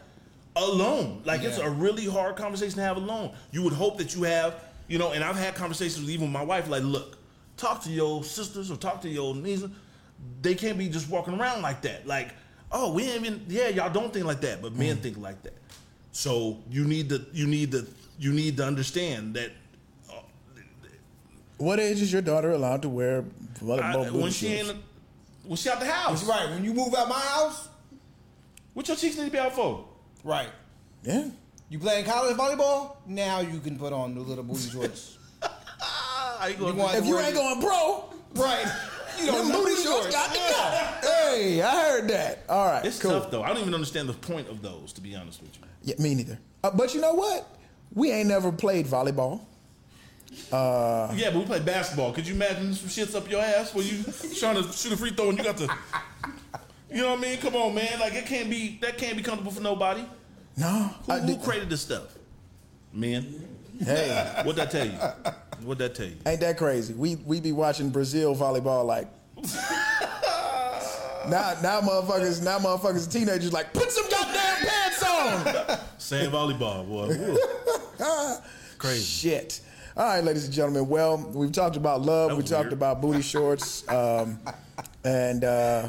Speaker 3: alone. Like, it's
Speaker 4: Yeah.
Speaker 3: a really hard conversation to have alone. You would hope that you have, you know. And I've had conversations with even my wife. Like, look, talk to your sisters or talk to your nieces. They can't be just walking around like that. Like, oh, we ain't even. Yeah, y'all don't think like that, but
Speaker 4: Mm.
Speaker 3: men think like that. So you need to, you need to, you need to understand that
Speaker 2: What age is your daughter allowed to wear
Speaker 3: I,
Speaker 2: volleyball booty
Speaker 3: when she
Speaker 2: shorts?
Speaker 3: ain't, when she out the house,
Speaker 4: go. Right. When you move out my house,
Speaker 3: what your cheeks need to be out for?
Speaker 4: right.
Speaker 2: Yeah.
Speaker 4: You playing college volleyball? Now you can put on the little booty shorts.
Speaker 3: How you gonna
Speaker 4: You want-
Speaker 2: If you ain't going pro,
Speaker 4: right. You don't
Speaker 2: them
Speaker 4: know
Speaker 2: booty
Speaker 4: the
Speaker 2: shorts
Speaker 4: shorts.
Speaker 2: got to go. Hey, I heard that. All right,
Speaker 3: It's
Speaker 2: cool.
Speaker 3: tough though. I don't even understand the point of those, to be honest with you.
Speaker 2: Yeah, me neither. Uh, but you know what? We ain't never played volleyball.
Speaker 3: yeah, but we play basketball. Could you imagine some shits up your ass where you trying to shoot a free throw and you got to, you know what I mean? Come on, man. Like it can't be that can't be comfortable for nobody.
Speaker 2: No.
Speaker 3: Who,
Speaker 2: I
Speaker 3: who
Speaker 2: did-
Speaker 3: created this stuff? Men.
Speaker 2: hey,
Speaker 3: What'd that tell you? What'd that tell you?
Speaker 2: ain't that crazy? We we be watching Brazil volleyball like. now now motherfuckers now motherfuckers teenagers like put some goddamn pants on.
Speaker 3: Same volleyball, boy. Woo. Crazy.
Speaker 2: Shit. All right, ladies and gentlemen. Well, we've talked about love.
Speaker 3: That
Speaker 2: We
Speaker 3: was
Speaker 2: talked
Speaker 3: weird.
Speaker 2: about booty shorts. Um, and uh,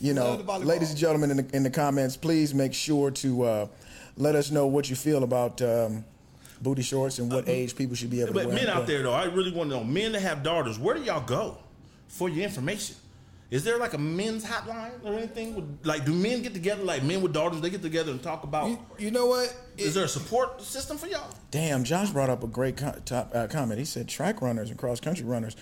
Speaker 2: you know,
Speaker 4: Love the volleyball.
Speaker 2: ladies and gentlemen, in the, in the comments, please make sure to uh, let us know what you feel about um, booty shorts and what age people should be able to
Speaker 3: Uh, But
Speaker 2: wear.
Speaker 3: men
Speaker 2: them.
Speaker 3: out there though, I really want to know. Men that have daughters, where do y'all go for your information? Is there like a men's hotline or anything? Would- Like, do men get together? Like men with daughters, they get together and talk about.
Speaker 4: You, you know what?
Speaker 3: is there a support system for y'all?
Speaker 2: Damn, Josh brought up a great co- top, uh, comment. He said track runners and cross country runners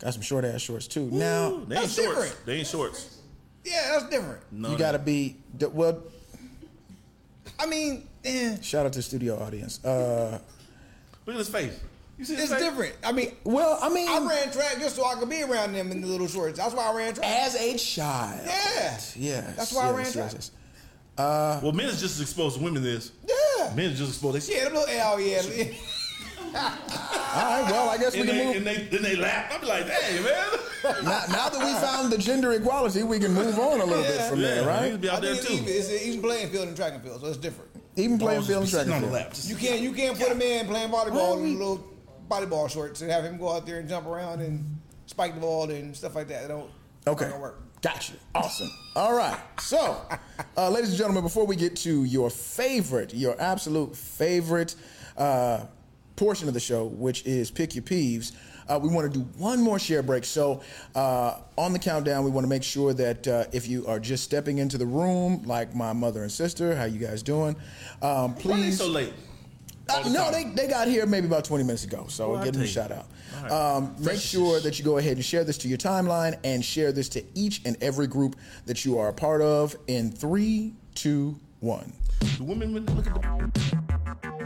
Speaker 2: got some short ass shorts too. now
Speaker 3: Ooh, they ain't
Speaker 4: that's
Speaker 3: shorts.
Speaker 4: different.
Speaker 3: They ain't shorts.
Speaker 4: yeah, that's different.
Speaker 3: No,
Speaker 2: you got to be d- well.
Speaker 4: I mean, eh,
Speaker 2: Shout out to the studio audience. Uh,
Speaker 3: Look at his face. You see his
Speaker 4: it's
Speaker 3: face?
Speaker 4: different. I mean,
Speaker 2: well, I mean,
Speaker 4: I ran track just so I could be around them in the little shorts. That's why I ran track.
Speaker 2: as a child.
Speaker 4: Yeah.
Speaker 2: Yes.
Speaker 4: That's why I
Speaker 2: yes,
Speaker 4: ran
Speaker 2: yes,
Speaker 4: track.
Speaker 2: yes.
Speaker 3: Well, men is just as exposed to women as
Speaker 4: Yeah.
Speaker 3: men is just exposed. They see
Speaker 4: Yeah, them little L, yeah.
Speaker 2: All right. Well, I guess we
Speaker 3: and
Speaker 2: can
Speaker 3: they,
Speaker 2: move.
Speaker 3: and they then they laugh. I'm like, hey man.
Speaker 2: Now, now that we found the gender equality, we can move on a little bit from
Speaker 3: yeah,
Speaker 2: there,
Speaker 3: Niggas
Speaker 2: right?
Speaker 3: be out
Speaker 4: I
Speaker 3: there
Speaker 4: think
Speaker 3: too.
Speaker 4: it's even. It's an even playing field and track and field, so it's different.
Speaker 2: Even playing
Speaker 3: Balls just
Speaker 2: field and
Speaker 3: be
Speaker 2: track
Speaker 3: sitting
Speaker 2: and
Speaker 3: on the
Speaker 2: field.
Speaker 3: lap. Just-
Speaker 4: You can't you can't put a man playing volleyball in
Speaker 2: we-
Speaker 4: little volleyball shorts and have him go out there and jump around and spike the ball and stuff like that. It don't
Speaker 2: Okay.
Speaker 4: It don't work.
Speaker 2: Gotcha. Awesome. All right. So, uh, ladies and gentlemen, before we get to your favorite, your absolute favorite uh, portion of the show, which is Pick Your Peeves, Uh, we want to do one more share break. So, uh, on the countdown, we want to make sure that uh, if you are just stepping into the room, like my mother and sister, how you guys doing? Um,
Speaker 3: Why are they
Speaker 2: please.
Speaker 3: so late?
Speaker 2: Uh, no, they, they got here maybe about 20 minutes ago, so we'll give them a shout out. Um, make sure that you go ahead and share this to your timeline and share this to each and every group that you are a part of in three, two, one.
Speaker 3: The women would look at the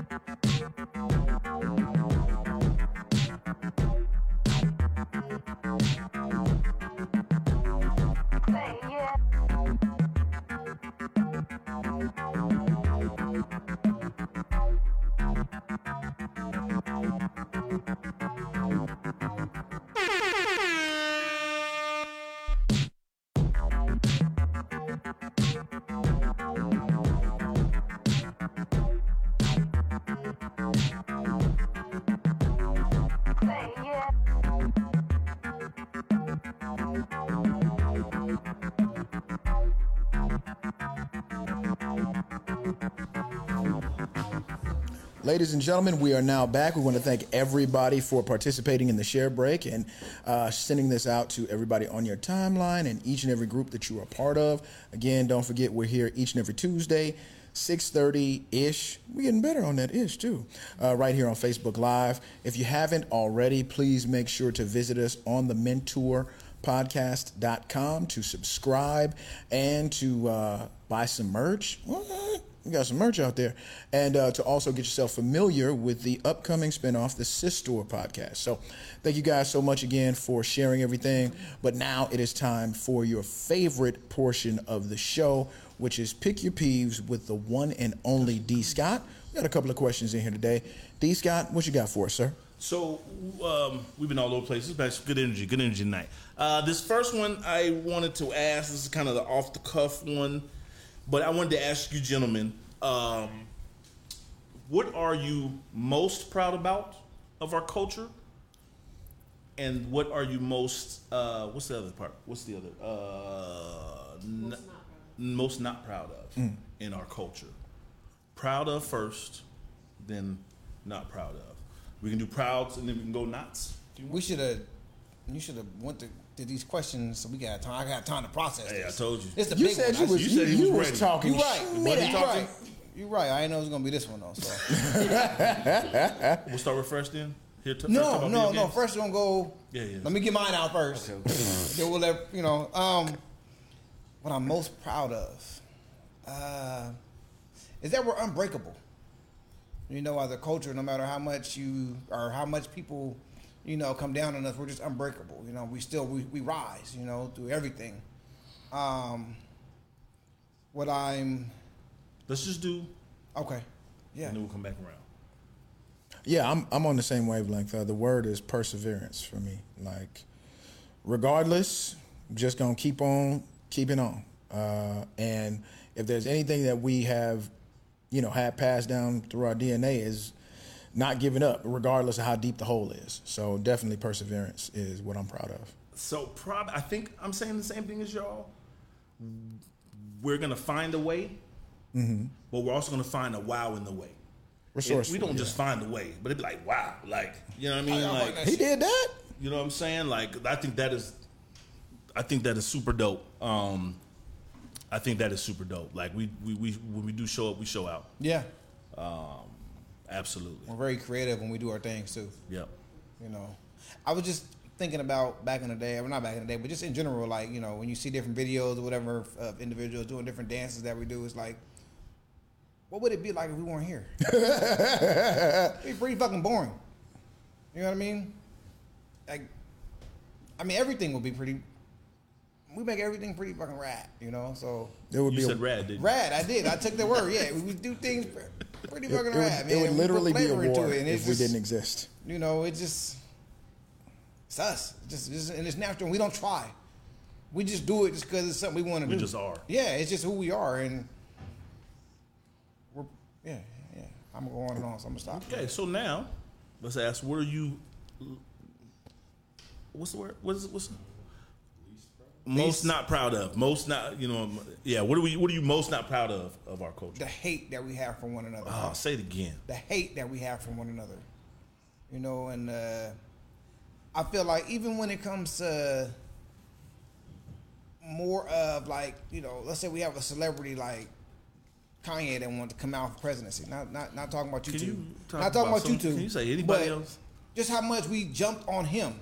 Speaker 2: Ladies and gentlemen, we are now back. We want to thank everybody for participating in the share break and uh, sending this out to everybody on your timeline and each and every group that you are part of. Again, don't forget we're here each and every Tuesday, 6:30 ish. We're getting better on that ish too, uh, right here on Facebook Live. If you haven't already, please make sure to visit us on the Mentor podcast.com to subscribe and to uh, buy some merch. What? We got some merch out there. And uh, to also get yourself familiar with the upcoming spinoff, the Sistor podcast. So thank you guys so much again for sharing everything. But now it is time for your favorite portion of the show, which is Pick Your Peeves with the one and only D. Scott. We got a couple of questions in here today. D. Scott, what you got for us, sir?
Speaker 3: So um, we've been all over the place. This is good energy, good energy tonight. Uh, this first one I wanted to ask. This is kind of the off the cuff one, but I wanted to ask you, gentlemen, um, what are you most proud about of our culture, and what are you most? Uh, what's the other part? What's the other? Uh, n- most not proud of in our culture. Proud of first, then not proud of. We can do prouds and then we can go nots.
Speaker 4: We should have. You should have went to, to these questions, so we got time. I got time to process.
Speaker 3: Hey, I
Speaker 4: this.
Speaker 3: told you.
Speaker 4: It's the
Speaker 2: You
Speaker 4: big
Speaker 2: said
Speaker 4: one.
Speaker 2: you
Speaker 4: I
Speaker 2: was,
Speaker 3: you
Speaker 2: you
Speaker 3: said he
Speaker 2: you
Speaker 3: was
Speaker 2: was
Speaker 3: ready.
Speaker 2: talking
Speaker 4: You right.
Speaker 2: shit.
Speaker 4: You
Speaker 3: talking?
Speaker 4: right. You right. I didn't know it was gonna be this one though. So
Speaker 3: We'll start with first then. Here, t- first talk
Speaker 4: no,
Speaker 3: about
Speaker 4: no,
Speaker 3: video
Speaker 4: no.
Speaker 3: games.
Speaker 4: First we're gonna go.
Speaker 3: Yeah, yeah.
Speaker 4: Let me get mine out first. then we'll let you know. Um, what I'm most proud of uh, is that we're unbreakable. You know, as a culture, no matter how much you or how much people, you know, come down on us, we're just unbreakable. You know, we still we, we rise. You know, through everything. Um, what I'm
Speaker 3: Let's just do,
Speaker 4: okay. Yeah.
Speaker 3: and then we'll come back around.
Speaker 2: Yeah, I'm I'm on the same wavelength. Uh, the word is perseverance for me. Like, regardless, just gonna keep on keeping on. Uh, and if there's anything that we have, you know, had passed down through our DNA is not giving up, regardless of how deep the hole is. So definitely perseverance is what I'm proud of.
Speaker 3: So, prob- I think I'm saying the same thing as y'all. We're gonna find a way,
Speaker 4: Mm-hmm.
Speaker 3: but we're also gonna find a wow in the way. If
Speaker 2: Resourceful.
Speaker 3: we don't
Speaker 2: yeah.
Speaker 3: just find a way, but it'd be like wow, like you know what I mean, like
Speaker 2: He did that.
Speaker 3: You know what I'm saying? Like I think that is I think that is super dope. Um I think that is super dope. Like we we, we when we do show up, we show out.
Speaker 4: Yeah.
Speaker 3: Absolutely.
Speaker 4: We're very creative when we do our things too.
Speaker 3: Yep.
Speaker 4: you know i was just thinking about back in the day well not back in the day but just in general like you know when you see different videos or whatever of- of individuals doing different dances that we do it's like what would it be like if we weren't here it'd be pretty fucking boring you know what i mean like i mean everything would be pretty we make everything pretty fucking rad you know so
Speaker 2: It would
Speaker 3: You
Speaker 2: be a-
Speaker 3: said rad, didn't
Speaker 4: rad i did i took the word yeah we would do things pretty
Speaker 2: It,
Speaker 4: fucking
Speaker 2: it
Speaker 4: rad
Speaker 2: would,
Speaker 4: man
Speaker 2: it would
Speaker 4: and we put
Speaker 2: literally be a
Speaker 4: flavor into
Speaker 2: war
Speaker 4: it, and it's
Speaker 2: if we
Speaker 4: just-
Speaker 2: didn't exist.
Speaker 4: you know, it just it's us. It's just, it's, and it's natural. We don't try. We just do it just because it's something we want to
Speaker 3: We
Speaker 4: do.
Speaker 3: just are.
Speaker 4: Yeah, it's just who we are, and we're yeah, yeah. I'm going on and on, so I'm gonna stop.
Speaker 3: Okay, so now let's ask what are you what's the word? What is what's most not proud of? Most not you know yeah, what are we what are you most not proud of of our
Speaker 4: The
Speaker 3: culture?
Speaker 4: hate that we have for one another.
Speaker 3: Oh, say it again.
Speaker 4: the hate that we have from one another. You know, and uh, I feel like even when it comes to more of like you know, let's say we have a celebrity like Kanye that wanted to come out for presidency. Not not not talking about you
Speaker 3: Can
Speaker 4: two.
Speaker 3: you talk
Speaker 4: not talking
Speaker 3: about
Speaker 4: about,
Speaker 3: some-
Speaker 4: you two.
Speaker 3: can you say anybody
Speaker 4: but
Speaker 3: else?
Speaker 4: Just how much we jumped on him.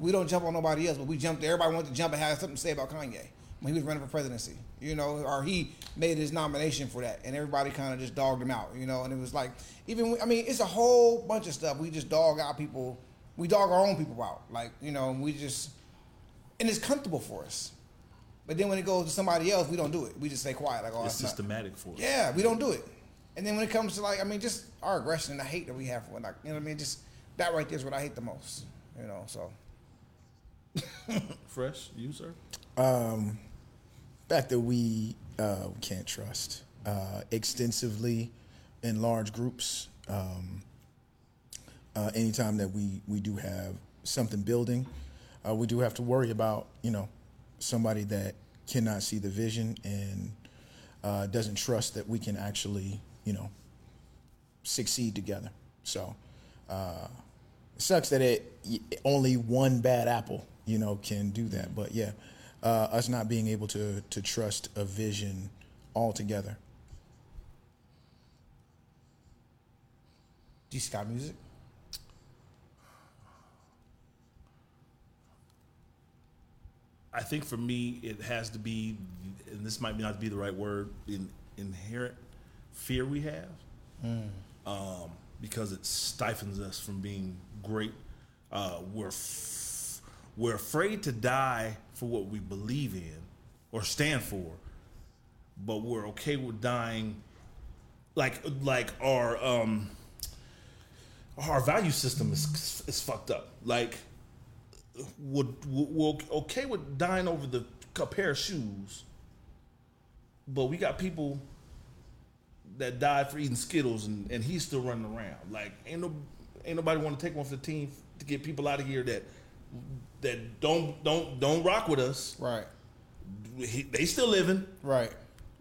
Speaker 4: We don't jump on nobody else, but we jumped. Everybody wanted to jump and have something to say about Kanye when he was running for presidency. You know, or he made his nomination for that, and everybody kind of just dogged him out. You know, and it was like even when- I mean, it's a whole bunch of stuff. We just dog out people. We dog our own people out. Like you know, and we just and it's comfortable for us. But then when it goes to somebody else, we don't do it. We just stay quiet. Like, oh,
Speaker 3: It's
Speaker 4: it's not-
Speaker 3: systematic for us.
Speaker 4: yeah, we don't do it. And then when it comes to like, I mean, just our aggression and the hate that we have for one, like, you know what I mean? Just that right there is what I hate the most, you know. So
Speaker 3: Fresh, you sir.
Speaker 2: fact that we uh, we can't trust uh, extensively in large groups. Um, uh, anytime that we we do have something building, uh, we do have to worry about you know somebody that cannot see the vision and uh, doesn't trust that we can actually you know succeed together. So uh, it sucks that it y- only one bad apple, you know, can do that. But yeah, uh, us not being able to to trust a vision altogether.
Speaker 4: D Scott music.
Speaker 3: I think for me, it has to be, and this might not be the right word, in, inherent fear we have, um, because it stifles us from being great. Uh, we're f- we're afraid to die for what we believe in or stand for, but we're okay with dying, like like our um, our value system is is fucked up, like would will okay with dying over the a pair of shoes, but we got people that died for eating Skittles and, and he's still running around. Like ain't no ain't nobody want to take one for the team to get people out of here that that don't don't don't rock with us.
Speaker 4: Right.
Speaker 3: He- they still living,
Speaker 4: Right.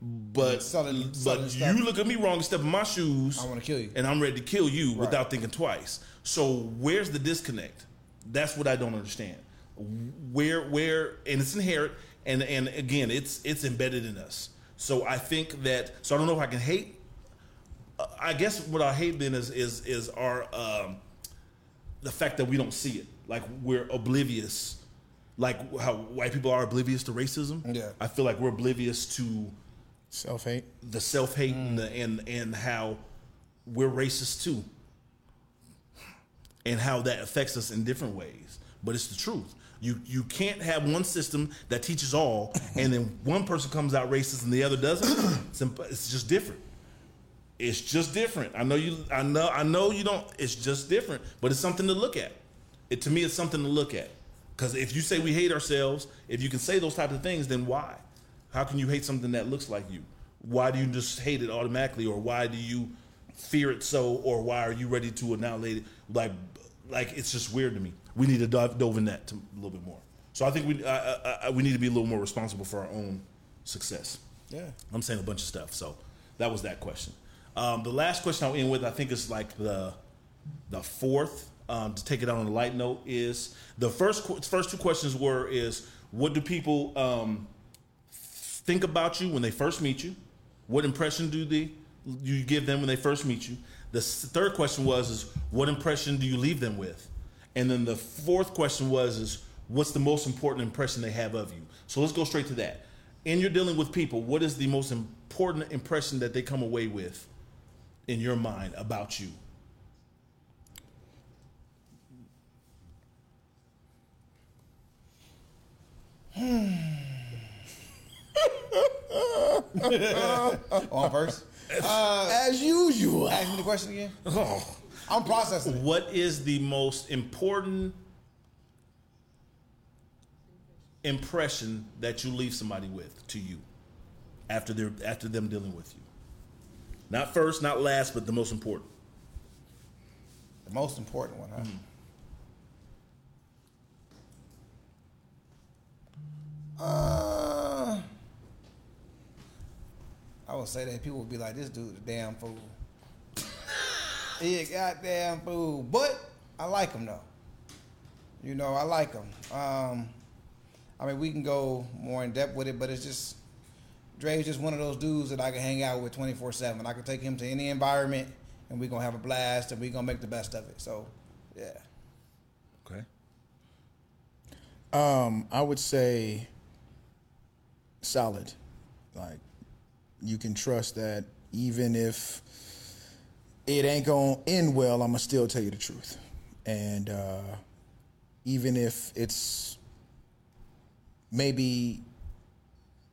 Speaker 3: but
Speaker 4: Selling-
Speaker 3: but
Speaker 4: selling
Speaker 3: you
Speaker 4: stuff.
Speaker 3: look at me wrong, and step in my shoes.
Speaker 4: I wanna kill you.
Speaker 3: and I'm ready to kill you without thinking twice. So where's the disconnect? That's what I don't understand. Where where and it's inherent and and again it's it's embedded in us. So I think that so I don't know if I can hate. uh, I guess what I hate then is is is our um, the fact that we don't see it. Like we're oblivious, like how white people are oblivious to racism.
Speaker 4: Yeah.
Speaker 3: I feel like we're oblivious to
Speaker 2: Self hate.
Speaker 3: the self hate and, the, and and how we're racist too, and how that affects us in different ways. But it's the truth. You you can't have one system that teaches all, and then one person comes out racist and the other doesn't. It's, imp- it's just different. It's just different. I know you. I know. I know you don't. It's just different. But it's something to look at. It to me, it's something to look at. Because if you say we hate ourselves, if you can say those types of things, then why? How can you hate something that looks like you? Why do you just hate it automatically, or why do you fear it so, or why are you ready to annihilate it? Like, like it's just weird to me. We need to dive, dove in that to, a little bit more. So I think we I, I, I, we need to be a little more responsible for our own success.
Speaker 2: Yeah.
Speaker 3: I'm saying a bunch of stuff. So that was that question. Um, the last question I'll end with, I think, is like the the fourth. Um, to take it out on a light note is the first qu- first two questions were is what do people um, think about you when they first meet you? What impression do they you give them when they first meet you? The s- third question was is what impression do you leave them with? And then the fourth question was is what's the most important impression they have of you? So let's go straight to that. And you're dealing with people, what is the most important impression that they come away with in your mind about you?
Speaker 4: On first.
Speaker 2: As usual.
Speaker 4: Ask me the question again. I'm processing. it.
Speaker 3: What is the most important impression that you leave somebody with to you after they're after them dealing with you? Not first, not last, but the most important.
Speaker 4: The most important one, huh? Uh, I would say that people would be like, "This dude's a damn fool." he a goddamn fool, but I like him though. You know, I like them. Um, I mean, we can go more in depth with it, but it's just Dre's just one of those dudes that I can hang out with twenty four seven. I can take him to any environment, and we gonna have a blast, and we gonna make the best of it. So, yeah.
Speaker 3: Okay.
Speaker 2: Um, I would say solid. Like you can trust that even if it ain't gonna end well, I'ma still tell you the truth. And uh, even if it's maybe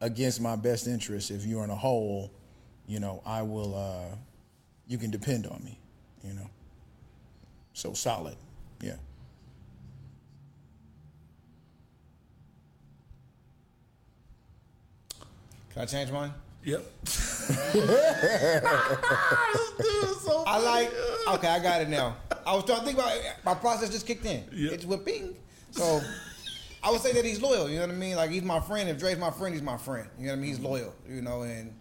Speaker 2: against my best interest, if you're in a hole, you know, I will uh, you can depend on me, you know. So solid. Yeah.
Speaker 4: Can I change mine?
Speaker 3: Yep.
Speaker 4: I like. Okay, I got it now. I was trying to think about it. my process just kicked in. It just went ping. So I would say that he's loyal. You know what I mean? Like he's my friend. If Dre's my friend, he's my friend. You know what I mean? He's loyal. You know, and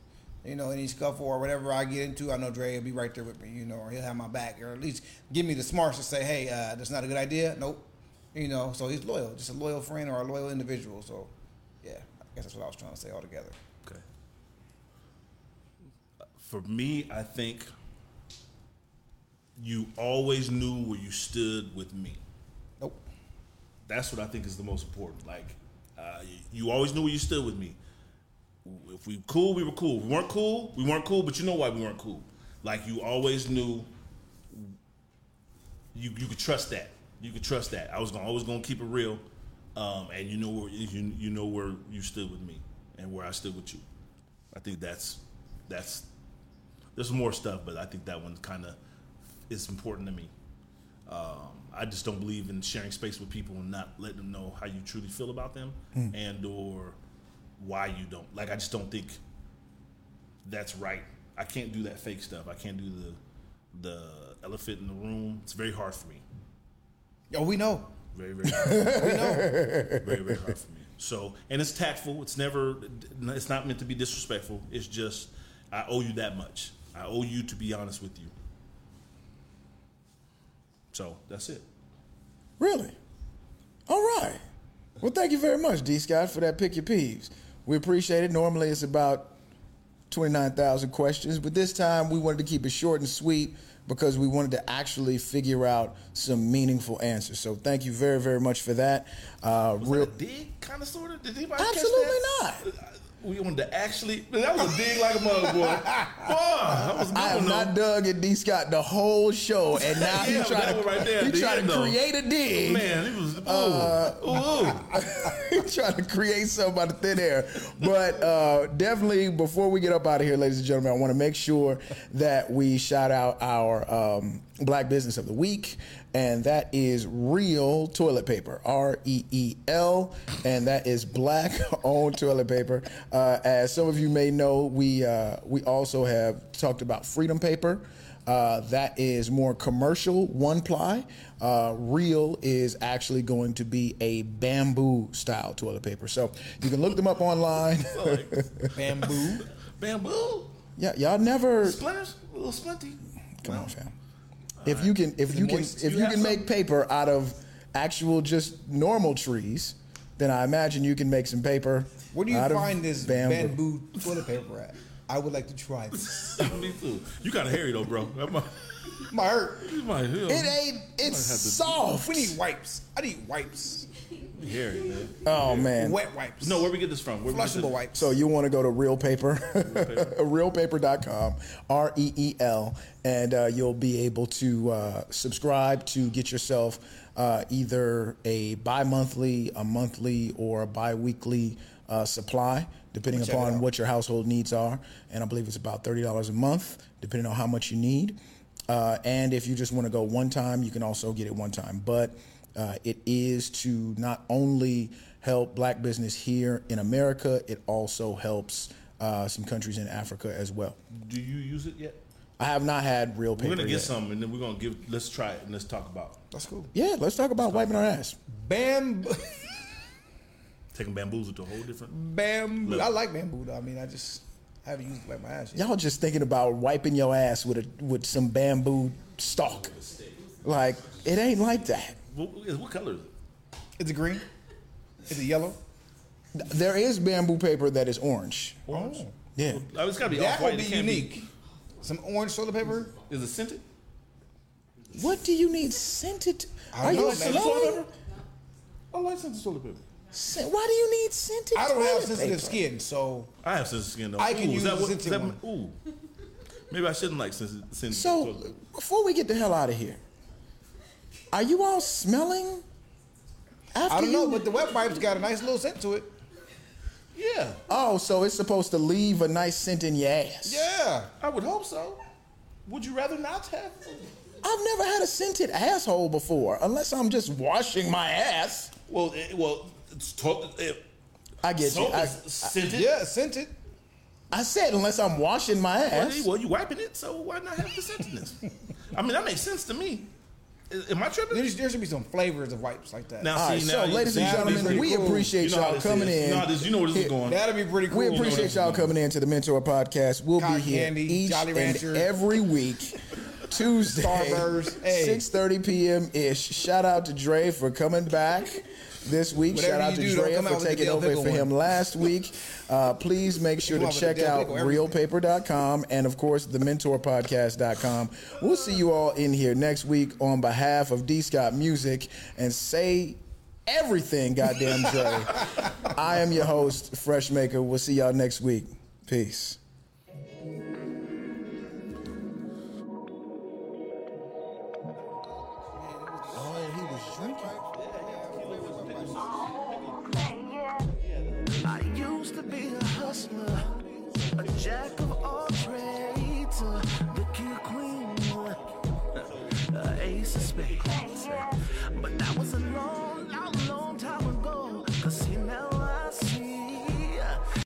Speaker 4: you know any scuffle or whatever I get into, I know Dre will be right there with me. You know, or he'll have my back, or at least give me the smarts to say, hey, uh, that's not a good idea. Nope. You know, so he's loyal. Just a loyal friend or a loyal individual. So yeah, I guess that's what I was trying to say altogether.
Speaker 3: Okay. For me, I think you always knew where you stood with me.
Speaker 4: Nope.
Speaker 3: That's what I think is the most important. Like, uh, y- you always knew where you stood with me. If we cool, we were cool. If we weren't cool, we weren't cool. But you know why we weren't cool? Like, you always knew you you could trust that. You could trust that. I was gonna, always gonna keep it real, um, and you know where you you know where you stood with me and where I stood with you. I think that's that's there's more stuff, but I think that one kind of is important to me. Um, I just don't believe in sharing space with people and not letting them know how you truly feel about them and or why you don't. Like I just don't think that's right. I can't do that fake stuff. I can't do the the elephant in the room. It's very hard for me.
Speaker 4: Yo, we know.
Speaker 3: Very very hard. For me. very very hard for me. So and it's tactful. It's never. It's not meant to be disrespectful. It's just I owe you that much. I owe you to be honest with you. So that's it.
Speaker 2: Really? All right. Well, thank you very much, D. Scott, for that pick your peeves. We appreciate it. Normally, it's about 29,000 questions, but this time we wanted to keep it short and sweet because we wanted to actually figure out some meaningful answers. So, thank you very, very much for that. Uh, real,
Speaker 3: Dig kind of sort of. Did anybody
Speaker 2: absolutely not.
Speaker 3: not. We wanted to actually. That was a dig like a mug, boy. boy, that was a good
Speaker 2: I have
Speaker 3: one, though.
Speaker 2: not dug at D. Scott the whole show, and now
Speaker 3: Yeah,
Speaker 2: he's
Speaker 3: but
Speaker 2: trying
Speaker 3: that
Speaker 2: to,
Speaker 3: one right there at
Speaker 2: he
Speaker 3: the
Speaker 2: trying
Speaker 3: end,
Speaker 2: to
Speaker 3: though.
Speaker 2: create a dig.
Speaker 3: Man, it was. Ooh,
Speaker 2: Uh,
Speaker 3: ooh, ooh.
Speaker 2: trying to create something out of thin air. But uh, definitely, before we get up out of here, ladies and gentlemen, I want to make sure that we shout out our um, Black Business of the Week, and that is Real Toilet Paper, R E E L, and that is black owned toilet paper. Uh, as some of you may know, we uh, we also have talked about Freedom Paper. Uh, that is more commercial one ply. Uh, Real is actually going to be a bamboo style toilet paper. So you can look them up online.
Speaker 4: Bamboo.
Speaker 3: Bamboo
Speaker 2: yeah, y'all never.
Speaker 3: splinters, a little splinty.
Speaker 2: Come on, fam. If you can, if you can,
Speaker 3: moist?
Speaker 2: if
Speaker 3: You
Speaker 2: you
Speaker 3: have
Speaker 2: can make paper out of actual just normal trees, then I imagine you can make some paper.
Speaker 4: Where do you
Speaker 2: out of
Speaker 4: find this bamboo. toilet paper at? I would like to try this.
Speaker 3: Me too. You kind of hairy though, bro. That might,
Speaker 4: My hurt.
Speaker 3: you might you
Speaker 2: It ain't. It's
Speaker 3: have to-
Speaker 2: soft.
Speaker 4: We need wipes. I need wipes.
Speaker 3: be hairy, man.
Speaker 2: Oh man.
Speaker 4: Wet wipes.
Speaker 3: No, where we get this from? Where we get
Speaker 4: flushable
Speaker 3: this-
Speaker 4: wipes.
Speaker 2: So you want to go to Real Paper, realpaper.com, R E E L, and uh, you'll be able to uh, subscribe to get yourself uh, either a bi monthly, a monthly, or a bi weekly uh, supply, depending
Speaker 4: it
Speaker 2: upon
Speaker 4: out.
Speaker 2: what your household needs are. And I believe it's about $30 a month, depending on how much you need. Uh, and if you just want to go one time, you can also get it one time. But uh, it is to not only help black business here in America, it also helps uh, some countries in Africa as well.
Speaker 3: Do you use it yet?
Speaker 2: I have not had real paper.
Speaker 3: We're gonna get
Speaker 2: yet.
Speaker 3: some, and then we're gonna give. Let's try it and let's talk about. it.
Speaker 4: That's cool.
Speaker 2: Yeah, let's talk about wiping our ass.
Speaker 4: Bamboo.
Speaker 3: Taking bamboozle to a whole different.
Speaker 4: bamboo. I like bamboo though. I mean, I just haven't used it like my ass yet.
Speaker 2: Y'all just thinking about wiping your ass with a with some bamboo stalk. Like it ain't like that.
Speaker 3: What, what color is it?
Speaker 4: Is it green? Is it yellow?
Speaker 2: There is bamboo paper that is orange.
Speaker 3: Orange.
Speaker 2: Yeah.
Speaker 3: I mean, it's got to be
Speaker 4: That
Speaker 3: off-white.
Speaker 4: would be
Speaker 3: It can't be-
Speaker 4: unique. Some orange toilet paper.
Speaker 3: is it scented?
Speaker 2: What do you need scented?
Speaker 4: I Oh,
Speaker 2: Are
Speaker 4: don't
Speaker 2: you
Speaker 4: know, man. Toilet
Speaker 2: slow?
Speaker 3: I like scented toilet paper.
Speaker 2: Scent- Why do you need scented?
Speaker 4: I don't have
Speaker 2: toilet
Speaker 4: sensitive
Speaker 2: paper?
Speaker 4: skin, so
Speaker 3: I have sensitive skin though.
Speaker 4: I can
Speaker 3: Ooh, is
Speaker 4: use
Speaker 3: that
Speaker 4: the
Speaker 3: what-
Speaker 4: scented
Speaker 3: is that-
Speaker 4: one.
Speaker 3: Ooh. Maybe I shouldn't like sensitive. sensitive
Speaker 2: So
Speaker 3: toilet paper.
Speaker 2: before we get the hell out of here, are you all smelling? After
Speaker 4: I don't know.
Speaker 2: you-
Speaker 4: But the wet wipes got a nice little scent to it.
Speaker 3: yeah,
Speaker 2: oh, so it's supposed to leave a nice scent in your ass.
Speaker 4: Yeah.
Speaker 3: I would hope so. Would you rather not have?
Speaker 2: I've never had a scented asshole before, unless I'm just washing my ass.
Speaker 3: Well, it, well, it's to- it,
Speaker 2: I get
Speaker 3: soap
Speaker 2: you. I,
Speaker 3: is scented.
Speaker 4: Yeah, scented.
Speaker 2: I said unless I'm washing my
Speaker 3: Well,
Speaker 2: ass.
Speaker 3: you- well, you wiping it, so why not have the sentence? I mean, that makes sense to me. I- Am I
Speaker 4: There
Speaker 3: tripping?
Speaker 4: should there should be some flavors of wipes like that.
Speaker 3: Now,
Speaker 2: All right,
Speaker 3: see, now
Speaker 2: so
Speaker 3: you-
Speaker 2: ladies
Speaker 3: see,
Speaker 2: and
Speaker 3: now
Speaker 2: gentlemen,
Speaker 3: this-
Speaker 2: we
Speaker 3: you know
Speaker 2: appreciate
Speaker 3: how
Speaker 2: y'all
Speaker 3: this
Speaker 2: coming
Speaker 3: is.
Speaker 2: in.
Speaker 3: You know, how this, you know where this
Speaker 2: Here-
Speaker 3: is going.
Speaker 4: That'd be pretty cool.
Speaker 2: We appreciate y'all coming in to the Mentor Podcast. We'll
Speaker 4: Cotton
Speaker 2: be here
Speaker 4: candy,
Speaker 2: each
Speaker 4: Jolly Rancher.
Speaker 2: and every week, Tuesday,
Speaker 4: Starburst. Hey.
Speaker 2: 6.30 p.m. ish. Shout out to Dre for coming back this week.
Speaker 4: Whatever
Speaker 2: Shout out to
Speaker 4: you do, don't
Speaker 2: Dre
Speaker 4: come out
Speaker 2: for
Speaker 4: with a
Speaker 2: taking
Speaker 4: dill
Speaker 2: over
Speaker 4: pickle
Speaker 2: for him
Speaker 4: one.
Speaker 2: last week. Uh, please make sure
Speaker 4: Come
Speaker 2: to
Speaker 4: out with a
Speaker 2: check
Speaker 4: dill
Speaker 2: out
Speaker 4: pickle every week.
Speaker 2: realpaper.com and, of course, thementorpodcast.com. We'll see you all in here next week on behalf of D. Scott Music and say everything, goddamn Dre. I am your host, Freshmaker. We'll see y'all next week. Peace. Oh, he was drinking.
Speaker 1: I used to be a hustler, a jack